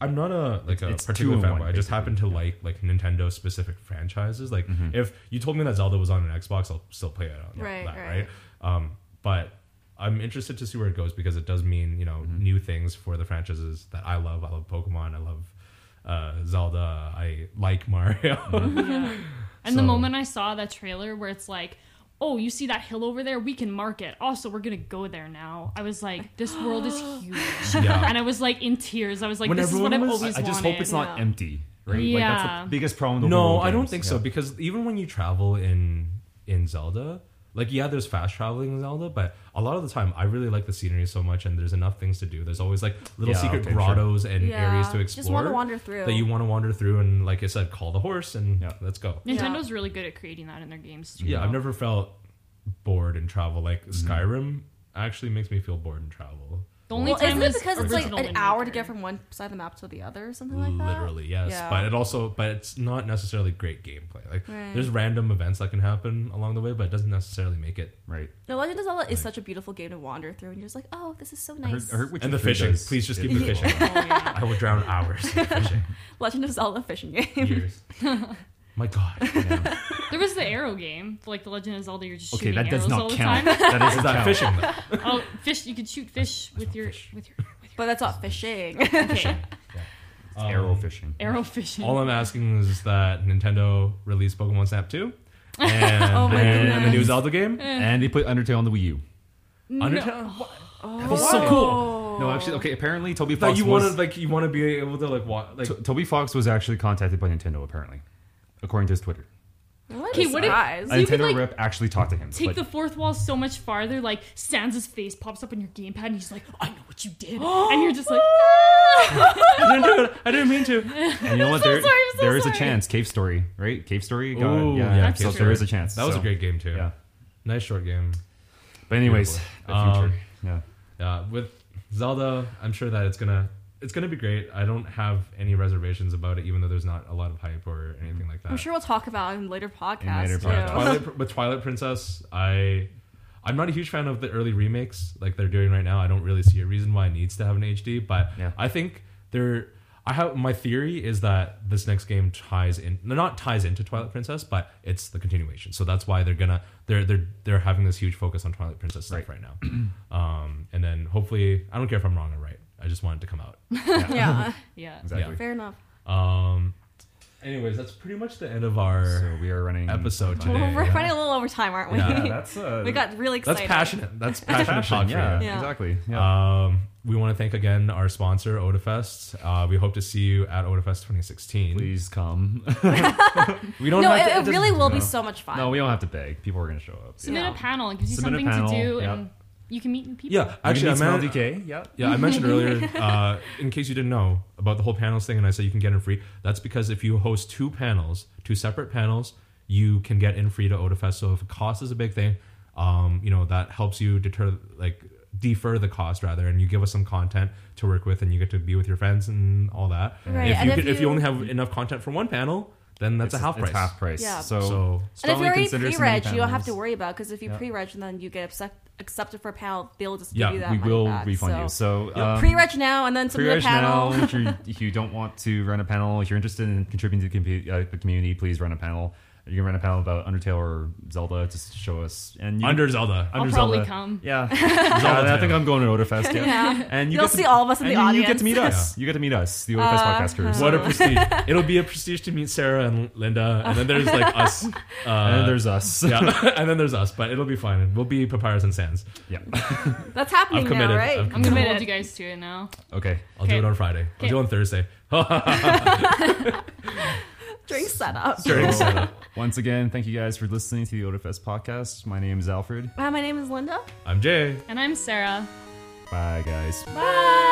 Speaker 2: I'm not a like a
Speaker 1: It's
Speaker 2: particular
Speaker 1: two in one,
Speaker 2: fanboy. I just
Speaker 1: basically. Mm-hmm.
Speaker 2: happen to like like Nintendo specific franchises. Like if you told me that Zelda was on an Xbox, I'll still play it on
Speaker 4: Right,
Speaker 2: that,
Speaker 4: right.
Speaker 2: right? Um, but I'm interested to see where it goes because it does mean you know
Speaker 1: Mm-hmm.
Speaker 2: new things for the franchises that I love. I love Pokemon. I love uh, Zelda. I like Mario.
Speaker 1: Mm-hmm.
Speaker 3: Yeah. And the
Speaker 2: So-
Speaker 3: moment I saw that trailer where it's like, oh, you see that hill over there? We can mark it. Also, we're going to go there now. I was like, this world is huge.
Speaker 2: yeah.
Speaker 3: And I was like in tears. I was like,
Speaker 2: When
Speaker 3: this is what I've
Speaker 2: everyone
Speaker 3: always
Speaker 2: was-
Speaker 1: I,
Speaker 3: wanted.
Speaker 1: I just hope it's not
Speaker 4: Yeah.
Speaker 1: empty, right? Like that's
Speaker 3: Yeah.
Speaker 1: the biggest problem. with
Speaker 2: No,
Speaker 1: overworld
Speaker 2: I don't
Speaker 1: games.
Speaker 2: think
Speaker 1: Yeah.
Speaker 2: so because even when you travel in in Zelda, like yeah, there's fast traveling in Zelda, but a lot of the time I really like the scenery so much and there's enough things to do. There's always like little
Speaker 1: Yeah,
Speaker 2: secret
Speaker 1: okay, sure.
Speaker 2: grottos and
Speaker 4: Yeah,
Speaker 2: areas to
Speaker 4: just
Speaker 2: explore.
Speaker 4: wanna wander through.
Speaker 2: That you want to wander through and like I said, call the horse and
Speaker 1: Yeah.
Speaker 2: let's go. Yeah,
Speaker 3: Nintendo's really good at creating that in their games. Too,
Speaker 2: I've
Speaker 3: though.
Speaker 2: never felt bored in travel. Like
Speaker 1: Mm-hmm.
Speaker 2: Skyrim actually makes me feel bored in travel.
Speaker 3: The only
Speaker 4: well,
Speaker 3: time
Speaker 4: isn't it
Speaker 3: was
Speaker 4: because it's like
Speaker 3: original
Speaker 4: an
Speaker 3: Wind
Speaker 4: hour to
Speaker 3: Waker.
Speaker 4: get from one side of the map to the other or something like that?
Speaker 2: Literally, yes.
Speaker 4: Yeah.
Speaker 2: But it also, but it's not necessarily great gameplay. Like
Speaker 4: Right.
Speaker 2: there's random events that can happen along the way, but it doesn't necessarily make it
Speaker 1: Right.
Speaker 4: No, Legend of Zelda is such a beautiful game to wander through, and you're just like, oh, this is so
Speaker 1: I heard,
Speaker 4: nice.
Speaker 1: I heard Witcher
Speaker 2: And the
Speaker 1: three
Speaker 2: fishing.
Speaker 1: does
Speaker 2: Please just
Speaker 1: it
Speaker 2: keep the
Speaker 1: as
Speaker 2: fishing.
Speaker 1: well.
Speaker 3: Oh, yeah.
Speaker 2: I will drown hours in fishing.
Speaker 4: Legend of Zelda fishing game.
Speaker 2: Years. My God. Yeah.
Speaker 3: There was the arrow game, like the Legend of Zelda. You're just
Speaker 1: Okay,
Speaker 3: shooting
Speaker 1: that does
Speaker 3: arrows all
Speaker 1: not
Speaker 3: the
Speaker 1: count.
Speaker 3: time.
Speaker 1: That
Speaker 2: Is
Speaker 1: is
Speaker 2: that
Speaker 1: not
Speaker 2: fishing though?
Speaker 3: oh, fish! You could shoot fish with
Speaker 1: not
Speaker 3: your
Speaker 1: fish.
Speaker 3: with your with
Speaker 4: But that's not fishing.
Speaker 3: your okay.
Speaker 2: Um,
Speaker 1: Arrow fishing.
Speaker 3: arrow fishing.
Speaker 2: All I'm asking is that Nintendo release Pokemon Snap 2 and,
Speaker 4: Oh my
Speaker 2: and the new
Speaker 4: goodness.
Speaker 2: Zelda game.
Speaker 1: And they put Undertale on the Wii U.
Speaker 3: No.
Speaker 2: Undertale.
Speaker 1: That was so
Speaker 3: Oh.
Speaker 1: cool. No, actually, okay. Apparently, Toby
Speaker 2: That
Speaker 1: Fox
Speaker 2: you
Speaker 1: was,
Speaker 2: want to like you want to be able to like walk like
Speaker 1: To- Toby Fox was actually contacted by Nintendo. Apparently, according to his Twitter,
Speaker 4: What
Speaker 3: Okay,
Speaker 4: a
Speaker 3: what if-
Speaker 4: surprise.
Speaker 1: a
Speaker 3: you could,
Speaker 1: Nintendo
Speaker 3: like,
Speaker 1: rep actually talked to him.
Speaker 3: Take
Speaker 1: but
Speaker 3: the fourth wall so much farther. Like Sans' face pops up on your gamepad, and he's like, "I know what you did," and you're just like,
Speaker 2: I didn't do it. I didn't mean to.
Speaker 1: and you know what? There,
Speaker 3: sorry, I'm so
Speaker 1: there is a
Speaker 3: sorry.
Speaker 1: chance. Cave Story, right? Cave Story. God,
Speaker 2: Ooh,
Speaker 1: yeah.
Speaker 2: yeah,
Speaker 1: so there
Speaker 3: Cave Story.
Speaker 1: is a chance.
Speaker 2: That was
Speaker 1: so,
Speaker 2: a great game too.
Speaker 1: Yeah.
Speaker 2: Nice short game.
Speaker 1: But anyways,
Speaker 2: Beautiful.
Speaker 1: the future.
Speaker 2: Um,
Speaker 1: yeah.
Speaker 2: Uh, with Zelda, I'm sure that it's gonna it's gonna be great. I don't have any reservations about it, even though there's not a lot of hype or anything like that.
Speaker 4: I'm sure we'll talk about it in later podcasts.
Speaker 1: later
Speaker 4: too.
Speaker 1: podcasts.
Speaker 2: Twilight, with Twilight Princess, I I'm not a huge fan of the early remakes like they're doing right now. I don't really see a reason why it needs to have an HD, but
Speaker 1: Yeah.
Speaker 2: I think they're. I have my theory is that this next game ties in, no, not ties into Twilight Princess, but it's the continuation. So that's why they're gonna they're they're they're having this huge focus on Twilight Princess stuff right, now. um, and then hopefully, I don't care if I'm wrong or right. I just want it to come out.
Speaker 4: Yeah,
Speaker 3: "Yeah."
Speaker 1: Exactly.
Speaker 4: fair enough.
Speaker 2: Um, anyways, that's pretty much the end of our
Speaker 1: So we are running
Speaker 2: episode
Speaker 1: Yeah,
Speaker 2: today.
Speaker 4: We're
Speaker 2: Yeah.
Speaker 4: running a little over time, aren't we?
Speaker 1: that's uh,
Speaker 4: we got really
Speaker 2: That's
Speaker 4: excited.
Speaker 2: passionate. That's passionate
Speaker 1: passion.
Speaker 2: talk for
Speaker 1: Yeah,
Speaker 2: you.
Speaker 4: Yeah.
Speaker 1: exactly. Yeah.
Speaker 2: Um, we want to thank again our sponsor, OdaFest. Uh, we hope to see you at OdaFest 2016.
Speaker 1: Please come.
Speaker 2: We don't
Speaker 4: No,
Speaker 2: have
Speaker 4: it,
Speaker 2: to-
Speaker 4: it
Speaker 2: doesn't-
Speaker 4: really will
Speaker 2: no.
Speaker 4: be so much fun.
Speaker 1: no, we don't have to beg. People are gonna show up.
Speaker 3: Submit
Speaker 4: Yeah.
Speaker 3: a panel. It gives you
Speaker 1: Submit a
Speaker 3: something to
Speaker 1: panel,
Speaker 3: do,
Speaker 1: yeah.
Speaker 3: and you can meet new people.
Speaker 2: Yeah, actually, I meant,
Speaker 1: DK. Yeah.
Speaker 2: yeah, I mentioned earlier, uh, in case you didn't know about the whole panels thing, and I said you can get in free. That's because if you host two panels, two separate panels, you can get in free to OdaFest. So if cost is a big thing, um, you know that helps you deter like defer the cost rather, and you give us some content to work with, and you get to be with your friends and all that.
Speaker 4: Right,
Speaker 2: If
Speaker 4: and
Speaker 2: you,
Speaker 4: if
Speaker 2: could, if you
Speaker 4: you-
Speaker 2: only have enough content for one panel, then that's
Speaker 1: It's
Speaker 2: a half price.
Speaker 1: It's half price.
Speaker 4: Yeah.
Speaker 1: So,
Speaker 2: So-
Speaker 4: and if
Speaker 1: strongly
Speaker 4: you're already
Speaker 1: consider
Speaker 4: pre
Speaker 1: submitting
Speaker 4: reg, you don't have to
Speaker 1: panels.
Speaker 4: worry about because if you
Speaker 1: Yeah.
Speaker 4: pre reg and then you get accept- accepted for a panel, they'll just
Speaker 2: Yeah,
Speaker 4: give you that
Speaker 1: We
Speaker 4: money
Speaker 1: will
Speaker 4: back,
Speaker 1: refund
Speaker 4: so.
Speaker 1: you. So um,
Speaker 4: pre reg now and then submit a
Speaker 1: pre-reg
Speaker 4: panel.
Speaker 1: now. If, you're, if you don't want to run a panel, if you're interested in contributing to the, compu- uh, the community, please run a panel. You can run a panel about Undertale or Zelda just to show us. And you
Speaker 2: Under Zelda.
Speaker 3: I'll
Speaker 1: Under
Speaker 3: probably
Speaker 1: Zelda.
Speaker 3: come.
Speaker 1: Yeah, Zelda, I think I'm going to Odafest. Yeah,
Speaker 4: Yeah.
Speaker 1: and
Speaker 4: You'll
Speaker 1: get to-
Speaker 4: see all of us in
Speaker 1: and
Speaker 4: the
Speaker 1: you- You get
Speaker 4: audience.
Speaker 1: to meet us. You get to meet us, the Odafest
Speaker 4: Uh,
Speaker 1: podcasters.
Speaker 2: What a prestige! It'll be a prestige to meet Sarah and Linda, and then there's like us. Uh,
Speaker 1: and then there's us.
Speaker 2: yeah, and then there's us, but it'll be fine. We'll be Papyrus and Sans.
Speaker 1: yeah.
Speaker 4: That's
Speaker 2: I've
Speaker 4: happening now,
Speaker 2: committed.
Speaker 4: right?
Speaker 2: I've
Speaker 3: I'm gonna
Speaker 4: Committed.
Speaker 3: hold you guys to it now.
Speaker 1: Okay.
Speaker 2: I'll do
Speaker 3: Okay.
Speaker 2: it on Friday. I'll do it on Thursday.
Speaker 4: Drink setup.
Speaker 2: During
Speaker 1: So,
Speaker 2: setup.
Speaker 1: Once again, thank you guys for listening to the Odafest podcast. My name is Alfred.
Speaker 4: Hi, my name is Linda.
Speaker 2: I'm Jay.
Speaker 3: And I'm Sarah.
Speaker 1: Bye, guys.
Speaker 4: Bye.